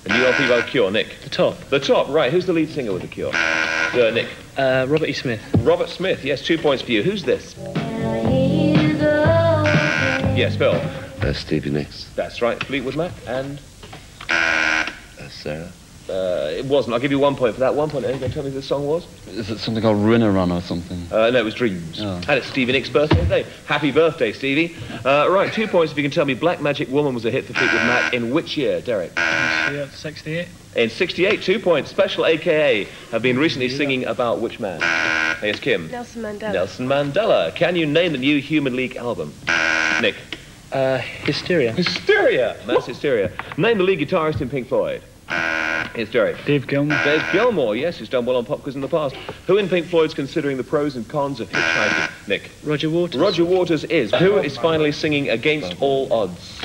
[SPEAKER 19] A new LP by The Cure, Nick. The Top. The Top, right. Who's the lead singer with The Cure? Uh, Nick. Uh, Robert E. Smith. Robert Smith, yes. Two points for you. Who's this? Yes, Phil.
[SPEAKER 21] Uh, Stevie Nicks.
[SPEAKER 19] That's right. Fleetwood Mac and...
[SPEAKER 21] Uh, Sarah.
[SPEAKER 19] Uh, it wasn't. I'll give you one point for that. One point. Are you going to tell me who the song was?
[SPEAKER 21] Is it something called Rinna Run or something?
[SPEAKER 19] Uh, no, it was Dreams. And it's Stevie Nicks' birthday today. Happy birthday, Stevie. Uh, right, two points if you can tell me Black Magic Woman was a hit for Fleetwood Mac in which year, Derek?
[SPEAKER 22] Yeah, 68.
[SPEAKER 19] In 68, two points. Special AKA have been recently singing about which man? Yes, Kim.
[SPEAKER 20] Nelson Mandela.
[SPEAKER 19] Nelson Mandela. Can you name the new Human League album? Nick. Uh, Hysteria. Hysteria! Mass Hysteria. Name the lead guitarist in Pink Floyd. It's Derek. Dave Gilmore. Dave Gilmore, yes, who's done well on pop quiz in the past. Who in Pink Floyd's considering the pros and cons of hitchhiking? Nick. Roger Waters. Roger Waters is. Who is finally singing Against All Odds?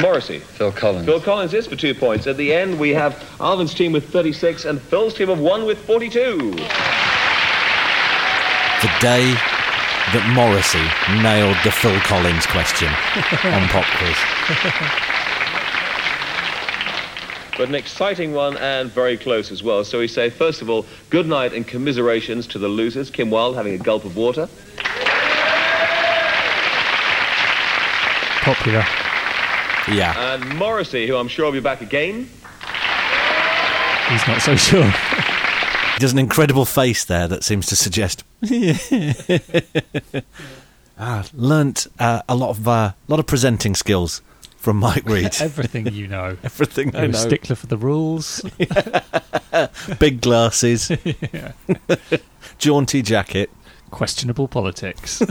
[SPEAKER 19] Morrissey.
[SPEAKER 21] Phil Collins.
[SPEAKER 19] Phil Collins is for two points. At the end, we have Alvin's team with 36 and Phil's team of one with 42.
[SPEAKER 1] The day that Morrissey nailed the Phil Collins question [laughs] on Pop Quiz.
[SPEAKER 19] But an exciting one and very close as well. So we say, first of all, good night and commiserations to the losers. Kim Wilde having a gulp of water.
[SPEAKER 2] popular.
[SPEAKER 1] Yeah.
[SPEAKER 19] And Morrissey, who I'm sure will be back again.
[SPEAKER 2] He's not
[SPEAKER 1] [laughs]
[SPEAKER 2] so [laughs] sure.
[SPEAKER 1] He does an incredible face there that seems to [laughs] suggest ah, learnt uh, a lot of a lot of presenting skills from [laughs] Mike Reed.
[SPEAKER 2] Everything you know.
[SPEAKER 1] Everything I
[SPEAKER 2] You're a
[SPEAKER 1] know.
[SPEAKER 2] stickler for the rules.
[SPEAKER 1] Big [laughs] glasses, jaunty jacket,
[SPEAKER 2] questionable politics.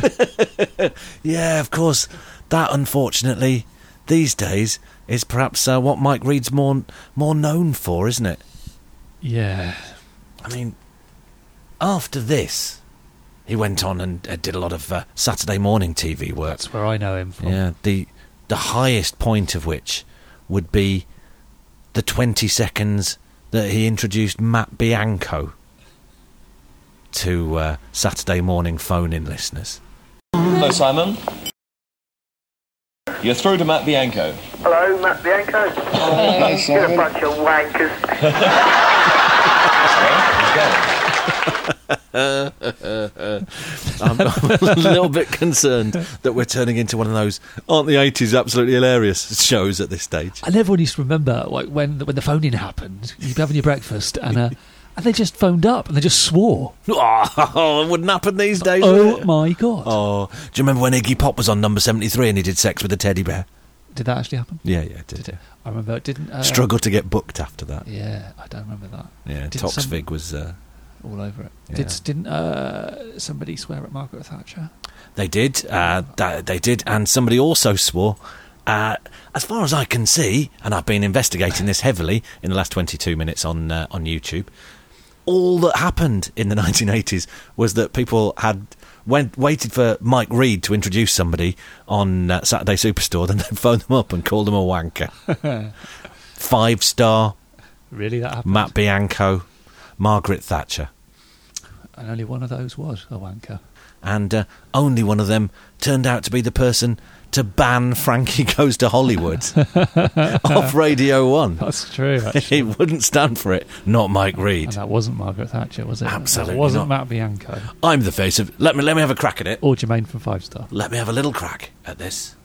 [SPEAKER 1] yeah, of course. That unfortunately these days is perhaps uh, what Mike Reed's more more known for, isn't it?
[SPEAKER 2] Yeah.
[SPEAKER 1] I mean, after this, he went on and uh, did a lot of uh, Saturday morning TV work. That's
[SPEAKER 2] where I know him from.
[SPEAKER 1] Yeah, the the highest point of which would be the 20 seconds that he introduced Matt Bianco to uh, Saturday morning phone-in listeners.
[SPEAKER 19] Hello, Simon. You're through to Matt Bianco.
[SPEAKER 20] Hello, Matt Bianco.
[SPEAKER 19] Hello,
[SPEAKER 20] Get a bunch of wankers.
[SPEAKER 1] I'm, I'm a [laughs] little bit concerned that we're turning into one of those aren't the 80s absolutely hilarious shows at this stage.
[SPEAKER 2] And everyone used to remember like when when the phoning happened, you'd be having your breakfast and uh, and they just phoned up and they just swore.
[SPEAKER 1] [laughs] Oh, it wouldn't happen these days.
[SPEAKER 2] Oh my god!
[SPEAKER 1] Oh, do you remember when Iggy Pop was on number 73 and he did sex with a teddy bear?
[SPEAKER 2] Did that actually happen?
[SPEAKER 1] Yeah, yeah, it did.
[SPEAKER 2] I remember it didn't uh,
[SPEAKER 1] Struggled to get booked after that.
[SPEAKER 2] Yeah, I don't remember that.
[SPEAKER 1] Yeah,
[SPEAKER 2] Didn't some-
[SPEAKER 1] Toxvig was. Uh,
[SPEAKER 2] all over it.
[SPEAKER 1] Yeah.
[SPEAKER 2] Did didn't uh, somebody swear at Margaret Thatcher?
[SPEAKER 1] They did. Uh, that, they did, and somebody also swore. Uh, as far as I can see, and I've been investigating this heavily in the last 22 minutes on uh, on YouTube, all that happened in the [laughs] 1980s was that people had went waited for Mike Reed to introduce somebody on uh, Saturday Superstore, [laughs] then they phoned them up and called them a wanker. Five star
[SPEAKER 2] really, that happened.
[SPEAKER 1] Matt Bianco, Margaret Thatcher,
[SPEAKER 2] And only one of those was a wanker.
[SPEAKER 1] and uh, only one of them turned out to be the person to ban [laughs] Frankie Goes to Hollywood. off Radio 1.
[SPEAKER 2] That's true.
[SPEAKER 1] he wouldn't stand for it. Not Mike Reed.
[SPEAKER 2] [laughs] And that wasn't Margaret Thatcher, was it?
[SPEAKER 1] Absolutely
[SPEAKER 2] That wasn't
[SPEAKER 1] not.
[SPEAKER 2] Matt Bianco.
[SPEAKER 1] I'm the face of. Let me let me have a crack at it.
[SPEAKER 2] Or Jermaine from Five Star.
[SPEAKER 1] Let me have a little crack at this.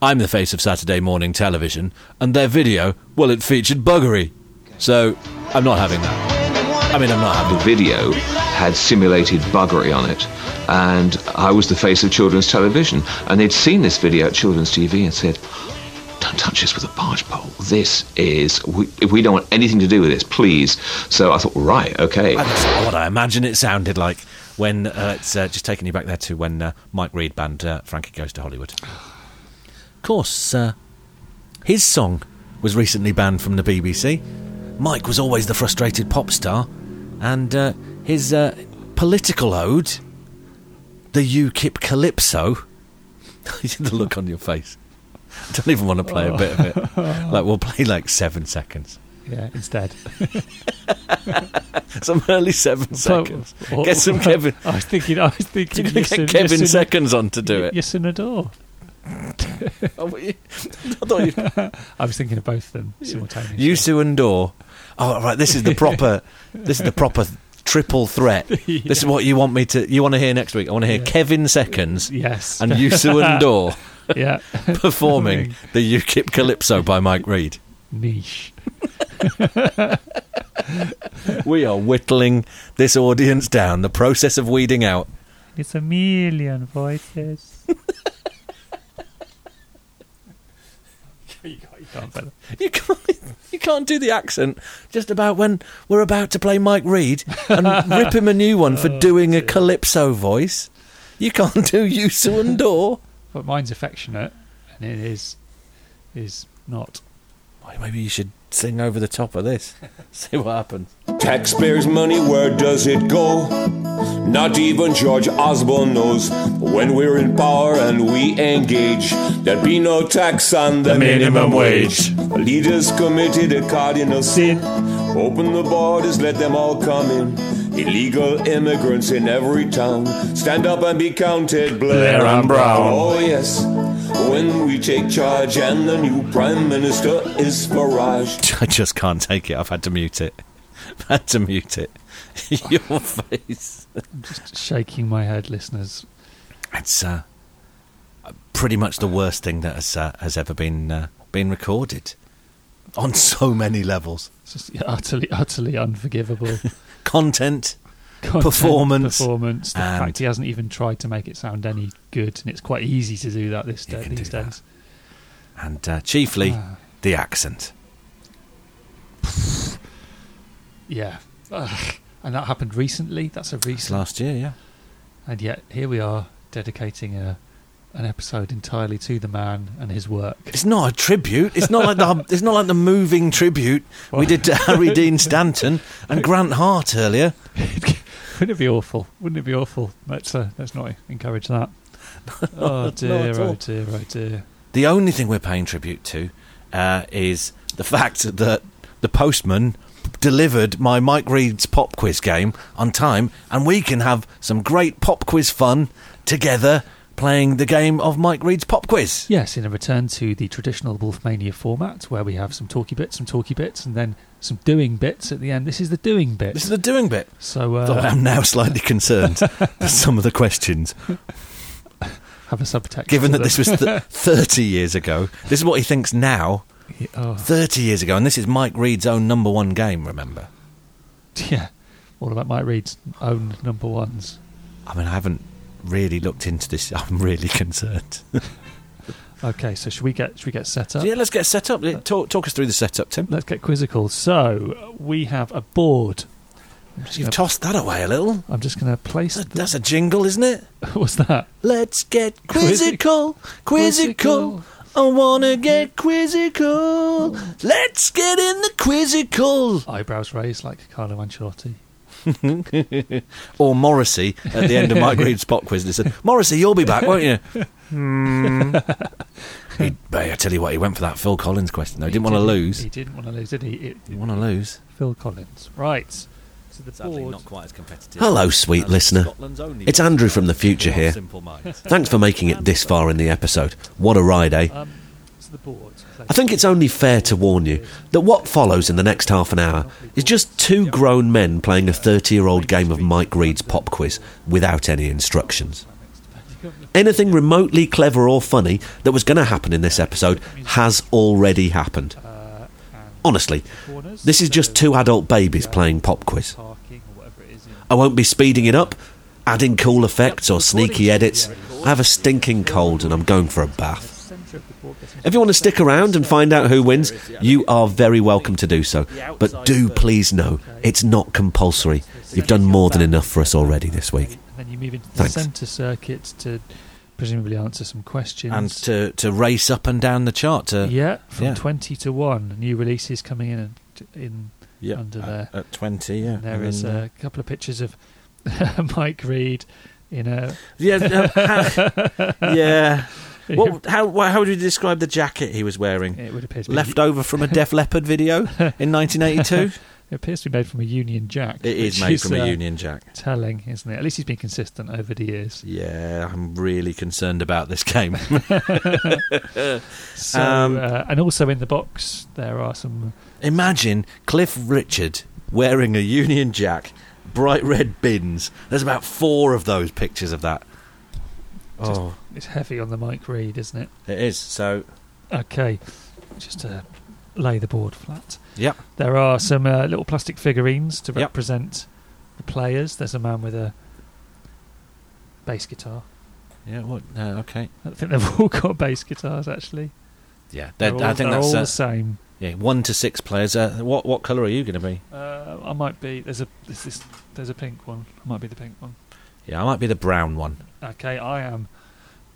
[SPEAKER 1] I'm the face of Saturday morning television, and their video, well, it featured buggery. So I'm not having that. I mean, I'm not having.
[SPEAKER 22] The video had simulated buggery on it, and I was the face of children's television. And they'd seen this video at children's TV and said, "Don't touch this with a barge pole. This is we, we don't want anything to do with this, please." So I thought, right, okay.
[SPEAKER 1] That's what I imagine it sounded like when uh, it's uh, just taking you back there to when uh, Mike Reed banned uh, Frankie Goes to Hollywood. Of course, uh, his song was recently banned from the BBC. Mike was always the frustrated pop star, and uh, his uh, political ode, the UKIP Calypso. [laughs] the look on your face. I don't even want to play a bit of it. Like we'll play like seven seconds.
[SPEAKER 2] Yeah, instead.
[SPEAKER 1] Some early seven seconds. Get some Kevin.
[SPEAKER 2] [laughs] I was thinking. I was thinking.
[SPEAKER 1] You're gonna
[SPEAKER 2] Yasin-
[SPEAKER 1] get Kevin
[SPEAKER 2] Yasin-
[SPEAKER 1] Seconds on to
[SPEAKER 2] [laughs]
[SPEAKER 1] do it.
[SPEAKER 2] Yasin Adore.
[SPEAKER 1] [laughs]
[SPEAKER 2] I was thinking of both of them simultaneously.
[SPEAKER 1] Yusu and Dor. Oh, right. This is the
[SPEAKER 2] [laughs]
[SPEAKER 1] proper. this is the proper triple threat. This is what you want me to. You want to hear next week? I want to hear
[SPEAKER 2] Yeah.
[SPEAKER 1] Kevin Seconds.
[SPEAKER 2] Yes. [laughs]
[SPEAKER 1] And Yusu and Dor.
[SPEAKER 2] Yeah. [laughs]
[SPEAKER 1] Performing the UKIP Calypso by Mike Reed.
[SPEAKER 2] Niche. [laughs]
[SPEAKER 1] We are whittling this audience down. The process of weeding out.
[SPEAKER 2] It's a million voices.
[SPEAKER 1] You can't. You can't do the accent just about when we're about to play Mike Reed and rip him a new one for
[SPEAKER 2] [laughs] Oh,
[SPEAKER 1] doing a calypso voice. You can't do Yusu and Dor.
[SPEAKER 2] But mine's affectionate, and it is is not.
[SPEAKER 1] Wait, maybe you should sing over the top of this. [laughs] See what happens. [laughs]
[SPEAKER 6] Taxpayers' money, where does it go? Not even George Osborne knows. When we're in power and we engage, there'd be no tax on the,
[SPEAKER 23] The minimum wage.
[SPEAKER 6] Leaders committed a cardinal sin. Open the borders, let them all come in. Illegal immigrants in every town. Stand up and be counted, Blair,
[SPEAKER 23] Blair and Brown.
[SPEAKER 6] Oh, yes. When we take charge and the new prime minister is Farage.
[SPEAKER 1] I just can't take it. I've had to mute it. [laughs] I've had to mute it. [laughs] Your face.
[SPEAKER 2] Shaking my head, listeners.
[SPEAKER 1] It's uh, pretty much the worst thing that has uh, has ever been uh, been recorded on so many levels.
[SPEAKER 2] It's just utterly,
[SPEAKER 1] [laughs]
[SPEAKER 2] utterly unforgivable.
[SPEAKER 1] Content,
[SPEAKER 2] Content,
[SPEAKER 1] performance,
[SPEAKER 2] performance. The
[SPEAKER 1] and-
[SPEAKER 2] fact he hasn't even tried to make it sound any good, and it's quite easy to do that this day, these days.
[SPEAKER 1] and uh, chiefly
[SPEAKER 2] Ah.
[SPEAKER 1] the accent.
[SPEAKER 2] Yeah, Ugh. and that happened recently. That's a recent
[SPEAKER 1] Last year, yeah.
[SPEAKER 2] And yet, here we are dedicating a, an episode entirely to the man and his work.
[SPEAKER 1] It's not a tribute. It's not like the [laughs] it's not like the moving tribute we did to Harry Dean Stanton and Grant Hart earlier.
[SPEAKER 2] [laughs] Wouldn't it be awful? Wouldn't it be awful? Let's uh, let's not encourage that. [laughs] oh
[SPEAKER 1] Not
[SPEAKER 2] dear,
[SPEAKER 1] at all.
[SPEAKER 2] oh dear, oh dear.
[SPEAKER 1] The only thing we're paying tribute to uh, is the fact that the postman delivered my Mike Reed's pop quiz game on time, and we can have some great pop quiz fun together playing the game of Mike Reed's pop quiz.
[SPEAKER 2] Yes, in a return to the traditional Wolfmania format, where we have some talky bits, some talky bits, and then some doing bits at the end. This is the doing bit. This
[SPEAKER 1] is the doing bit.
[SPEAKER 2] So uh,
[SPEAKER 1] Though I'm now slightly concerned with some of the questions.
[SPEAKER 2] have a subtext.
[SPEAKER 1] Given
[SPEAKER 2] to
[SPEAKER 1] that [laughs] this was th-
[SPEAKER 2] them.
[SPEAKER 1] 30 years ago, this is what he thinks now.
[SPEAKER 2] [laughs] Oh,
[SPEAKER 1] 30 years ago, and this is Mike Reed's own number one game, remember?
[SPEAKER 2] yeah, all about Mike Reed's own number ones.
[SPEAKER 1] I mean, I haven't really looked into this. [laughs] I'm really concerned.
[SPEAKER 2] Okay, so should we get should we get set up?
[SPEAKER 1] yeah, let's get set up. Talk, talk us through the setup, Tim.
[SPEAKER 2] Let's get quizzical. So we have a board.
[SPEAKER 1] You've tossed that away a little.
[SPEAKER 2] I'm just going to
[SPEAKER 1] [laughs]
[SPEAKER 2] place.
[SPEAKER 1] that's a jingle, isn't it?
[SPEAKER 2] What's that?
[SPEAKER 1] Let's get [laughs] quizzical, quizzical.
[SPEAKER 5] Quizzical.
[SPEAKER 1] I wanna get quizzical. Let's get in the quizzical.
[SPEAKER 2] Eyebrows raised like Carlo Ancelotti.
[SPEAKER 1] or Morrissey at the end of Mike Reed's pop quiz. They said, Morrissey, you'll be back, won't you? Hmm. He-
[SPEAKER 3] uh,
[SPEAKER 1] but I tell you what, he went for that Phil Collins question, though. He didn't want to lose.
[SPEAKER 2] He
[SPEAKER 1] He
[SPEAKER 2] didn't want to lose, did he? It,
[SPEAKER 1] didn't want to lose.
[SPEAKER 2] Phil Collins. Right. So the board.
[SPEAKER 1] not quite as competitive.
[SPEAKER 3] Hello, sweet listener. It's Andrew from the future here. Thanks for making it this far in the episode. What a ride, eh?
[SPEAKER 2] Um, so the board.
[SPEAKER 3] I think it's only fair to warn you that what follows in the next half an hour is just two grown men playing a 30 year old game of Mike Reed's pop quiz without any instructions. Anything remotely clever or funny that was going to happen in this episode has already happened. Honestly, this is just two adult babies playing pop quiz. Oh. I won't be speeding it up, adding cool effects or sneaky edits. I have a stinking cold and I'm going for a bath. If you want to stick around and find out who wins, you are very welcome to do so. But do please know it's not compulsory. You've done more than enough for us already this week.
[SPEAKER 2] And then you move into the
[SPEAKER 3] Thanks.
[SPEAKER 2] centre circuit to presumably answer some questions.
[SPEAKER 1] And to, uh, to race up and down the chart. To,
[SPEAKER 2] yeah, from 20 to 1. New releases coming in in
[SPEAKER 1] Yeah,
[SPEAKER 2] under
[SPEAKER 1] at-
[SPEAKER 2] there.
[SPEAKER 1] at 20, yeah.
[SPEAKER 2] There
[SPEAKER 1] And
[SPEAKER 2] is
[SPEAKER 1] then, uh,
[SPEAKER 2] a couple of pictures of [laughs] Mike Reed in a.
[SPEAKER 1] Yeah, uh,
[SPEAKER 2] [laughs]
[SPEAKER 1] how- yeah. What, how wha- how would you describe the jacket he was wearing?
[SPEAKER 2] It would appear to be-
[SPEAKER 1] left over from a Def Leppard video [laughs] in 1982.
[SPEAKER 2] it appears to be made from a Union Jack.
[SPEAKER 1] It is
[SPEAKER 2] which
[SPEAKER 1] made from a
[SPEAKER 2] uh,
[SPEAKER 1] Union Jack.
[SPEAKER 2] Telling, isn't it? At least he's been consistent over the years.
[SPEAKER 1] Yeah, I'm really concerned about this game. [laughs]
[SPEAKER 2] So,
[SPEAKER 1] Um,
[SPEAKER 2] uh, and also in the box there are some.
[SPEAKER 1] Imagine Cliff Richard wearing a Union Jack, bright red bins. There's about four of those pictures of that.
[SPEAKER 2] Just,
[SPEAKER 1] Oh,
[SPEAKER 2] It's heavy on the Mike Reed, isn't it?
[SPEAKER 1] it is. So,
[SPEAKER 2] Okay, just to lay the board flat.
[SPEAKER 1] Yep.
[SPEAKER 2] There are some uh, little plastic figurines to
[SPEAKER 1] Yep.
[SPEAKER 2] represent the players. There's a man with a bass guitar.
[SPEAKER 1] yeah, what? Uh, okay.
[SPEAKER 2] I think they've [laughs] all got bass guitars actually.
[SPEAKER 1] Yeah, they're-
[SPEAKER 2] all,
[SPEAKER 1] I think
[SPEAKER 2] they're
[SPEAKER 1] that's
[SPEAKER 2] all
[SPEAKER 1] uh,
[SPEAKER 2] the same.
[SPEAKER 1] Yeah, one to six players. Uh, what what colour are you going to be?
[SPEAKER 2] Uh, I might be there's a there's, this, there's a pink one. I might be the pink one.
[SPEAKER 1] Yeah, I might be the brown one.
[SPEAKER 2] Okay, I am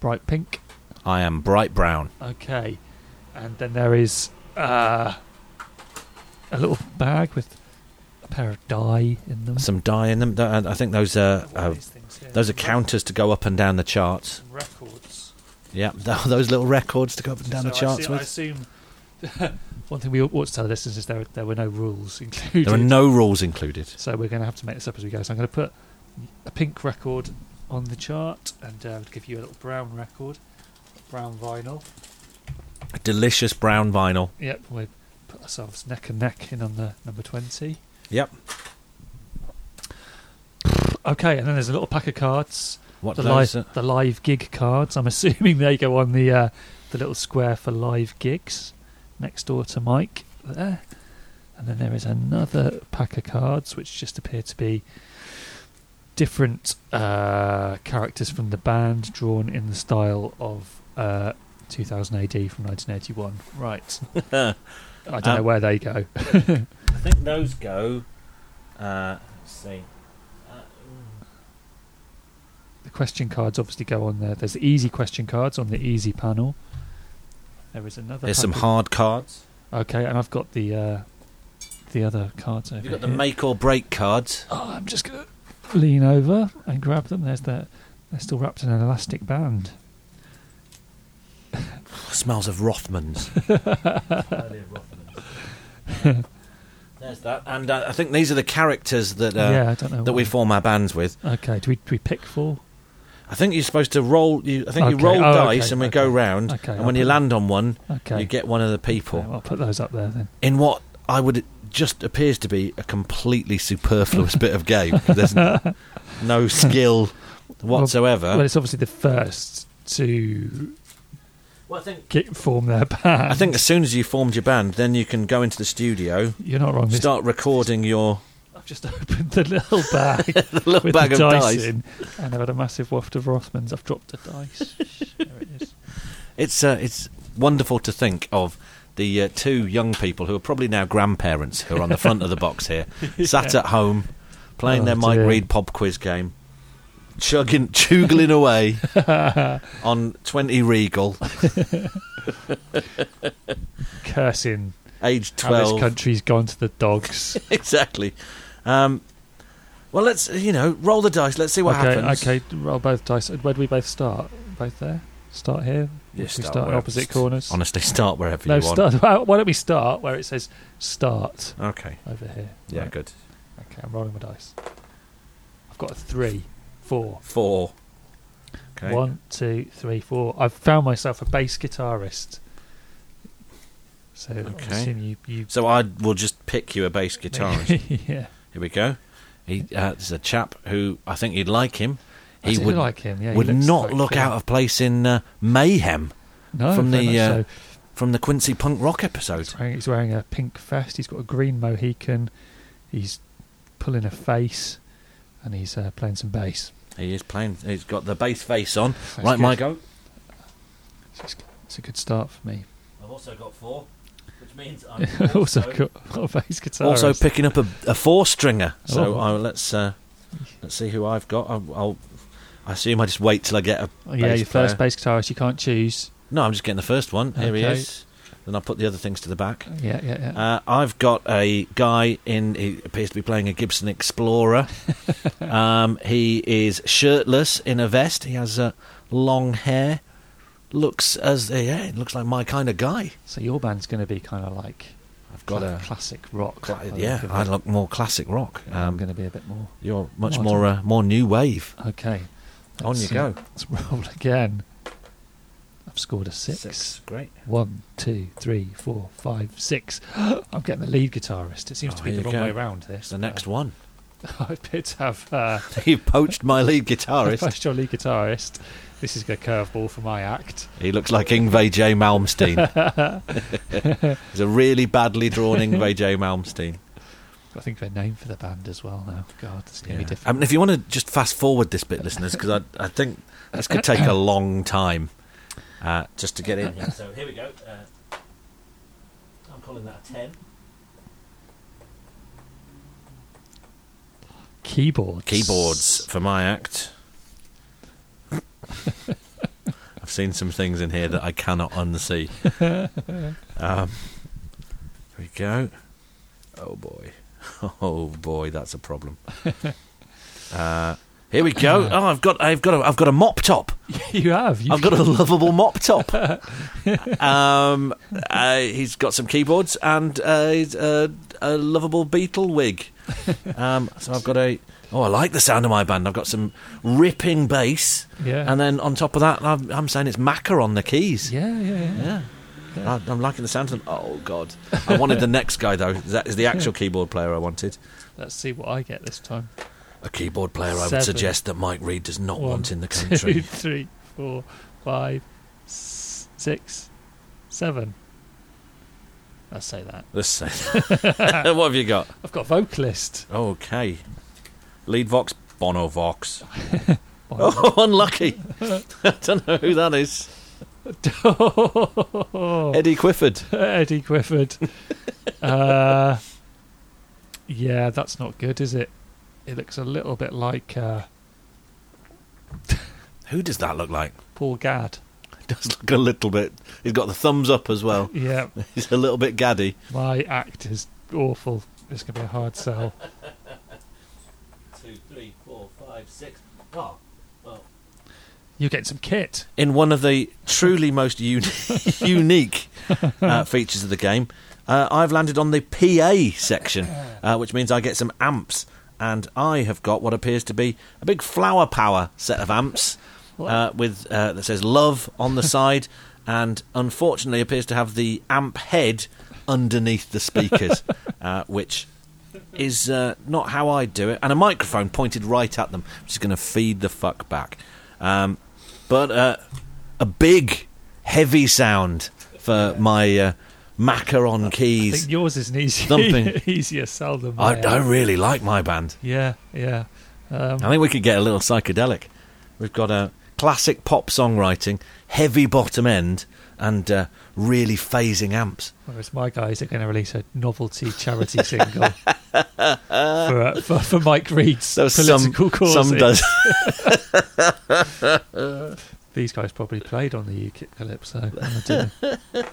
[SPEAKER 2] bright pink.
[SPEAKER 1] I am bright brown.
[SPEAKER 2] Okay, and then there is uh, a little bag with a pair of dye in them.
[SPEAKER 1] Some dye in them. Th- I think those are uh, those are counters to go up and down the charts.
[SPEAKER 2] records.
[SPEAKER 1] Yeah, [laughs] th- those little records to go up and down the
[SPEAKER 2] So I
[SPEAKER 1] charts
[SPEAKER 2] assu- I
[SPEAKER 1] with.
[SPEAKER 2] assume. [laughs] One thing we ought to tell the listeners is there there were no rules included.
[SPEAKER 1] There are no rules included.
[SPEAKER 2] So we're going to have to make this up as we go. So I'm going to put a pink record on the chart and uh, give you a little brown record, brown vinyl.
[SPEAKER 1] Delicious brown vinyl.
[SPEAKER 2] Yep, we put ourselves neck and neck in on the number twenty.
[SPEAKER 1] Yep.
[SPEAKER 2] Okay, and then there's a little pack of cards.
[SPEAKER 1] What
[SPEAKER 2] the
[SPEAKER 1] are those? uh,
[SPEAKER 2] live the live gig cards? I'm [laughs] assuming they go on the uh, the little square for live gigs next door to Mike there. And then there is another pack of cards which just appear to be different uh, characters from the band drawn in the style of uh, 2000 AD from 1981.
[SPEAKER 1] [laughs]
[SPEAKER 2] Right. I don't know
[SPEAKER 1] Um,
[SPEAKER 2] where they go. [laughs]
[SPEAKER 1] I think those go. Uh, let's see.
[SPEAKER 2] The question cards obviously go on there. There's the easy question cards on the easy panel. There is another.
[SPEAKER 1] There's some
[SPEAKER 2] packet-
[SPEAKER 1] hard cards.
[SPEAKER 2] Okay, and I've got the uh, the other cards over
[SPEAKER 1] You've got the
[SPEAKER 2] here.
[SPEAKER 1] make or break cards.
[SPEAKER 2] Oh, I'm just going to lean over and grab them. There's the they're still wrapped in an elastic band.
[SPEAKER 1] Oh, Smells of [laughs] Rothmans. [laughs] There's that. And uh, I think these are the characters that uh,
[SPEAKER 2] Yeah, I don't know
[SPEAKER 1] that we form our bands with.
[SPEAKER 2] Okay, do we do we pick four?
[SPEAKER 1] I think you're supposed to roll. You, I think you
[SPEAKER 2] Okay.
[SPEAKER 1] roll
[SPEAKER 2] Oh,
[SPEAKER 1] dice
[SPEAKER 2] okay,
[SPEAKER 1] and we
[SPEAKER 2] okay.
[SPEAKER 1] go round.
[SPEAKER 2] Okay,
[SPEAKER 1] and
[SPEAKER 2] I'll
[SPEAKER 1] when you
[SPEAKER 2] put-
[SPEAKER 1] land on one,
[SPEAKER 2] Okay.
[SPEAKER 1] you get one of the people.
[SPEAKER 2] I'll put those up there then.
[SPEAKER 1] in what I would just appears to be a completely superfluous bit of
[SPEAKER 2] [laughs]
[SPEAKER 1] game. There's n- no skill whatsoever.
[SPEAKER 2] Well, it's obviously the first to
[SPEAKER 1] well, I think
[SPEAKER 2] get, form their
[SPEAKER 1] I
[SPEAKER 2] band.
[SPEAKER 1] think as soon as you formed your band, then you can go into the studio.
[SPEAKER 2] You're not wrong, this-
[SPEAKER 1] Start recording your.
[SPEAKER 2] I've just opened the little bag,
[SPEAKER 1] [laughs] The little
[SPEAKER 2] with
[SPEAKER 1] bag
[SPEAKER 2] the
[SPEAKER 1] of
[SPEAKER 2] dice,
[SPEAKER 1] dice.
[SPEAKER 2] in, and I've had a massive waft of Rothmans. I've dropped a
[SPEAKER 1] [laughs]
[SPEAKER 2] dice. there it is.
[SPEAKER 1] It's uh, it's wonderful to think of the uh, two young people who are probably now grandparents who are on the front of the box here, sat
[SPEAKER 2] [laughs] Yeah.
[SPEAKER 1] at home playing
[SPEAKER 2] Oh,
[SPEAKER 1] their Mike
[SPEAKER 2] dear.
[SPEAKER 1] Reed pub quiz game, chugging, [laughs] chugling
[SPEAKER 2] [laughs]
[SPEAKER 1] away on twenty regal.
[SPEAKER 2] Cursing.
[SPEAKER 1] Age
[SPEAKER 2] How this
[SPEAKER 1] 12.
[SPEAKER 2] country's gone to the dogs.
[SPEAKER 1] [laughs] exactly. Um, well, let's you know roll the dice. Let's see what
[SPEAKER 2] okay,
[SPEAKER 1] happens.
[SPEAKER 2] okay. Roll both dice. Where do we both start? Both there. Start here.
[SPEAKER 1] Yeah,
[SPEAKER 2] Should we
[SPEAKER 1] start
[SPEAKER 2] start in
[SPEAKER 1] where-
[SPEAKER 2] opposite corners.
[SPEAKER 1] Honestly, start wherever
[SPEAKER 2] no,
[SPEAKER 1] you want.
[SPEAKER 2] start. [laughs] Why why don't we start where it says start?
[SPEAKER 1] Okay.
[SPEAKER 2] Over here.
[SPEAKER 1] Yeah,
[SPEAKER 2] Right.
[SPEAKER 1] good.
[SPEAKER 2] Okay, I'm rolling my dice. I've got a three, four.
[SPEAKER 1] Four. Okay.
[SPEAKER 2] One, two, three, four. I've found myself a bass guitarist. So I
[SPEAKER 1] Okay.
[SPEAKER 2] assume you, you
[SPEAKER 1] So I will just pick you a bass guitarist.
[SPEAKER 2] [laughs] Yeah.
[SPEAKER 1] Here we go. He, uh, there's a chap who I think you'd like him.
[SPEAKER 2] I
[SPEAKER 1] He
[SPEAKER 2] do
[SPEAKER 1] would
[SPEAKER 2] like him, yeah, he
[SPEAKER 1] would
[SPEAKER 2] looks
[SPEAKER 1] not
[SPEAKER 2] like,
[SPEAKER 1] look
[SPEAKER 2] uh,
[SPEAKER 1] out of place in uh, Mayhem.
[SPEAKER 2] No,
[SPEAKER 1] from
[SPEAKER 2] very
[SPEAKER 1] the
[SPEAKER 2] much
[SPEAKER 1] uh,
[SPEAKER 2] so.
[SPEAKER 1] from the Quincy Punk Rock episode.
[SPEAKER 2] wearing, he's wearing a pink vest. He's got a green Mohican. He's pulling a face, and he's uh, playing some bass.
[SPEAKER 1] He is playing. He's got the bass face on.
[SPEAKER 2] That's
[SPEAKER 1] right,
[SPEAKER 2] good.
[SPEAKER 1] my go.
[SPEAKER 2] It's, it's a good start for me. [laughs]
[SPEAKER 1] I've also got four, which means
[SPEAKER 2] also got a bass guitarist.
[SPEAKER 1] Also picking up a, a four stringer. So
[SPEAKER 2] Oh.
[SPEAKER 1] I, let's uh, let's see who I've got. I'll, I'll I assume I just wait till I get a.
[SPEAKER 2] Oh, yeah,
[SPEAKER 1] bass
[SPEAKER 2] your first
[SPEAKER 1] player.
[SPEAKER 2] bass guitarist. You can't choose.
[SPEAKER 1] No, I'm just getting the first one. Here he
[SPEAKER 2] Okay.
[SPEAKER 1] is. Then I'll put the other things to the back.
[SPEAKER 2] Yeah, yeah, yeah.
[SPEAKER 1] Uh, I've got a guy in. He appears to be playing a Gibson
[SPEAKER 2] [laughs]
[SPEAKER 1] Explorer. um, he is shirtless in a vest. He has uh, long hair. Looks as uh, yeah, it looks like my kind of guy.
[SPEAKER 2] So your band's going to be kind of like I've
[SPEAKER 1] got a-
[SPEAKER 2] classic rock. by the
[SPEAKER 1] yeah,
[SPEAKER 2] look of
[SPEAKER 1] I
[SPEAKER 2] it.
[SPEAKER 1] like um, more classic rock.
[SPEAKER 2] I'm going to be a bit more.
[SPEAKER 1] You're much
[SPEAKER 2] Oh, I
[SPEAKER 1] more
[SPEAKER 2] don't-
[SPEAKER 1] uh, more new wave.
[SPEAKER 2] Okay.
[SPEAKER 1] On you
[SPEAKER 2] Let's,
[SPEAKER 1] go.
[SPEAKER 2] uh, Let's [laughs] roll again. I've scored a six. Six,
[SPEAKER 1] great.
[SPEAKER 2] One, two, three, four, five, six. [gasps] I'm getting the lead guitarist. It seems
[SPEAKER 1] Oh,
[SPEAKER 2] to be
[SPEAKER 1] here
[SPEAKER 2] the
[SPEAKER 1] you
[SPEAKER 2] wrong
[SPEAKER 1] go.
[SPEAKER 2] way around this.
[SPEAKER 1] The next one.
[SPEAKER 2] [laughs]
[SPEAKER 1] [laughs]
[SPEAKER 2] I appear to have. Uh,
[SPEAKER 1] You poached my lead
[SPEAKER 2] [laughs]
[SPEAKER 1] guitarist.
[SPEAKER 2] First, your lead guitarist. This is a curveball for my act.
[SPEAKER 1] He looks like Ingve J.
[SPEAKER 2] [laughs]
[SPEAKER 1] Malmsteen. [laughs] He's a really badly drawn Ingve J. Malmsteen.
[SPEAKER 2] I think of a name for the band as well now. God, it's going to be
[SPEAKER 1] Yeah.
[SPEAKER 2] different.
[SPEAKER 1] I mean, if you want to just fast forward this bit, listeners, because I, I think this could take a long time uh, just to get in. here. So here we go. Uh, I'm calling that a 10.
[SPEAKER 2] Keyboards.
[SPEAKER 1] Keyboards for my act. I've seen some things in here that I cannot unsee. Um, here we go. Oh boy. [laughs] Oh boy, that's a problem. Uh, here we go. Oh, I've got, I've got, a, I've got a mop top.
[SPEAKER 2] [laughs] you have. You
[SPEAKER 1] I've got a lovable mop
[SPEAKER 2] [laughs]
[SPEAKER 1] top. um, uh, he's got some keyboards and uh, he's, uh, a lovable beetle wig. Um, so I've got a. Oh, I like the sound of my band. I've got some ripping bass.
[SPEAKER 2] Yeah.
[SPEAKER 1] And then on top of that, I'm, I'm saying it's Macker on the keys.
[SPEAKER 2] Yeah, yeah, yeah.
[SPEAKER 1] Yeah. I- I'm liking the sound of them. Oh, God. I wanted
[SPEAKER 2] [laughs]
[SPEAKER 1] the next guy, though. That is the actual keyboard player I wanted.
[SPEAKER 2] Let's see what I get this time.
[SPEAKER 1] A keyboard player I
[SPEAKER 2] Seven.
[SPEAKER 1] would suggest that Mike Reed does not
[SPEAKER 2] One,
[SPEAKER 1] want in the
[SPEAKER 2] [laughs] two,
[SPEAKER 1] country.
[SPEAKER 2] three, four, five, s- six, seven. I say that.
[SPEAKER 1] Let's say that. [laughs] what have you got?
[SPEAKER 2] I've got
[SPEAKER 1] [laughs]
[SPEAKER 2] a vocalist. [laughs]
[SPEAKER 1] Okay. Lead Vox, Bono Vox. oh, [laughs] unlucky. I don't know who that is. Eddie Quifford.
[SPEAKER 2] [laughs]
[SPEAKER 1] [laughs]
[SPEAKER 2] Eddie Quifford. uh, yeah, that's not good, is it? It looks a little bit like. Uh,
[SPEAKER 1] Who does that look [laughs] like?
[SPEAKER 2] Paul Gadd.
[SPEAKER 1] Does look a little bit. He's got the thumbs up as well. [laughs]
[SPEAKER 2] Yeah.
[SPEAKER 1] he's a little bit gaddy.
[SPEAKER 2] My act is awful. It's going to be a hard sell.
[SPEAKER 1] Two, three, four, five, six. Oh,
[SPEAKER 2] You get some kit.
[SPEAKER 1] in one of the truly most uni- [laughs] unique uh, features of the game, uh, I've landed on the PA section, uh, which means I get some amps, and I have got what appears to be a big flower power set of amps uh, with uh, that says "Love" on the side, and unfortunately appears to have the amp head underneath the speakers, uh, which is uh, not how I do it, and a microphone pointed right at them, which is going to feed the fuck back. Um, but uh, a big, heavy sound for my uh, macaron
[SPEAKER 2] I
[SPEAKER 1] keys.
[SPEAKER 2] think yours is an easy,
[SPEAKER 1] thumping.
[SPEAKER 2] [laughs] easier sell than
[SPEAKER 1] I,
[SPEAKER 2] mine.
[SPEAKER 1] I really like my band.
[SPEAKER 2] Yeah, yeah. Um,
[SPEAKER 1] I think we could get a little psychedelic. We've got a classic pop songwriting, heavy bottom end, and uh, really phasing amps.
[SPEAKER 2] Whereas my guys are going to release a novelty
[SPEAKER 1] [laughs]
[SPEAKER 2] charity single for, uh, for for Mike Reed's
[SPEAKER 1] There was
[SPEAKER 2] political cause.
[SPEAKER 1] some
[SPEAKER 2] [laughs]
[SPEAKER 1] does.
[SPEAKER 2] These guys probably played on the UKIP Calypso. I don't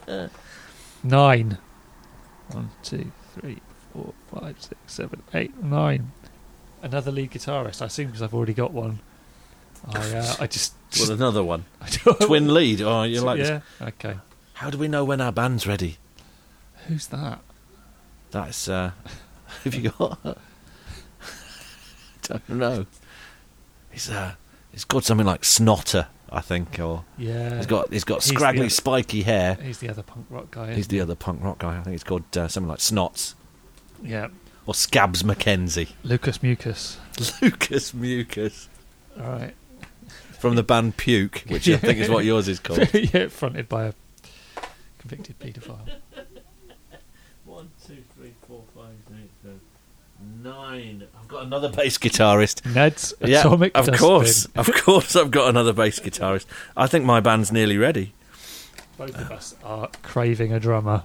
[SPEAKER 2] know. [laughs] Nine. One, two, three, four, five, six, seven, eight, nine. Another lead guitarist, I assume, because I've already got one. I, uh, I just [laughs]
[SPEAKER 1] well, another one.
[SPEAKER 2] don't-
[SPEAKER 1] Twin lead. Oh, you
[SPEAKER 2] [laughs] So,
[SPEAKER 1] like
[SPEAKER 2] yeah,
[SPEAKER 1] this?
[SPEAKER 2] okay.
[SPEAKER 1] How do we know when our band's ready?
[SPEAKER 2] Who's that?
[SPEAKER 1] That's. Uh, [laughs] have you got? [laughs] don't know. He's uh, he's called something like Snotter, I think, or
[SPEAKER 2] Yeah.
[SPEAKER 1] He's got he's got
[SPEAKER 2] He's the
[SPEAKER 1] scraggly,
[SPEAKER 2] other-
[SPEAKER 1] spiky hair.
[SPEAKER 2] He's the other punk rock guy.
[SPEAKER 1] He's the other punk rock guy. I think he's called uh, something like Snots
[SPEAKER 2] yeah.
[SPEAKER 1] or Scabs McKenzie.
[SPEAKER 2] Lucas Mucus.
[SPEAKER 1] [laughs] Lucas Mucus.
[SPEAKER 2] All right.
[SPEAKER 1] From the band Puke, which I think is what yours is called.
[SPEAKER 2] [laughs] yeah, fronted by a convicted paedophile.
[SPEAKER 1] One, [laughs] two, three, four, five, eight, seven, nine. I've got another bass guitarist.
[SPEAKER 2] Ned's
[SPEAKER 1] Yeah,
[SPEAKER 2] Atomic
[SPEAKER 1] of
[SPEAKER 2] Dustbin.
[SPEAKER 1] course, of course, I've got another bass guitarist. I think my band's nearly ready.
[SPEAKER 2] Both of us are craving a drummer.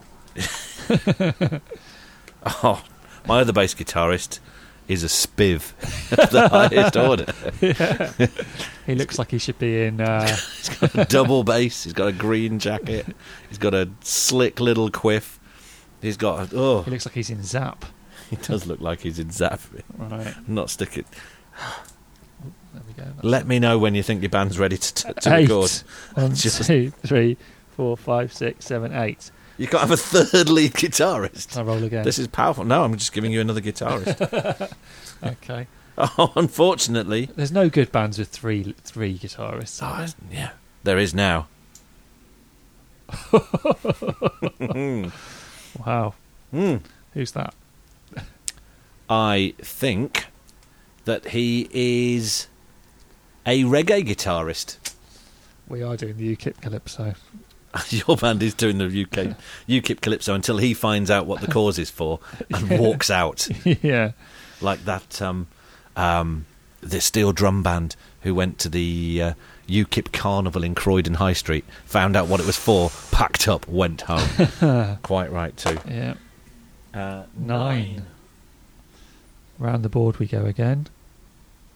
[SPEAKER 1] Oh, my other bass guitarist is a spiv [laughs] of the highest order.
[SPEAKER 2] Yeah. He looks like he should be in. [laughs] Uh,
[SPEAKER 1] He's got a double bass. He's got a green jacket. He's got a slick little quiff. He's got a, oh.
[SPEAKER 2] He looks like he's in Zap.
[SPEAKER 1] He does look like he's in Zap.
[SPEAKER 2] Right.
[SPEAKER 1] Not stick it.
[SPEAKER 2] There we go.
[SPEAKER 1] Let me know when you think your band's ready to, t- to
[SPEAKER 2] Eight.
[SPEAKER 1] record.
[SPEAKER 2] [laughs]
[SPEAKER 1] [laughs]
[SPEAKER 2] One,
[SPEAKER 1] Just-
[SPEAKER 2] two, three, four, five, six, seven, eight.
[SPEAKER 1] You can't have a third lead guitarist.
[SPEAKER 2] I roll again.
[SPEAKER 1] This is powerful. No, I'm just giving you another
[SPEAKER 2] [laughs]
[SPEAKER 1] guitarist.
[SPEAKER 2] okay.
[SPEAKER 1] oh, unfortunately,
[SPEAKER 2] There's no good bands with three three guitarists.
[SPEAKER 1] Oh, yeah. there is now.
[SPEAKER 2] Wow.
[SPEAKER 1] Mm.
[SPEAKER 2] Who's that?
[SPEAKER 1] I think that he is a reggae guitarist. [laughs]
[SPEAKER 2] We are doing the UKIP Calypso.
[SPEAKER 1] Your band is doing the [laughs] UK UKIP Calypso until he finds out what the cause is for and
[SPEAKER 2] Yeah.
[SPEAKER 1] walks out.
[SPEAKER 2] [laughs] yeah.
[SPEAKER 1] like that um, um, the steel drum band who went to the uh, UKIP carnival in Croydon High Street, found out what it was for, packed up, went home. Quite right too.
[SPEAKER 2] Yeah.
[SPEAKER 1] Uh, [laughs]
[SPEAKER 2] Nine. Round the board we go again.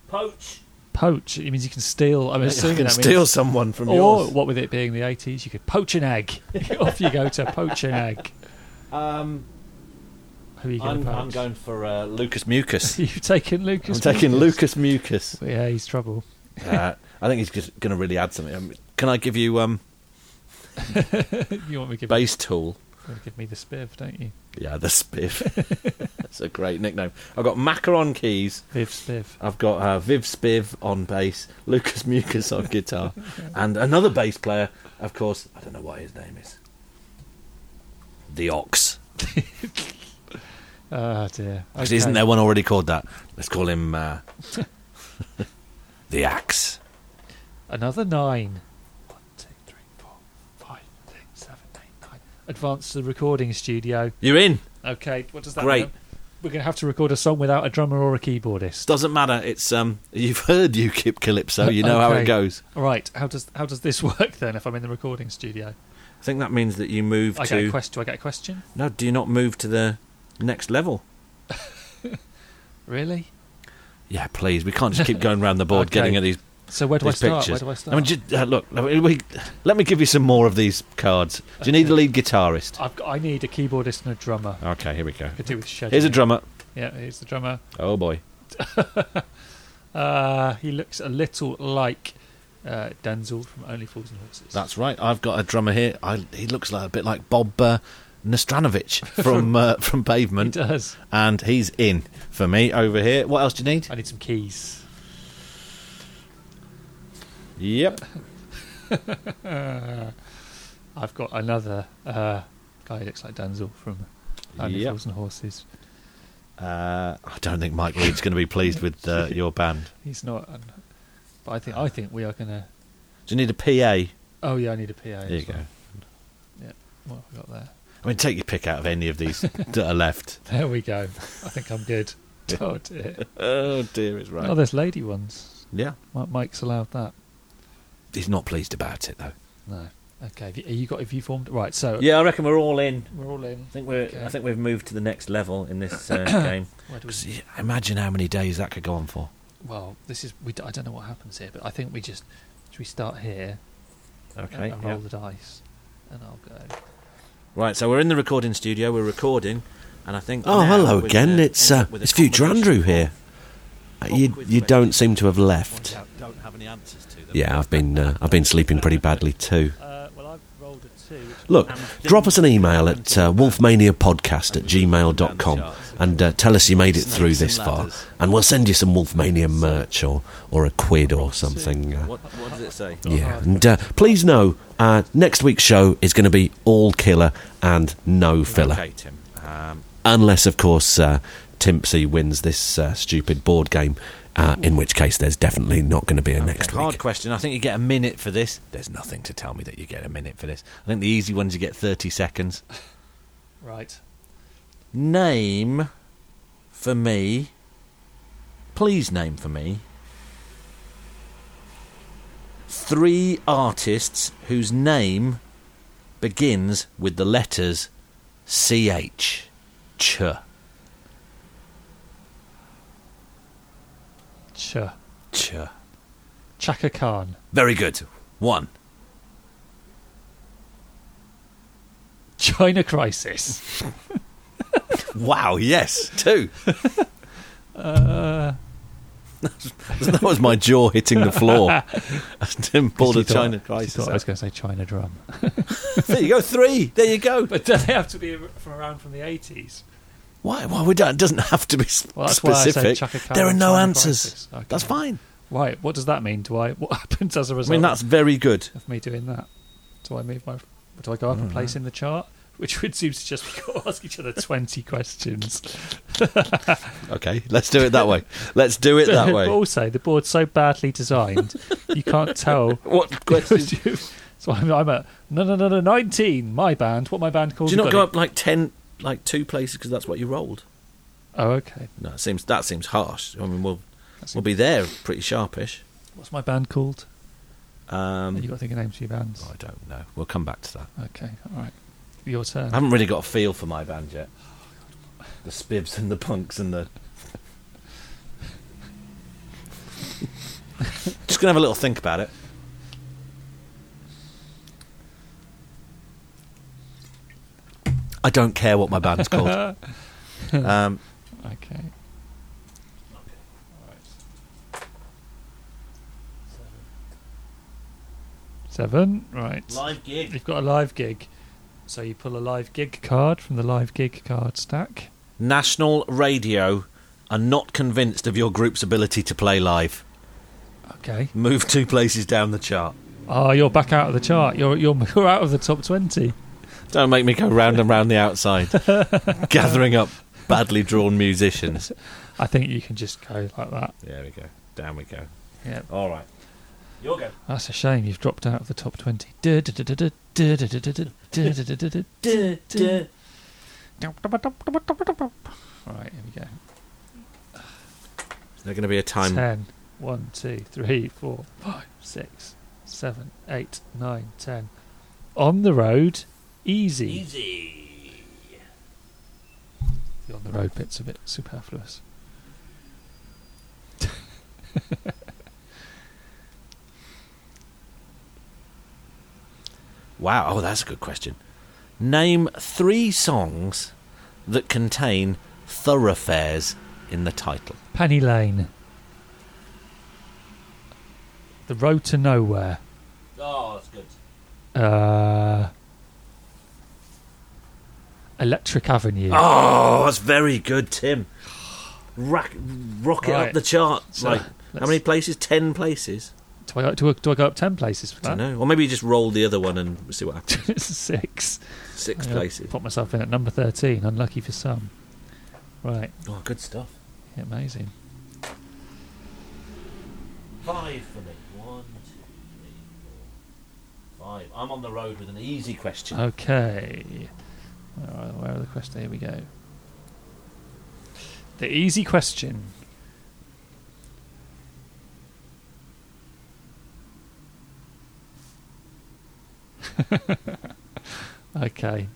[SPEAKER 1] Poach.
[SPEAKER 2] Poach. It means you can steal. I'm
[SPEAKER 1] You
[SPEAKER 2] assuming
[SPEAKER 1] can
[SPEAKER 2] that means-
[SPEAKER 1] steal someone from
[SPEAKER 2] or,
[SPEAKER 1] yours.
[SPEAKER 2] what with it being the 80s, you could poach an egg. [laughs] Off you go to poach an egg.
[SPEAKER 1] Um,
[SPEAKER 2] Who are you going
[SPEAKER 1] I'm,
[SPEAKER 2] to poach?
[SPEAKER 1] I'm
[SPEAKER 2] [laughs]
[SPEAKER 1] going for uh, Lucas Mucus.
[SPEAKER 2] You've taken Lucas.
[SPEAKER 1] I'm taking
[SPEAKER 2] Mucus.
[SPEAKER 1] Lucas Mucus.
[SPEAKER 2] Yeah, he's trouble. [laughs]
[SPEAKER 1] Uh, I think he's going to really add something. Um, Can I give you um,
[SPEAKER 2] you want me to give,
[SPEAKER 1] bass tool?
[SPEAKER 2] you want to give me the spiv, don't you?
[SPEAKER 1] Yeah, the Spiv. [laughs] That's a great nickname. I've got Macaron Keys.
[SPEAKER 2] Viv Spiv.
[SPEAKER 1] I've got uh, Viv Spiv on bass, Lucas Mucus on [laughs] guitar, and another bass player, of course, I don't know what his name is. The Ox.
[SPEAKER 2] Oh, dear.
[SPEAKER 1] 'Cause
[SPEAKER 2] Okay.
[SPEAKER 1] Isn't there one already called that? Let's call him uh, [laughs] The Axe.
[SPEAKER 2] Another nine. One, two, three, four, five, six, seven, eight, nine. Advance to the recording studio.
[SPEAKER 1] You're in.
[SPEAKER 2] Okay, what does that
[SPEAKER 1] Great.
[SPEAKER 2] mean? We're going to have to record a song without a drummer or a keyboardist.
[SPEAKER 1] Doesn't matter. It's um, you've heard UKIP Calypso. You know how
[SPEAKER 2] Okay.
[SPEAKER 1] it goes.
[SPEAKER 2] All right, how does how does this [laughs] work then? If I'm in the recording studio,
[SPEAKER 1] I think that means that you move
[SPEAKER 2] I
[SPEAKER 1] to.
[SPEAKER 2] get a quest. Do I get a question?
[SPEAKER 1] No, do you not move to the next level?
[SPEAKER 2] Really?
[SPEAKER 1] Yeah, please. We can't just keep going round the board
[SPEAKER 2] [laughs] Okay.
[SPEAKER 1] getting at these
[SPEAKER 2] So where do I
[SPEAKER 1] these
[SPEAKER 2] start?
[SPEAKER 1] Pictures.
[SPEAKER 2] Where do I
[SPEAKER 1] I mean, ju- uh, look, I mean, we, let me give you some more of these cards. Do you need a lead guitarist?
[SPEAKER 2] I've got, I need a keyboardist and a drummer.
[SPEAKER 1] Okay, here we go.
[SPEAKER 2] Could do with scheduling.
[SPEAKER 1] Here's a drummer.
[SPEAKER 2] Yeah, here's the drummer.
[SPEAKER 1] Oh boy.
[SPEAKER 2] Uh, he looks a little like uh, Denzel from Only Fools and Horses.
[SPEAKER 1] That's right. I've got a drummer here. I, he looks like a bit like Bob uh,
[SPEAKER 2] [laughs]
[SPEAKER 1] Nostranovic from uh, from Pavement.
[SPEAKER 2] He does.
[SPEAKER 1] and he's in for me over here. What else do you need?
[SPEAKER 2] I need some keys. [laughs]
[SPEAKER 1] Yep.
[SPEAKER 2] I've got another uh, guy who looks like Denzel from Only
[SPEAKER 1] Yep.
[SPEAKER 2] Fools and Horses.
[SPEAKER 1] Uh, I don't think Mike Reed's going to be pleased with uh, your band.
[SPEAKER 2] He's not, um, but I think I think we are gonna.
[SPEAKER 1] Do you need a PA?
[SPEAKER 2] Oh yeah, I need a PA.
[SPEAKER 1] There you go.
[SPEAKER 2] Yeah, what have I got there?
[SPEAKER 1] I mean, take your pick out of any of [laughs] these that are left.
[SPEAKER 2] There we go. I think
[SPEAKER 1] [laughs]
[SPEAKER 2] I'm good. oh dear.
[SPEAKER 1] Oh dear, it's right.
[SPEAKER 2] Oh, there's lady ones.
[SPEAKER 1] Yeah.
[SPEAKER 2] Mi- Mike's allowed that.
[SPEAKER 1] He's not pleased about it though.
[SPEAKER 2] No. Okay. Have you, have you got? Have you formed? Right. So
[SPEAKER 1] Yeah, I reckon we're all in.
[SPEAKER 2] We're all in.
[SPEAKER 1] I think we're. I think we've moved to the next level in this [coughs] uh, game.
[SPEAKER 2] Where do we-
[SPEAKER 1] 'Cause, yeah, imagine how many days that could go on for.
[SPEAKER 2] Well, this is. We, d- I don't know what happens here, but I think we just. Should we start here? and-
[SPEAKER 1] Okay,
[SPEAKER 2] And
[SPEAKER 1] yeah.
[SPEAKER 2] roll the dice, and I'll go.
[SPEAKER 1] Right, so we're in the recording studio. We're recording, and I think.
[SPEAKER 3] Oh,
[SPEAKER 1] now
[SPEAKER 3] hello
[SPEAKER 1] we've,
[SPEAKER 3] again.
[SPEAKER 1] uh,
[SPEAKER 3] It's
[SPEAKER 1] ended
[SPEAKER 3] uh,
[SPEAKER 1] up with a
[SPEAKER 3] it's future Andrew here. Uh, You you don't seem to have left.
[SPEAKER 1] Don't have any answers to them.
[SPEAKER 3] Yeah, I've been uh, I've been sleeping pretty badly too.
[SPEAKER 2] Uh, well, I've rolled a two.
[SPEAKER 3] Look, drop us an email at uh, wolfmaniapodcast at gmail.com and uh, tell us you made it through this far. And we'll send you some Wolfmania merch or, or a quid or something. Uh,
[SPEAKER 1] What, what does it say?
[SPEAKER 3] yeah. And uh, please know uh, next week's show is going to be all killer and no filler.
[SPEAKER 1] Okay, Tim. Um,
[SPEAKER 3] Unless, of course, uh, Timpsy wins this uh, stupid board game, uh, in which case there's definitely not going to be a next
[SPEAKER 1] hard question. I think you get a minute for this. There's nothing to tell me that you get a minute for this. I think the easy ones you get 30 seconds.
[SPEAKER 2] Right.
[SPEAKER 1] Name for me. Please name for me. Three artists whose name begins with the letters CH. Ch.
[SPEAKER 2] Ch.
[SPEAKER 1] Ch.
[SPEAKER 2] Chaka Khan.
[SPEAKER 1] Very good. One.
[SPEAKER 2] China
[SPEAKER 1] [laughs]
[SPEAKER 2] Crisis.
[SPEAKER 1] Wow, [laughs] yes. Two.
[SPEAKER 2] uh,
[SPEAKER 1] [laughs] that was my jaw hitting the [laughs] floor. As Tim pulled a
[SPEAKER 2] Christy thought-
[SPEAKER 1] China
[SPEAKER 2] she
[SPEAKER 1] crisis.
[SPEAKER 2] thought I was
[SPEAKER 1] out.
[SPEAKER 2] going to say
[SPEAKER 1] [laughs]
[SPEAKER 2] China Drum.
[SPEAKER 1] there you go, three. There you [laughs] go.
[SPEAKER 2] But do they have to be from around from the 80s?
[SPEAKER 1] Why? Why we don't? It doesn't have to be s-
[SPEAKER 2] Well, that's why I said
[SPEAKER 1] specific.
[SPEAKER 2] Chaka Khan
[SPEAKER 1] there are
[SPEAKER 2] and
[SPEAKER 1] no
[SPEAKER 2] China
[SPEAKER 1] answers.
[SPEAKER 2] crisis. Okay.
[SPEAKER 1] That's fine.
[SPEAKER 2] Right. What does that mean? Do I? What [laughs] happens as a
[SPEAKER 1] I
[SPEAKER 2] result?
[SPEAKER 1] mean, that's very good.
[SPEAKER 2] of me doing that. Do I move my? Do I go up a place
[SPEAKER 1] Hmm.
[SPEAKER 2] in the chart? Which would seem to just we got to [laughs] ask each other twenty
[SPEAKER 1] [laughs]
[SPEAKER 2] questions.
[SPEAKER 1] Okay, let's do it that way. Let's do it that
[SPEAKER 2] [laughs] But
[SPEAKER 1] way.
[SPEAKER 2] also, the board's so badly designed, you
[SPEAKER 1] [laughs]
[SPEAKER 2] can't tell
[SPEAKER 1] What questions? Do
[SPEAKER 2] [laughs] So I'm, I'm at no, no, no, no, nineteen. My band. What my band called?
[SPEAKER 1] you not go up like ten, like two places because that's what you rolled?
[SPEAKER 2] Oh, okay.
[SPEAKER 1] No, it seems that seems harsh. I mean, we'll
[SPEAKER 2] That
[SPEAKER 1] we'll be there pretty sharpish.
[SPEAKER 2] What's my band called?
[SPEAKER 1] Um,
[SPEAKER 2] you got to think of names for your bands.
[SPEAKER 1] I don't know. We'll come back to that.
[SPEAKER 2] Okay, all right. Your turn.
[SPEAKER 1] I haven't really got a feel for my band yet. The Spibs and the Punks and the. [laughs] Just gonna have a little think about it. I don't care what my band's called. um,
[SPEAKER 2] Okay. Seven, right.
[SPEAKER 1] Live gig.
[SPEAKER 2] You've got a live gig. So you pull a live gig card from the live gig card stack.
[SPEAKER 1] National Radio are not convinced of your group's ability to play live.
[SPEAKER 2] Okay.
[SPEAKER 1] Move two places down the chart.
[SPEAKER 2] Oh, you're back out of the chart. You're you're, [laughs] you're out of the top 20.
[SPEAKER 1] Don't make me go round and round the outside, gathering up badly drawn musicians.
[SPEAKER 2] I think you can just go like that.
[SPEAKER 1] There we go. Down we go.
[SPEAKER 2] Yeah.
[SPEAKER 1] All right. Your go.
[SPEAKER 2] That's a shame. You've dropped out of the top 20. Du- du- du- du- du- du- du- du- du- du- du- du- du- du- du- du- du. [laughs] Right, here we go.
[SPEAKER 1] There's going to be a time.
[SPEAKER 2] 10, 1, 2, 3, 4, 5, 6, 7, 8, 9, 10. On the road, easy.
[SPEAKER 1] Easy.
[SPEAKER 2] The on the road bit's a bit superfluous.
[SPEAKER 1] Wow. Oh, that's a good question. Name three songs that contain thoroughfares in the title.
[SPEAKER 2] Penny Lane. The Road to Nowhere.
[SPEAKER 1] Oh, that's good.
[SPEAKER 2] Uh, Electric Avenue.
[SPEAKER 1] Oh, that's very good, Tim. Rack, rocket
[SPEAKER 2] Right.
[SPEAKER 1] up the chart.
[SPEAKER 2] So,
[SPEAKER 1] like, how
[SPEAKER 2] let's-
[SPEAKER 1] many places? Ten places.
[SPEAKER 2] Do I, go- do, I, do I go up 10 places for
[SPEAKER 1] I don't
[SPEAKER 2] that?
[SPEAKER 1] know. Or maybe you just roll the other one and see what happens.
[SPEAKER 2] [laughs] Six.
[SPEAKER 1] Six
[SPEAKER 2] [laughs] Yeah,
[SPEAKER 1] places.
[SPEAKER 2] Put myself in at number 13. Unlucky for some. Right.
[SPEAKER 1] Oh, good stuff.
[SPEAKER 2] Amazing.
[SPEAKER 1] Five for me. One, two, three, four, five. I'm on the road with an easy question.
[SPEAKER 2] Okay. Where are, where are the questions? Here we go. The easy question. [laughs] okay.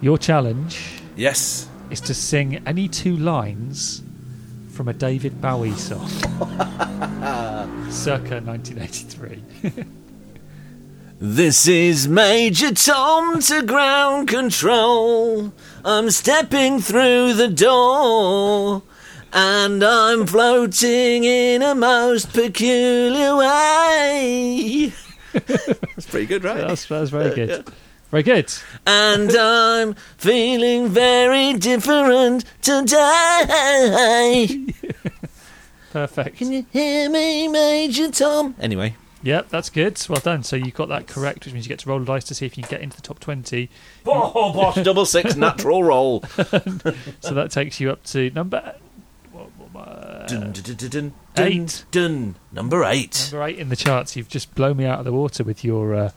[SPEAKER 2] Your challenge.
[SPEAKER 1] Yes.
[SPEAKER 2] Is to sing any two lines from a David Bowie song. [laughs] Circa 1983.
[SPEAKER 1] This is Major Tom to ground control. I'm stepping through the door. And I'm floating in a most peculiar way. That's pretty good, right?
[SPEAKER 2] That's, that's very good. Very good.
[SPEAKER 1] [laughs] And I'm feeling very different today.
[SPEAKER 2] Perfect.
[SPEAKER 1] Can you hear me, Major Tom? Anyway.
[SPEAKER 2] Yep, that's good. Well done. So you got that correct, which means you get to roll a dice to see if you can get into the top 20.
[SPEAKER 1] Oh, bosh, double six, natural [laughs] roll.
[SPEAKER 2] so that takes you up to number what- what- uh,
[SPEAKER 1] Dun, dun, dun, dun, dun,
[SPEAKER 2] eight.
[SPEAKER 1] Dun, number eight.
[SPEAKER 2] Number eight in the charts. You've just blown me out of the water with your uh,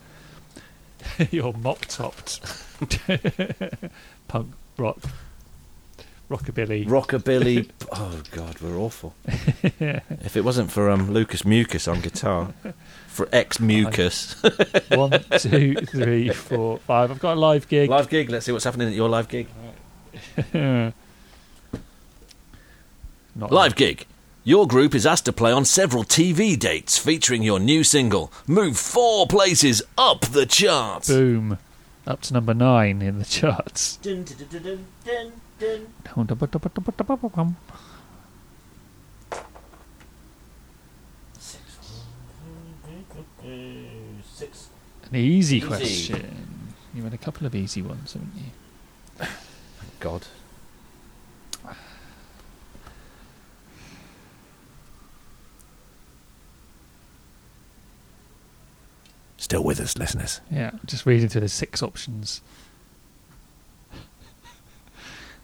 [SPEAKER 2] [laughs] your mop topped [laughs] punk rock rockabilly.
[SPEAKER 1] Rockabilly. oh God, we're awful. if it wasn't for um, Lucas Mucus on guitar, for ex Mucus. [laughs]
[SPEAKER 2] One, two, three, four, five. I've got a live gig.
[SPEAKER 1] Live gig. Let's see what's happening at your live gig.
[SPEAKER 2] Not
[SPEAKER 1] live gig. Your group is asked to play on several TV dates featuring your new single. Move four places up the charts.
[SPEAKER 2] Boom. Up to number nine in the charts.
[SPEAKER 1] Six.
[SPEAKER 2] An easy,
[SPEAKER 1] Easy.
[SPEAKER 2] question. You had a couple of easy ones, haven't you?
[SPEAKER 1] God. Still with us, listeners.
[SPEAKER 2] Yeah, just reading through the six options.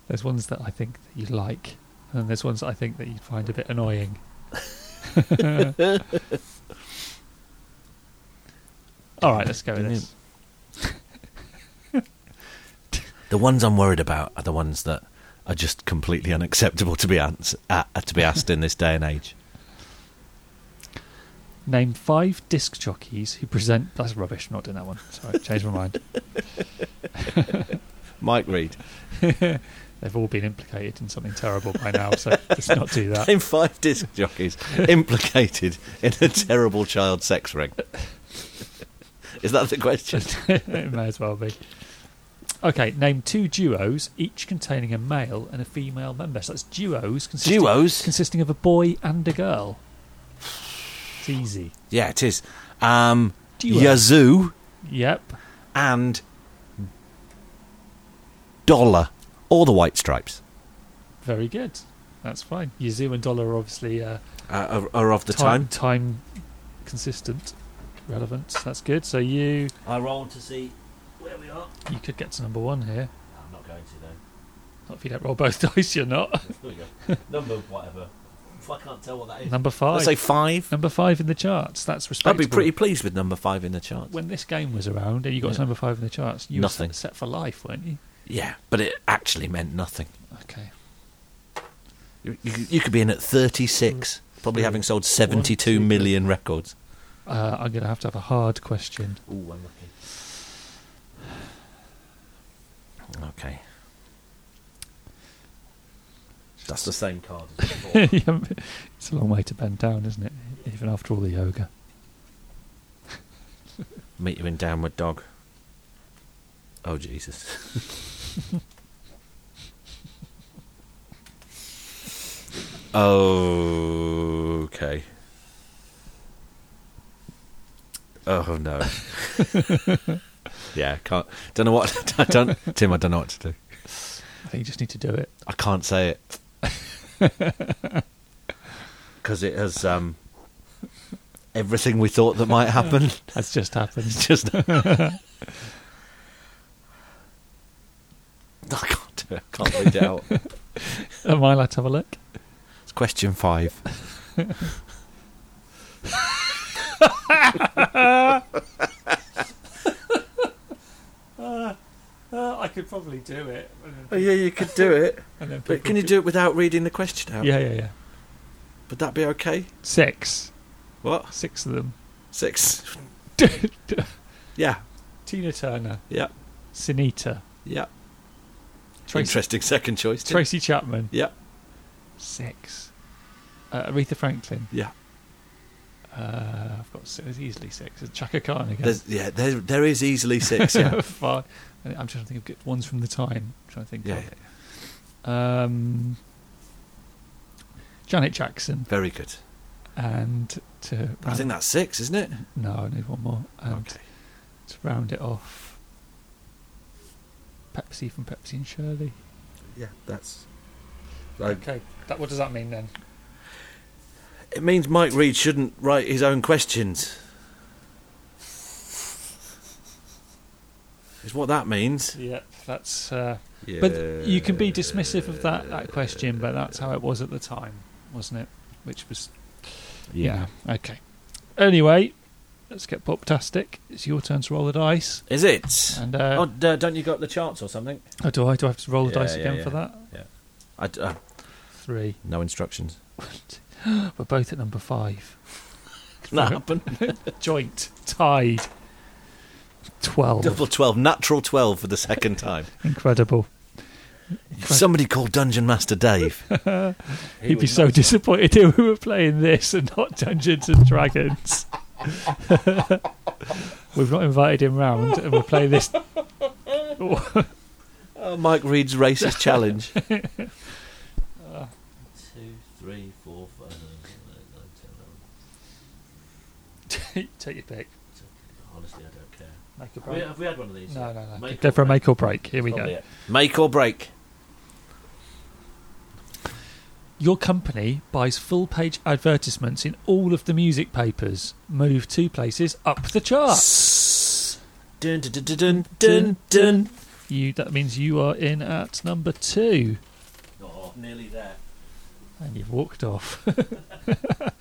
[SPEAKER 2] There's ones that I think that you like, and then there's ones that I think that you find a bit annoying. [laughs] All right, let's go with this.
[SPEAKER 1] The ones I'm worried about are the ones that are just completely unacceptable to be ans- uh, to be asked in this day and age.
[SPEAKER 2] Name five disc jockeys who present. That's rubbish. I'm not doing that one. Sorry, change my mind.
[SPEAKER 1] [laughs] Mike Reed.
[SPEAKER 2] [laughs] They've all been implicated in something terrible by now, so let's not do that.
[SPEAKER 1] Name five disc jockeys implicated in a terrible child sex ring. Is that the question?
[SPEAKER 2] [laughs] it may as well be. Okay, name two duos, each containing a male and a female member. So that's duos
[SPEAKER 1] [laughs]
[SPEAKER 2] consisting,
[SPEAKER 1] Duos?
[SPEAKER 2] consisting of a boy and a girl. It's easy.
[SPEAKER 1] Yeah, it is. Um,
[SPEAKER 2] Duo.
[SPEAKER 1] Yazoo
[SPEAKER 2] Yep.
[SPEAKER 1] and Dollar, or the White Stripes,
[SPEAKER 2] Very good. That's fine. Yazoo and Dollar are obviously uh,
[SPEAKER 1] uh, are, are of the
[SPEAKER 2] time,
[SPEAKER 1] time.
[SPEAKER 2] time consistent, relevant. That's good. So you
[SPEAKER 1] I rolled to see where we are.
[SPEAKER 2] you could get to number one here.
[SPEAKER 1] I'm not going to though.
[SPEAKER 2] Not if you don't roll both [laughs] dice, you're not.
[SPEAKER 1] [laughs] Number whatever. I can't tell what that
[SPEAKER 2] Number five.
[SPEAKER 1] Let's say five.
[SPEAKER 2] Number five in the charts. That's
[SPEAKER 1] I'd
[SPEAKER 2] respectable.
[SPEAKER 1] be pretty pleased with number five in the charts.
[SPEAKER 2] When this game was around and you got
[SPEAKER 1] Yeah.
[SPEAKER 2] to number five in the charts, you
[SPEAKER 1] Nothing.
[SPEAKER 2] were set- set for life, weren't you?
[SPEAKER 1] Yeah, but it actually meant nothing.
[SPEAKER 2] Okay.
[SPEAKER 1] You, you, you could be in at 36, probably having sold 72 million records.
[SPEAKER 2] Uh, I'm going to have to have a hard question.
[SPEAKER 1] Ooh, I'm lucky. Okay. That's the same card.
[SPEAKER 2] [laughs] Yeah, it's a long way to bend down, isn't it? Even after all the yoga.
[SPEAKER 1] Meet you in Downward Dog. Oh, Jesus. [laughs] okay. Oh, no. yeah, can't. Don't know what. [laughs] I don't, Tim, I don't know what to do.
[SPEAKER 2] I think you just need to do it.
[SPEAKER 1] I can't say it. Because it has um, everything we thought that might happen. [laughs]
[SPEAKER 2] That's just happened.
[SPEAKER 1] It's
[SPEAKER 2] [laughs]
[SPEAKER 1] just. I can't do it. I can't read it out.
[SPEAKER 2] Am I allowed to have a look?
[SPEAKER 1] It's question five.
[SPEAKER 2] uh, uh, I could probably do it.
[SPEAKER 1] Oh, yeah, you could do it.
[SPEAKER 2] And then
[SPEAKER 1] But
[SPEAKER 2] people
[SPEAKER 1] can you
[SPEAKER 2] [laughs] could-
[SPEAKER 1] do it without reading the question out?
[SPEAKER 2] Yeah, yeah, yeah.
[SPEAKER 1] Would that be okay?
[SPEAKER 2] Six.
[SPEAKER 1] What?
[SPEAKER 2] Six of them. [laughs]
[SPEAKER 1] Six. yeah.
[SPEAKER 2] Tina Turner.
[SPEAKER 1] Yeah.
[SPEAKER 2] Sunita.
[SPEAKER 1] Yeah.
[SPEAKER 2] Tracy-
[SPEAKER 1] Interesting second choice. Tim.
[SPEAKER 2] Tracy Chapman.
[SPEAKER 1] Yeah.
[SPEAKER 2] Six. Uh, Aretha Franklin.
[SPEAKER 1] Yeah.
[SPEAKER 2] Uh, I've got six, easily six. Chaka Khan again.
[SPEAKER 1] There's, yeah, there, there is easily
[SPEAKER 2] [laughs]
[SPEAKER 1] six. Yeah.
[SPEAKER 2] Five. I'm trying to think of good ones from the time. I'm trying to think.
[SPEAKER 1] Yeah,
[SPEAKER 2] of. Um, Janet Jackson.
[SPEAKER 1] Very good.
[SPEAKER 2] And to
[SPEAKER 1] I think that's six, isn't it?
[SPEAKER 2] No, I need one more. And To round it off, Pepsi from Pepsi and Shirley.
[SPEAKER 1] Yeah, that's.
[SPEAKER 2] okay. That, what does that mean then?
[SPEAKER 1] It means Mike Reed shouldn't write his own questions. Is what that means.
[SPEAKER 2] Yep, that's. Uh, But you can be dismissive of that, that question, but that's how it was at the time, wasn't it? Which was. you
[SPEAKER 1] Yeah.
[SPEAKER 2] know, okay. Anyway, let's get poptastic. It's your turn to roll the dice.
[SPEAKER 1] Is it?
[SPEAKER 2] And uh,
[SPEAKER 1] oh, d- don't you got the charts or something?
[SPEAKER 2] oh, do I do I have to roll the
[SPEAKER 1] Yeah,
[SPEAKER 2] dice
[SPEAKER 1] yeah,
[SPEAKER 2] again
[SPEAKER 1] yeah.
[SPEAKER 2] for that?
[SPEAKER 1] Yeah. I d- uh,
[SPEAKER 2] Three.
[SPEAKER 1] no instructions.
[SPEAKER 2] We're both at number five.
[SPEAKER 1] That happened.
[SPEAKER 2] [laughs] Joint tied. Twelve.
[SPEAKER 1] Double 12, natural 12 for the second [laughs] time.
[SPEAKER 2] Incredible.
[SPEAKER 1] Somebody called Dungeon Master [laughs] Dave. He
[SPEAKER 2] He'd be
[SPEAKER 1] was
[SPEAKER 2] so disappointed if we were playing this and not Dungeons and Dragons.
[SPEAKER 1] [laughs]
[SPEAKER 2] We've not invited him round, and we're playing this.
[SPEAKER 1] Oh, Mike Reed's racist [laughs] challenge. Two, three, four, five, nine, nine, nine, ten, eleven.
[SPEAKER 2] [laughs] Take your pick.
[SPEAKER 1] Honestly, I don't care.
[SPEAKER 2] Make
[SPEAKER 1] Have we- have we had one of these
[SPEAKER 2] No,
[SPEAKER 1] yet?
[SPEAKER 2] no, no.
[SPEAKER 1] Make
[SPEAKER 2] go
[SPEAKER 1] or
[SPEAKER 2] for a
[SPEAKER 1] break.
[SPEAKER 2] make or break. Here we
[SPEAKER 1] Probably
[SPEAKER 2] go.
[SPEAKER 1] it. Make or break.
[SPEAKER 2] Your company buys full page advertisements in all of the music papers. Move two places up the charts.
[SPEAKER 1] Dun, dun, dun, dun, dun, dun.
[SPEAKER 2] You, that means you are in at number two.
[SPEAKER 1] Oh, nearly there.
[SPEAKER 2] And you've walked off.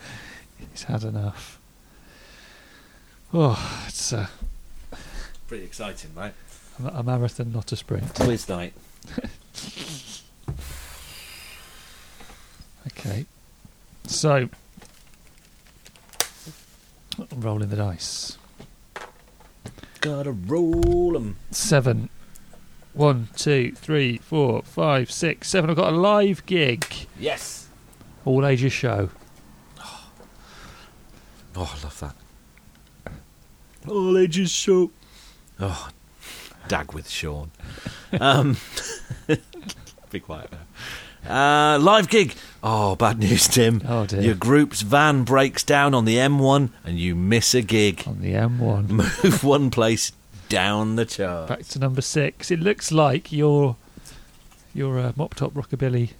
[SPEAKER 2] [laughs] He's had enough. Oh, it's a,
[SPEAKER 1] Pretty exciting, right?
[SPEAKER 2] a marathon, not a sprint.
[SPEAKER 1] Quiz night.
[SPEAKER 2] Okay. So, I'm rolling the dice.
[SPEAKER 1] Gotta roll 'em.
[SPEAKER 2] Seven. One, two, three, four, five, six, seven. I've got a live gig.
[SPEAKER 1] Yes.
[SPEAKER 2] All ages show.
[SPEAKER 1] Oh, I love that.
[SPEAKER 2] All ages show.
[SPEAKER 1] Oh, dag with Sean. Um, [laughs] be quiet now. Uh, live gig. Oh, bad news, Tim.
[SPEAKER 2] Oh, dear.
[SPEAKER 1] Your group's van breaks down on the M1 and you miss a gig. [laughs]
[SPEAKER 2] On the M1.
[SPEAKER 1] Move one place down the chart.
[SPEAKER 2] Back to number six. It looks like your your uh, mop top rockabilly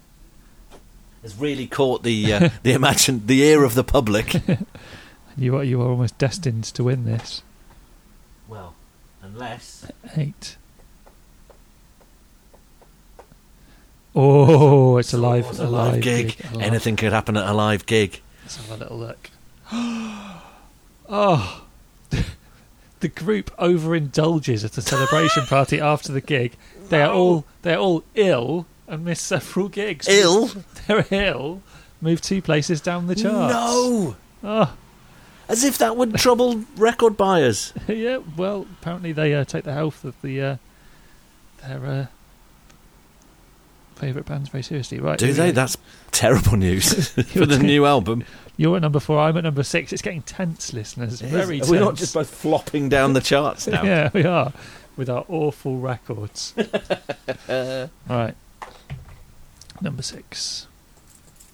[SPEAKER 1] Has really caught the
[SPEAKER 2] [laughs]
[SPEAKER 1] uh, the imagine the ear of the public.
[SPEAKER 2] You are you are almost destined to win this.
[SPEAKER 1] well, unless
[SPEAKER 2] Eight. Oh, it's a live,
[SPEAKER 1] It's
[SPEAKER 2] a live gig. a live-
[SPEAKER 1] Anything could happen at a live gig.
[SPEAKER 2] Let's have a little look. [gasps] Oh, [laughs] the group overindulges at the [laughs] celebration party after the gig. They are all they are all ill and miss several gigs.
[SPEAKER 1] Ill?
[SPEAKER 2] [laughs] They're ill. Move two places down the charts.
[SPEAKER 1] No.
[SPEAKER 2] Oh.
[SPEAKER 1] As if that would trouble record buyers.
[SPEAKER 2] [laughs] yeah, well, apparently they uh, take the health of the uh, their uh, favourite bands very seriously, right?
[SPEAKER 1] Do
[SPEAKER 2] here we
[SPEAKER 1] they?
[SPEAKER 2] go.
[SPEAKER 1] That's terrible [laughs] news for the new album.
[SPEAKER 2] You're at number four. I'm at number six. It's getting tense, listeners. Very.
[SPEAKER 1] We're not
[SPEAKER 2] tense.
[SPEAKER 1] just both flopping down the charts now.
[SPEAKER 2] [laughs] yeah, we are with our awful [laughs] records. right, number six.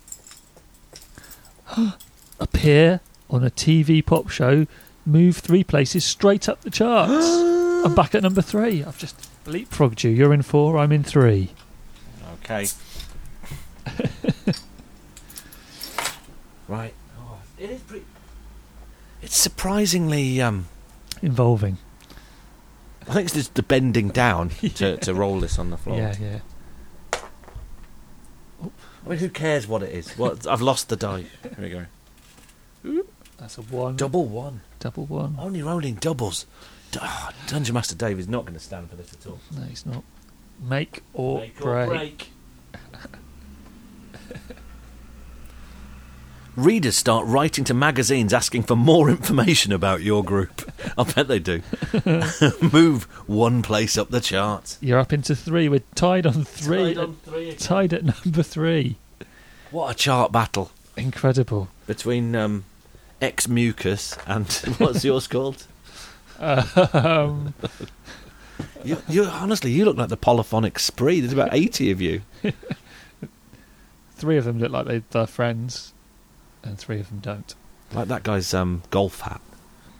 [SPEAKER 2] [gasps] Appear on a TV pop show, move three places straight up the [gasps] charts. I'm back at number three. I've just leapfrogged you. You're in four. I'm in three. [laughs]
[SPEAKER 1] Okay. right. Oh, it is pretty. It's surprisingly. Um,
[SPEAKER 2] Involving.
[SPEAKER 1] I think it's just the bending
[SPEAKER 2] [laughs]
[SPEAKER 1] down to, to roll this on the floor.
[SPEAKER 2] Yeah, yeah.
[SPEAKER 1] I mean, who cares what it is? What I've lost the die. Here we go.
[SPEAKER 2] That's a one.
[SPEAKER 1] Double one.
[SPEAKER 2] Double one.
[SPEAKER 1] Only rolling doubles. D- oh, Dungeon Master Dave is not going to stand for this at all.
[SPEAKER 2] No, he's not. Make or,
[SPEAKER 1] Make or
[SPEAKER 2] break.
[SPEAKER 1] [laughs] Readers start writing to magazines asking for more information about your group. I bet they do. [laughs] Move one place up the chart.
[SPEAKER 2] You're up into three. We're tied on three.
[SPEAKER 1] Tied on three again.
[SPEAKER 2] Tied at [laughs] number three.
[SPEAKER 1] What a chart battle
[SPEAKER 2] Incredible.
[SPEAKER 1] between um, Ex Mucus and [laughs] what's yours called?
[SPEAKER 2] Um,
[SPEAKER 1] You, you honestly, you look like the polyphonic spree. There's about eighty of you.
[SPEAKER 2] three of them look like they- they're friends, and three of them don't.
[SPEAKER 1] Like that guy's um, golf hat.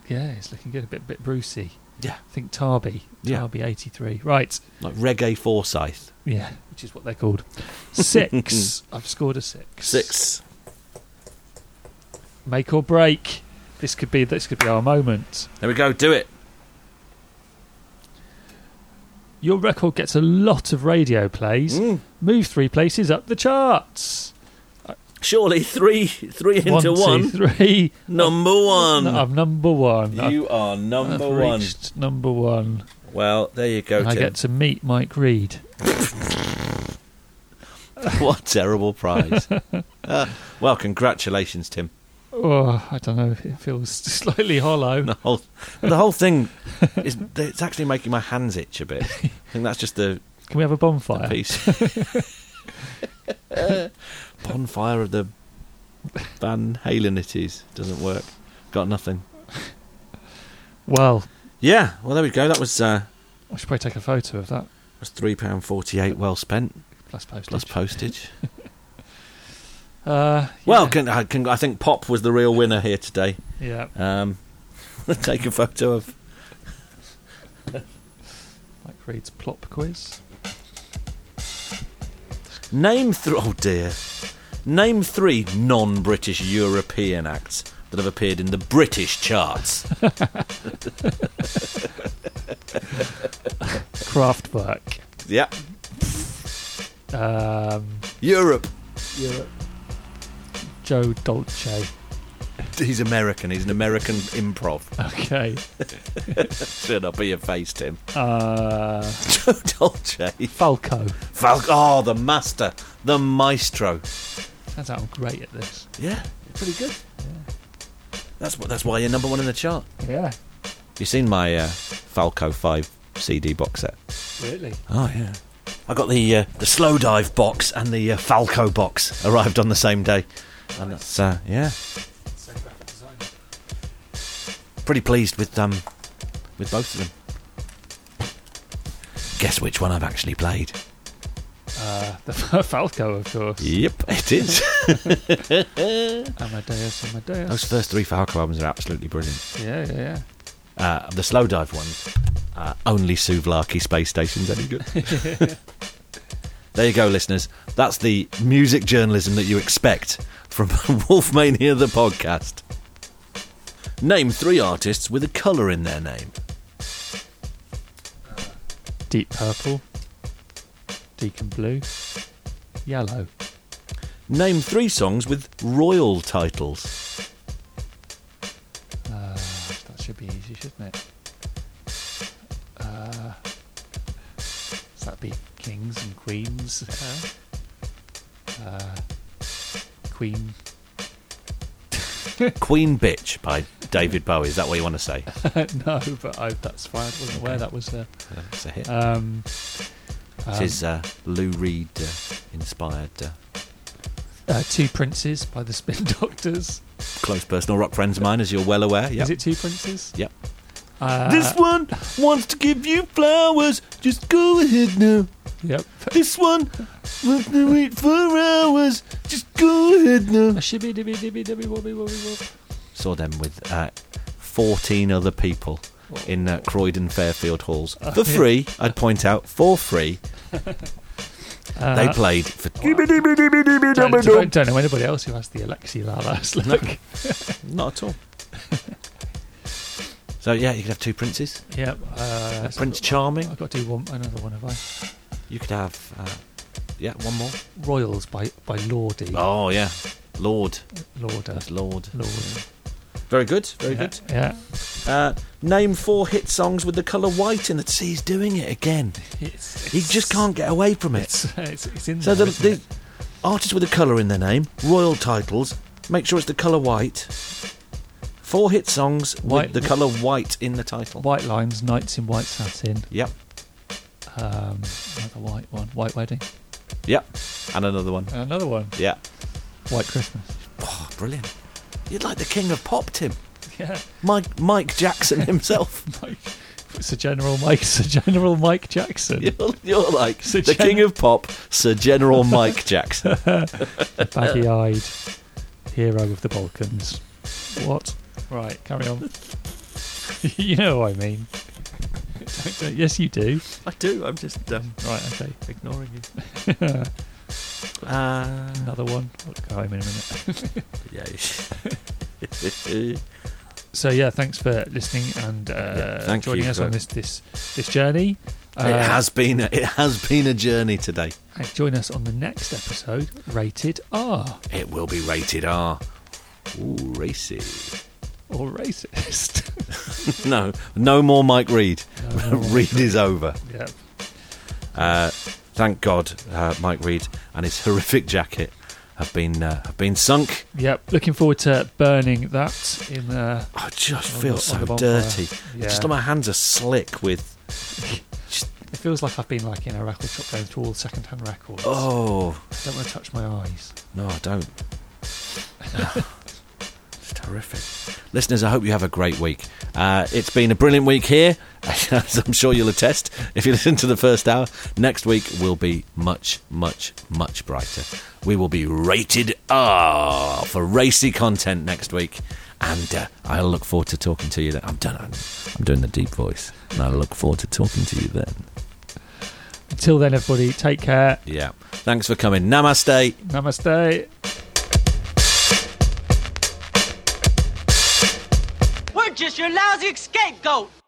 [SPEAKER 2] Yeah, it's looking good. A bit, bit Brucey.
[SPEAKER 1] Yeah.
[SPEAKER 2] I think Tarby.
[SPEAKER 1] Yeah.
[SPEAKER 2] Tarby eighty three. Right.
[SPEAKER 1] Like Reggae Forsyth.
[SPEAKER 2] Yeah, which is what they're called.
[SPEAKER 1] [laughs]
[SPEAKER 2] Six. I've scored a six.
[SPEAKER 1] Six.
[SPEAKER 2] Make or break. This could be. This could be our moment.
[SPEAKER 1] There we go. Do it.
[SPEAKER 2] Your record gets a lot of radio plays.
[SPEAKER 1] Mm.
[SPEAKER 2] Move three places up the charts.
[SPEAKER 1] Surely three, three into one.
[SPEAKER 2] two,
[SPEAKER 1] [laughs]
[SPEAKER 2] three.
[SPEAKER 1] Number one.
[SPEAKER 2] No, I'm number one. I've-
[SPEAKER 1] you are number
[SPEAKER 2] I've
[SPEAKER 1] one.
[SPEAKER 2] reached number one.
[SPEAKER 1] Well, there you go.
[SPEAKER 2] and I
[SPEAKER 1] Tim. [laughs]
[SPEAKER 2] get to meet Mike Reed.
[SPEAKER 1] what a terrible
[SPEAKER 2] [laughs]
[SPEAKER 1] prize. Uh, well, congratulations, Tim.
[SPEAKER 2] Oh, I don't know. It feels [laughs] slightly hollow.
[SPEAKER 1] The whole, the whole thing is it's actually making my hands itch a bit. I think that's just the
[SPEAKER 2] Can we have a bonfire? [laughs]
[SPEAKER 1] piece. Bonfire of the Van Halen it is. Doesn't work. Got nothing.
[SPEAKER 2] Well,
[SPEAKER 1] Yeah, well, there we go. That was uh,
[SPEAKER 2] I should probably take a photo of that.
[SPEAKER 1] was £3.48 well spent,
[SPEAKER 2] Plus postage. [laughs]
[SPEAKER 1] plus postage.
[SPEAKER 2] Uh,
[SPEAKER 1] Well, can, I, can, I think Pop was the real winner here today.
[SPEAKER 2] yeah.
[SPEAKER 1] Um, [laughs] take a photo of.
[SPEAKER 2] Mike Reed's plop quiz.
[SPEAKER 1] Name three. Oh dear. Name three non British European acts that have appeared in the British
[SPEAKER 2] [laughs]
[SPEAKER 1] charts.
[SPEAKER 2] Kraftwerk.
[SPEAKER 1] yep.
[SPEAKER 2] Um,
[SPEAKER 1] Europe.
[SPEAKER 2] Joe Dolce.
[SPEAKER 1] He's American. He's an American improv.
[SPEAKER 2] [laughs] Okay.
[SPEAKER 1] Shut up, be your face, Tim. [laughs]
[SPEAKER 2] Uh,
[SPEAKER 1] Joe Dolce.
[SPEAKER 2] Falco.
[SPEAKER 1] Falco. Oh, the master. The maestro.
[SPEAKER 2] Turns out I'm great at this.
[SPEAKER 1] Yeah, pretty good. That's, wh- that's why you're number one in the chart.
[SPEAKER 2] Yeah.
[SPEAKER 1] You've seen my uh, Falco 5 CD box set.
[SPEAKER 2] Really?
[SPEAKER 1] Oh yeah. I got the uh, the slow dive box and the uh, Falco box arrived on the same day, and that's uh, yeah. Pretty pleased with um with both of them. Guess which one I've actually played?
[SPEAKER 2] Uh, the [laughs] Falco, of course.
[SPEAKER 1] Yep, it is.
[SPEAKER 2] Amadeus,
[SPEAKER 1] [laughs]
[SPEAKER 2] Amadeus.
[SPEAKER 1] Those first three Falco albums are absolutely brilliant.
[SPEAKER 2] Yeah, yeah, yeah.
[SPEAKER 1] Uh, the slow dive ones, uh, only Suvlaki space stations any good.
[SPEAKER 2] [laughs]
[SPEAKER 1] There you go, listeners. That's the music journalism that you expect from [laughs] Wolfmania the podcast. Name three artists with a colour in their name.
[SPEAKER 2] Deep purple. Deacon blue. Yellow.
[SPEAKER 1] Name three songs with royal titles.
[SPEAKER 2] [laughs] Uh, that should be easy, shouldn't it? Uh, so that'd be kings and queens. Uh, queen. [laughs]
[SPEAKER 1] Queen Bitch by David Bowie. Is that what you want to say?
[SPEAKER 2] uh, no, but I, that's fine. I wasn't aware that was there.
[SPEAKER 1] That's a hit.
[SPEAKER 2] Um, Um,
[SPEAKER 1] This is uh, Lou Reed uh, inspired uh,
[SPEAKER 2] uh, Two Princes by the Spin [laughs] Doctors.
[SPEAKER 1] close personal rock friends of mine, as you're well aware. Yep.
[SPEAKER 2] Is it Two Princes?
[SPEAKER 1] Yep.
[SPEAKER 2] Uh,
[SPEAKER 5] This
[SPEAKER 1] one wants to give you flowers. Just go ahead now.
[SPEAKER 2] Yep. [laughs]
[SPEAKER 5] This one wants to wait for hours. Just go ahead now.
[SPEAKER 2] Shibby dibby dibby dibby wobby wobby wobby.
[SPEAKER 1] Saw them with uh, 14 other people in uh, Croydon Fairfield Halls
[SPEAKER 2] Oh,
[SPEAKER 1] for
[SPEAKER 2] yeah.
[SPEAKER 1] free. I'd point out for free. they
[SPEAKER 2] Uh,
[SPEAKER 1] played for.
[SPEAKER 2] Don't, don't, don't know anybody else who has the Alexi [laughs] Lalas look.
[SPEAKER 1] Not at all. [laughs] So yeah, you could have two princes.
[SPEAKER 2] Yep. Uh,
[SPEAKER 1] Prince
[SPEAKER 2] so I've got-
[SPEAKER 1] Charming.
[SPEAKER 2] I've got to do one, another one, have I?
[SPEAKER 1] You could have. Uh, yeah, one more.
[SPEAKER 2] Royals by, by Lordy.
[SPEAKER 1] Oh yeah, Lord.
[SPEAKER 2] Lord.
[SPEAKER 1] That's Lord.
[SPEAKER 2] Lord.
[SPEAKER 1] Very good. Very
[SPEAKER 2] Yeah,
[SPEAKER 1] good.
[SPEAKER 2] yeah.
[SPEAKER 1] Uh, name four hit songs with the colour white in it. See, he's doing it again.
[SPEAKER 2] It's-
[SPEAKER 1] he just can't get away from it.
[SPEAKER 2] It's, [laughs] it's, it's in
[SPEAKER 1] so
[SPEAKER 2] there,
[SPEAKER 1] the,
[SPEAKER 2] isn't
[SPEAKER 1] the artists with a colour in their name, royal titles. Make sure it's the colour white. Four hit songs
[SPEAKER 2] White-
[SPEAKER 1] with the colour white in the title.
[SPEAKER 2] White Lines, Knights in White Satin.
[SPEAKER 1] Yep.
[SPEAKER 2] Um, another white one. White Wedding.
[SPEAKER 1] Yep. And another one.
[SPEAKER 2] And another one.
[SPEAKER 1] Yeah.
[SPEAKER 2] White [laughs] Christmas.
[SPEAKER 1] Oh, brilliant. You'd like the king of pop, Tim.
[SPEAKER 2] Yeah.
[SPEAKER 1] Mike, Mike Jackson
[SPEAKER 2] [laughs]
[SPEAKER 1] himself.
[SPEAKER 2] Sir General Mike. Sir General Mike Jackson.
[SPEAKER 1] You're, you're like
[SPEAKER 2] Sir
[SPEAKER 1] the
[SPEAKER 2] Gen-
[SPEAKER 1] king of pop, Sir General Mike Jackson.
[SPEAKER 2] Baggy eyed hero of the Balkans. What? Right, carry on. [laughs] you know what I mean. [laughs] Don't- don't- yes, you do.
[SPEAKER 1] I do. I'm just um,
[SPEAKER 2] Right, okay.
[SPEAKER 1] ignoring you. [laughs] Uh,
[SPEAKER 2] Another one. I'll go home in a minute.
[SPEAKER 1] Yeah.
[SPEAKER 2] so, yeah, thanks for listening and uh,
[SPEAKER 1] Yeah, thank
[SPEAKER 2] joining
[SPEAKER 1] you
[SPEAKER 2] us
[SPEAKER 1] for-
[SPEAKER 2] on this this, this journey. Uh,
[SPEAKER 1] it has been a, it has been a journey today.
[SPEAKER 2] and join us on the next episode, Rated R.
[SPEAKER 1] It will be rated R. Ooh, racy.
[SPEAKER 2] Or
[SPEAKER 1] [laughs]
[SPEAKER 2] racist. [laughs]
[SPEAKER 1] no, no more Mike Reed.
[SPEAKER 2] No more
[SPEAKER 1] [laughs]
[SPEAKER 2] Mike
[SPEAKER 1] Reed is over.
[SPEAKER 2] yeah.
[SPEAKER 1] Uh, thank God, uh, Mike Reed and his [laughs] horrific jacket have been uh, have been sunk.
[SPEAKER 2] Yep. Looking forward to burning that in uh, the.
[SPEAKER 1] Oh, I just
[SPEAKER 2] on
[SPEAKER 1] feel
[SPEAKER 2] the- on
[SPEAKER 1] so
[SPEAKER 2] the bonfire.
[SPEAKER 1] dirty.
[SPEAKER 2] Yeah.
[SPEAKER 1] Just my hands are slick with.
[SPEAKER 2] It feels like I've been like in a record shop going through all second-hand records.
[SPEAKER 1] Oh
[SPEAKER 2] I don't want to touch my eyes.
[SPEAKER 1] no, I don't. [laughs] It's terrific. Listeners, I hope you have a great week. Uh, it's been a brilliant week here, [laughs] as I'm sure you'll attest if you listen to the first hour. Next week will be much, much, much brighter. We will be rated R for racy content next week. And uh, I look forward to talking to you then. I'm done. I'm doing the deep voice. And I look forward to talking to you then.
[SPEAKER 2] Until then, everybody, take care.
[SPEAKER 1] Yeah. Thanks for coming. Namaste.
[SPEAKER 2] Namaste.
[SPEAKER 17] We're just your lousy scapegoat.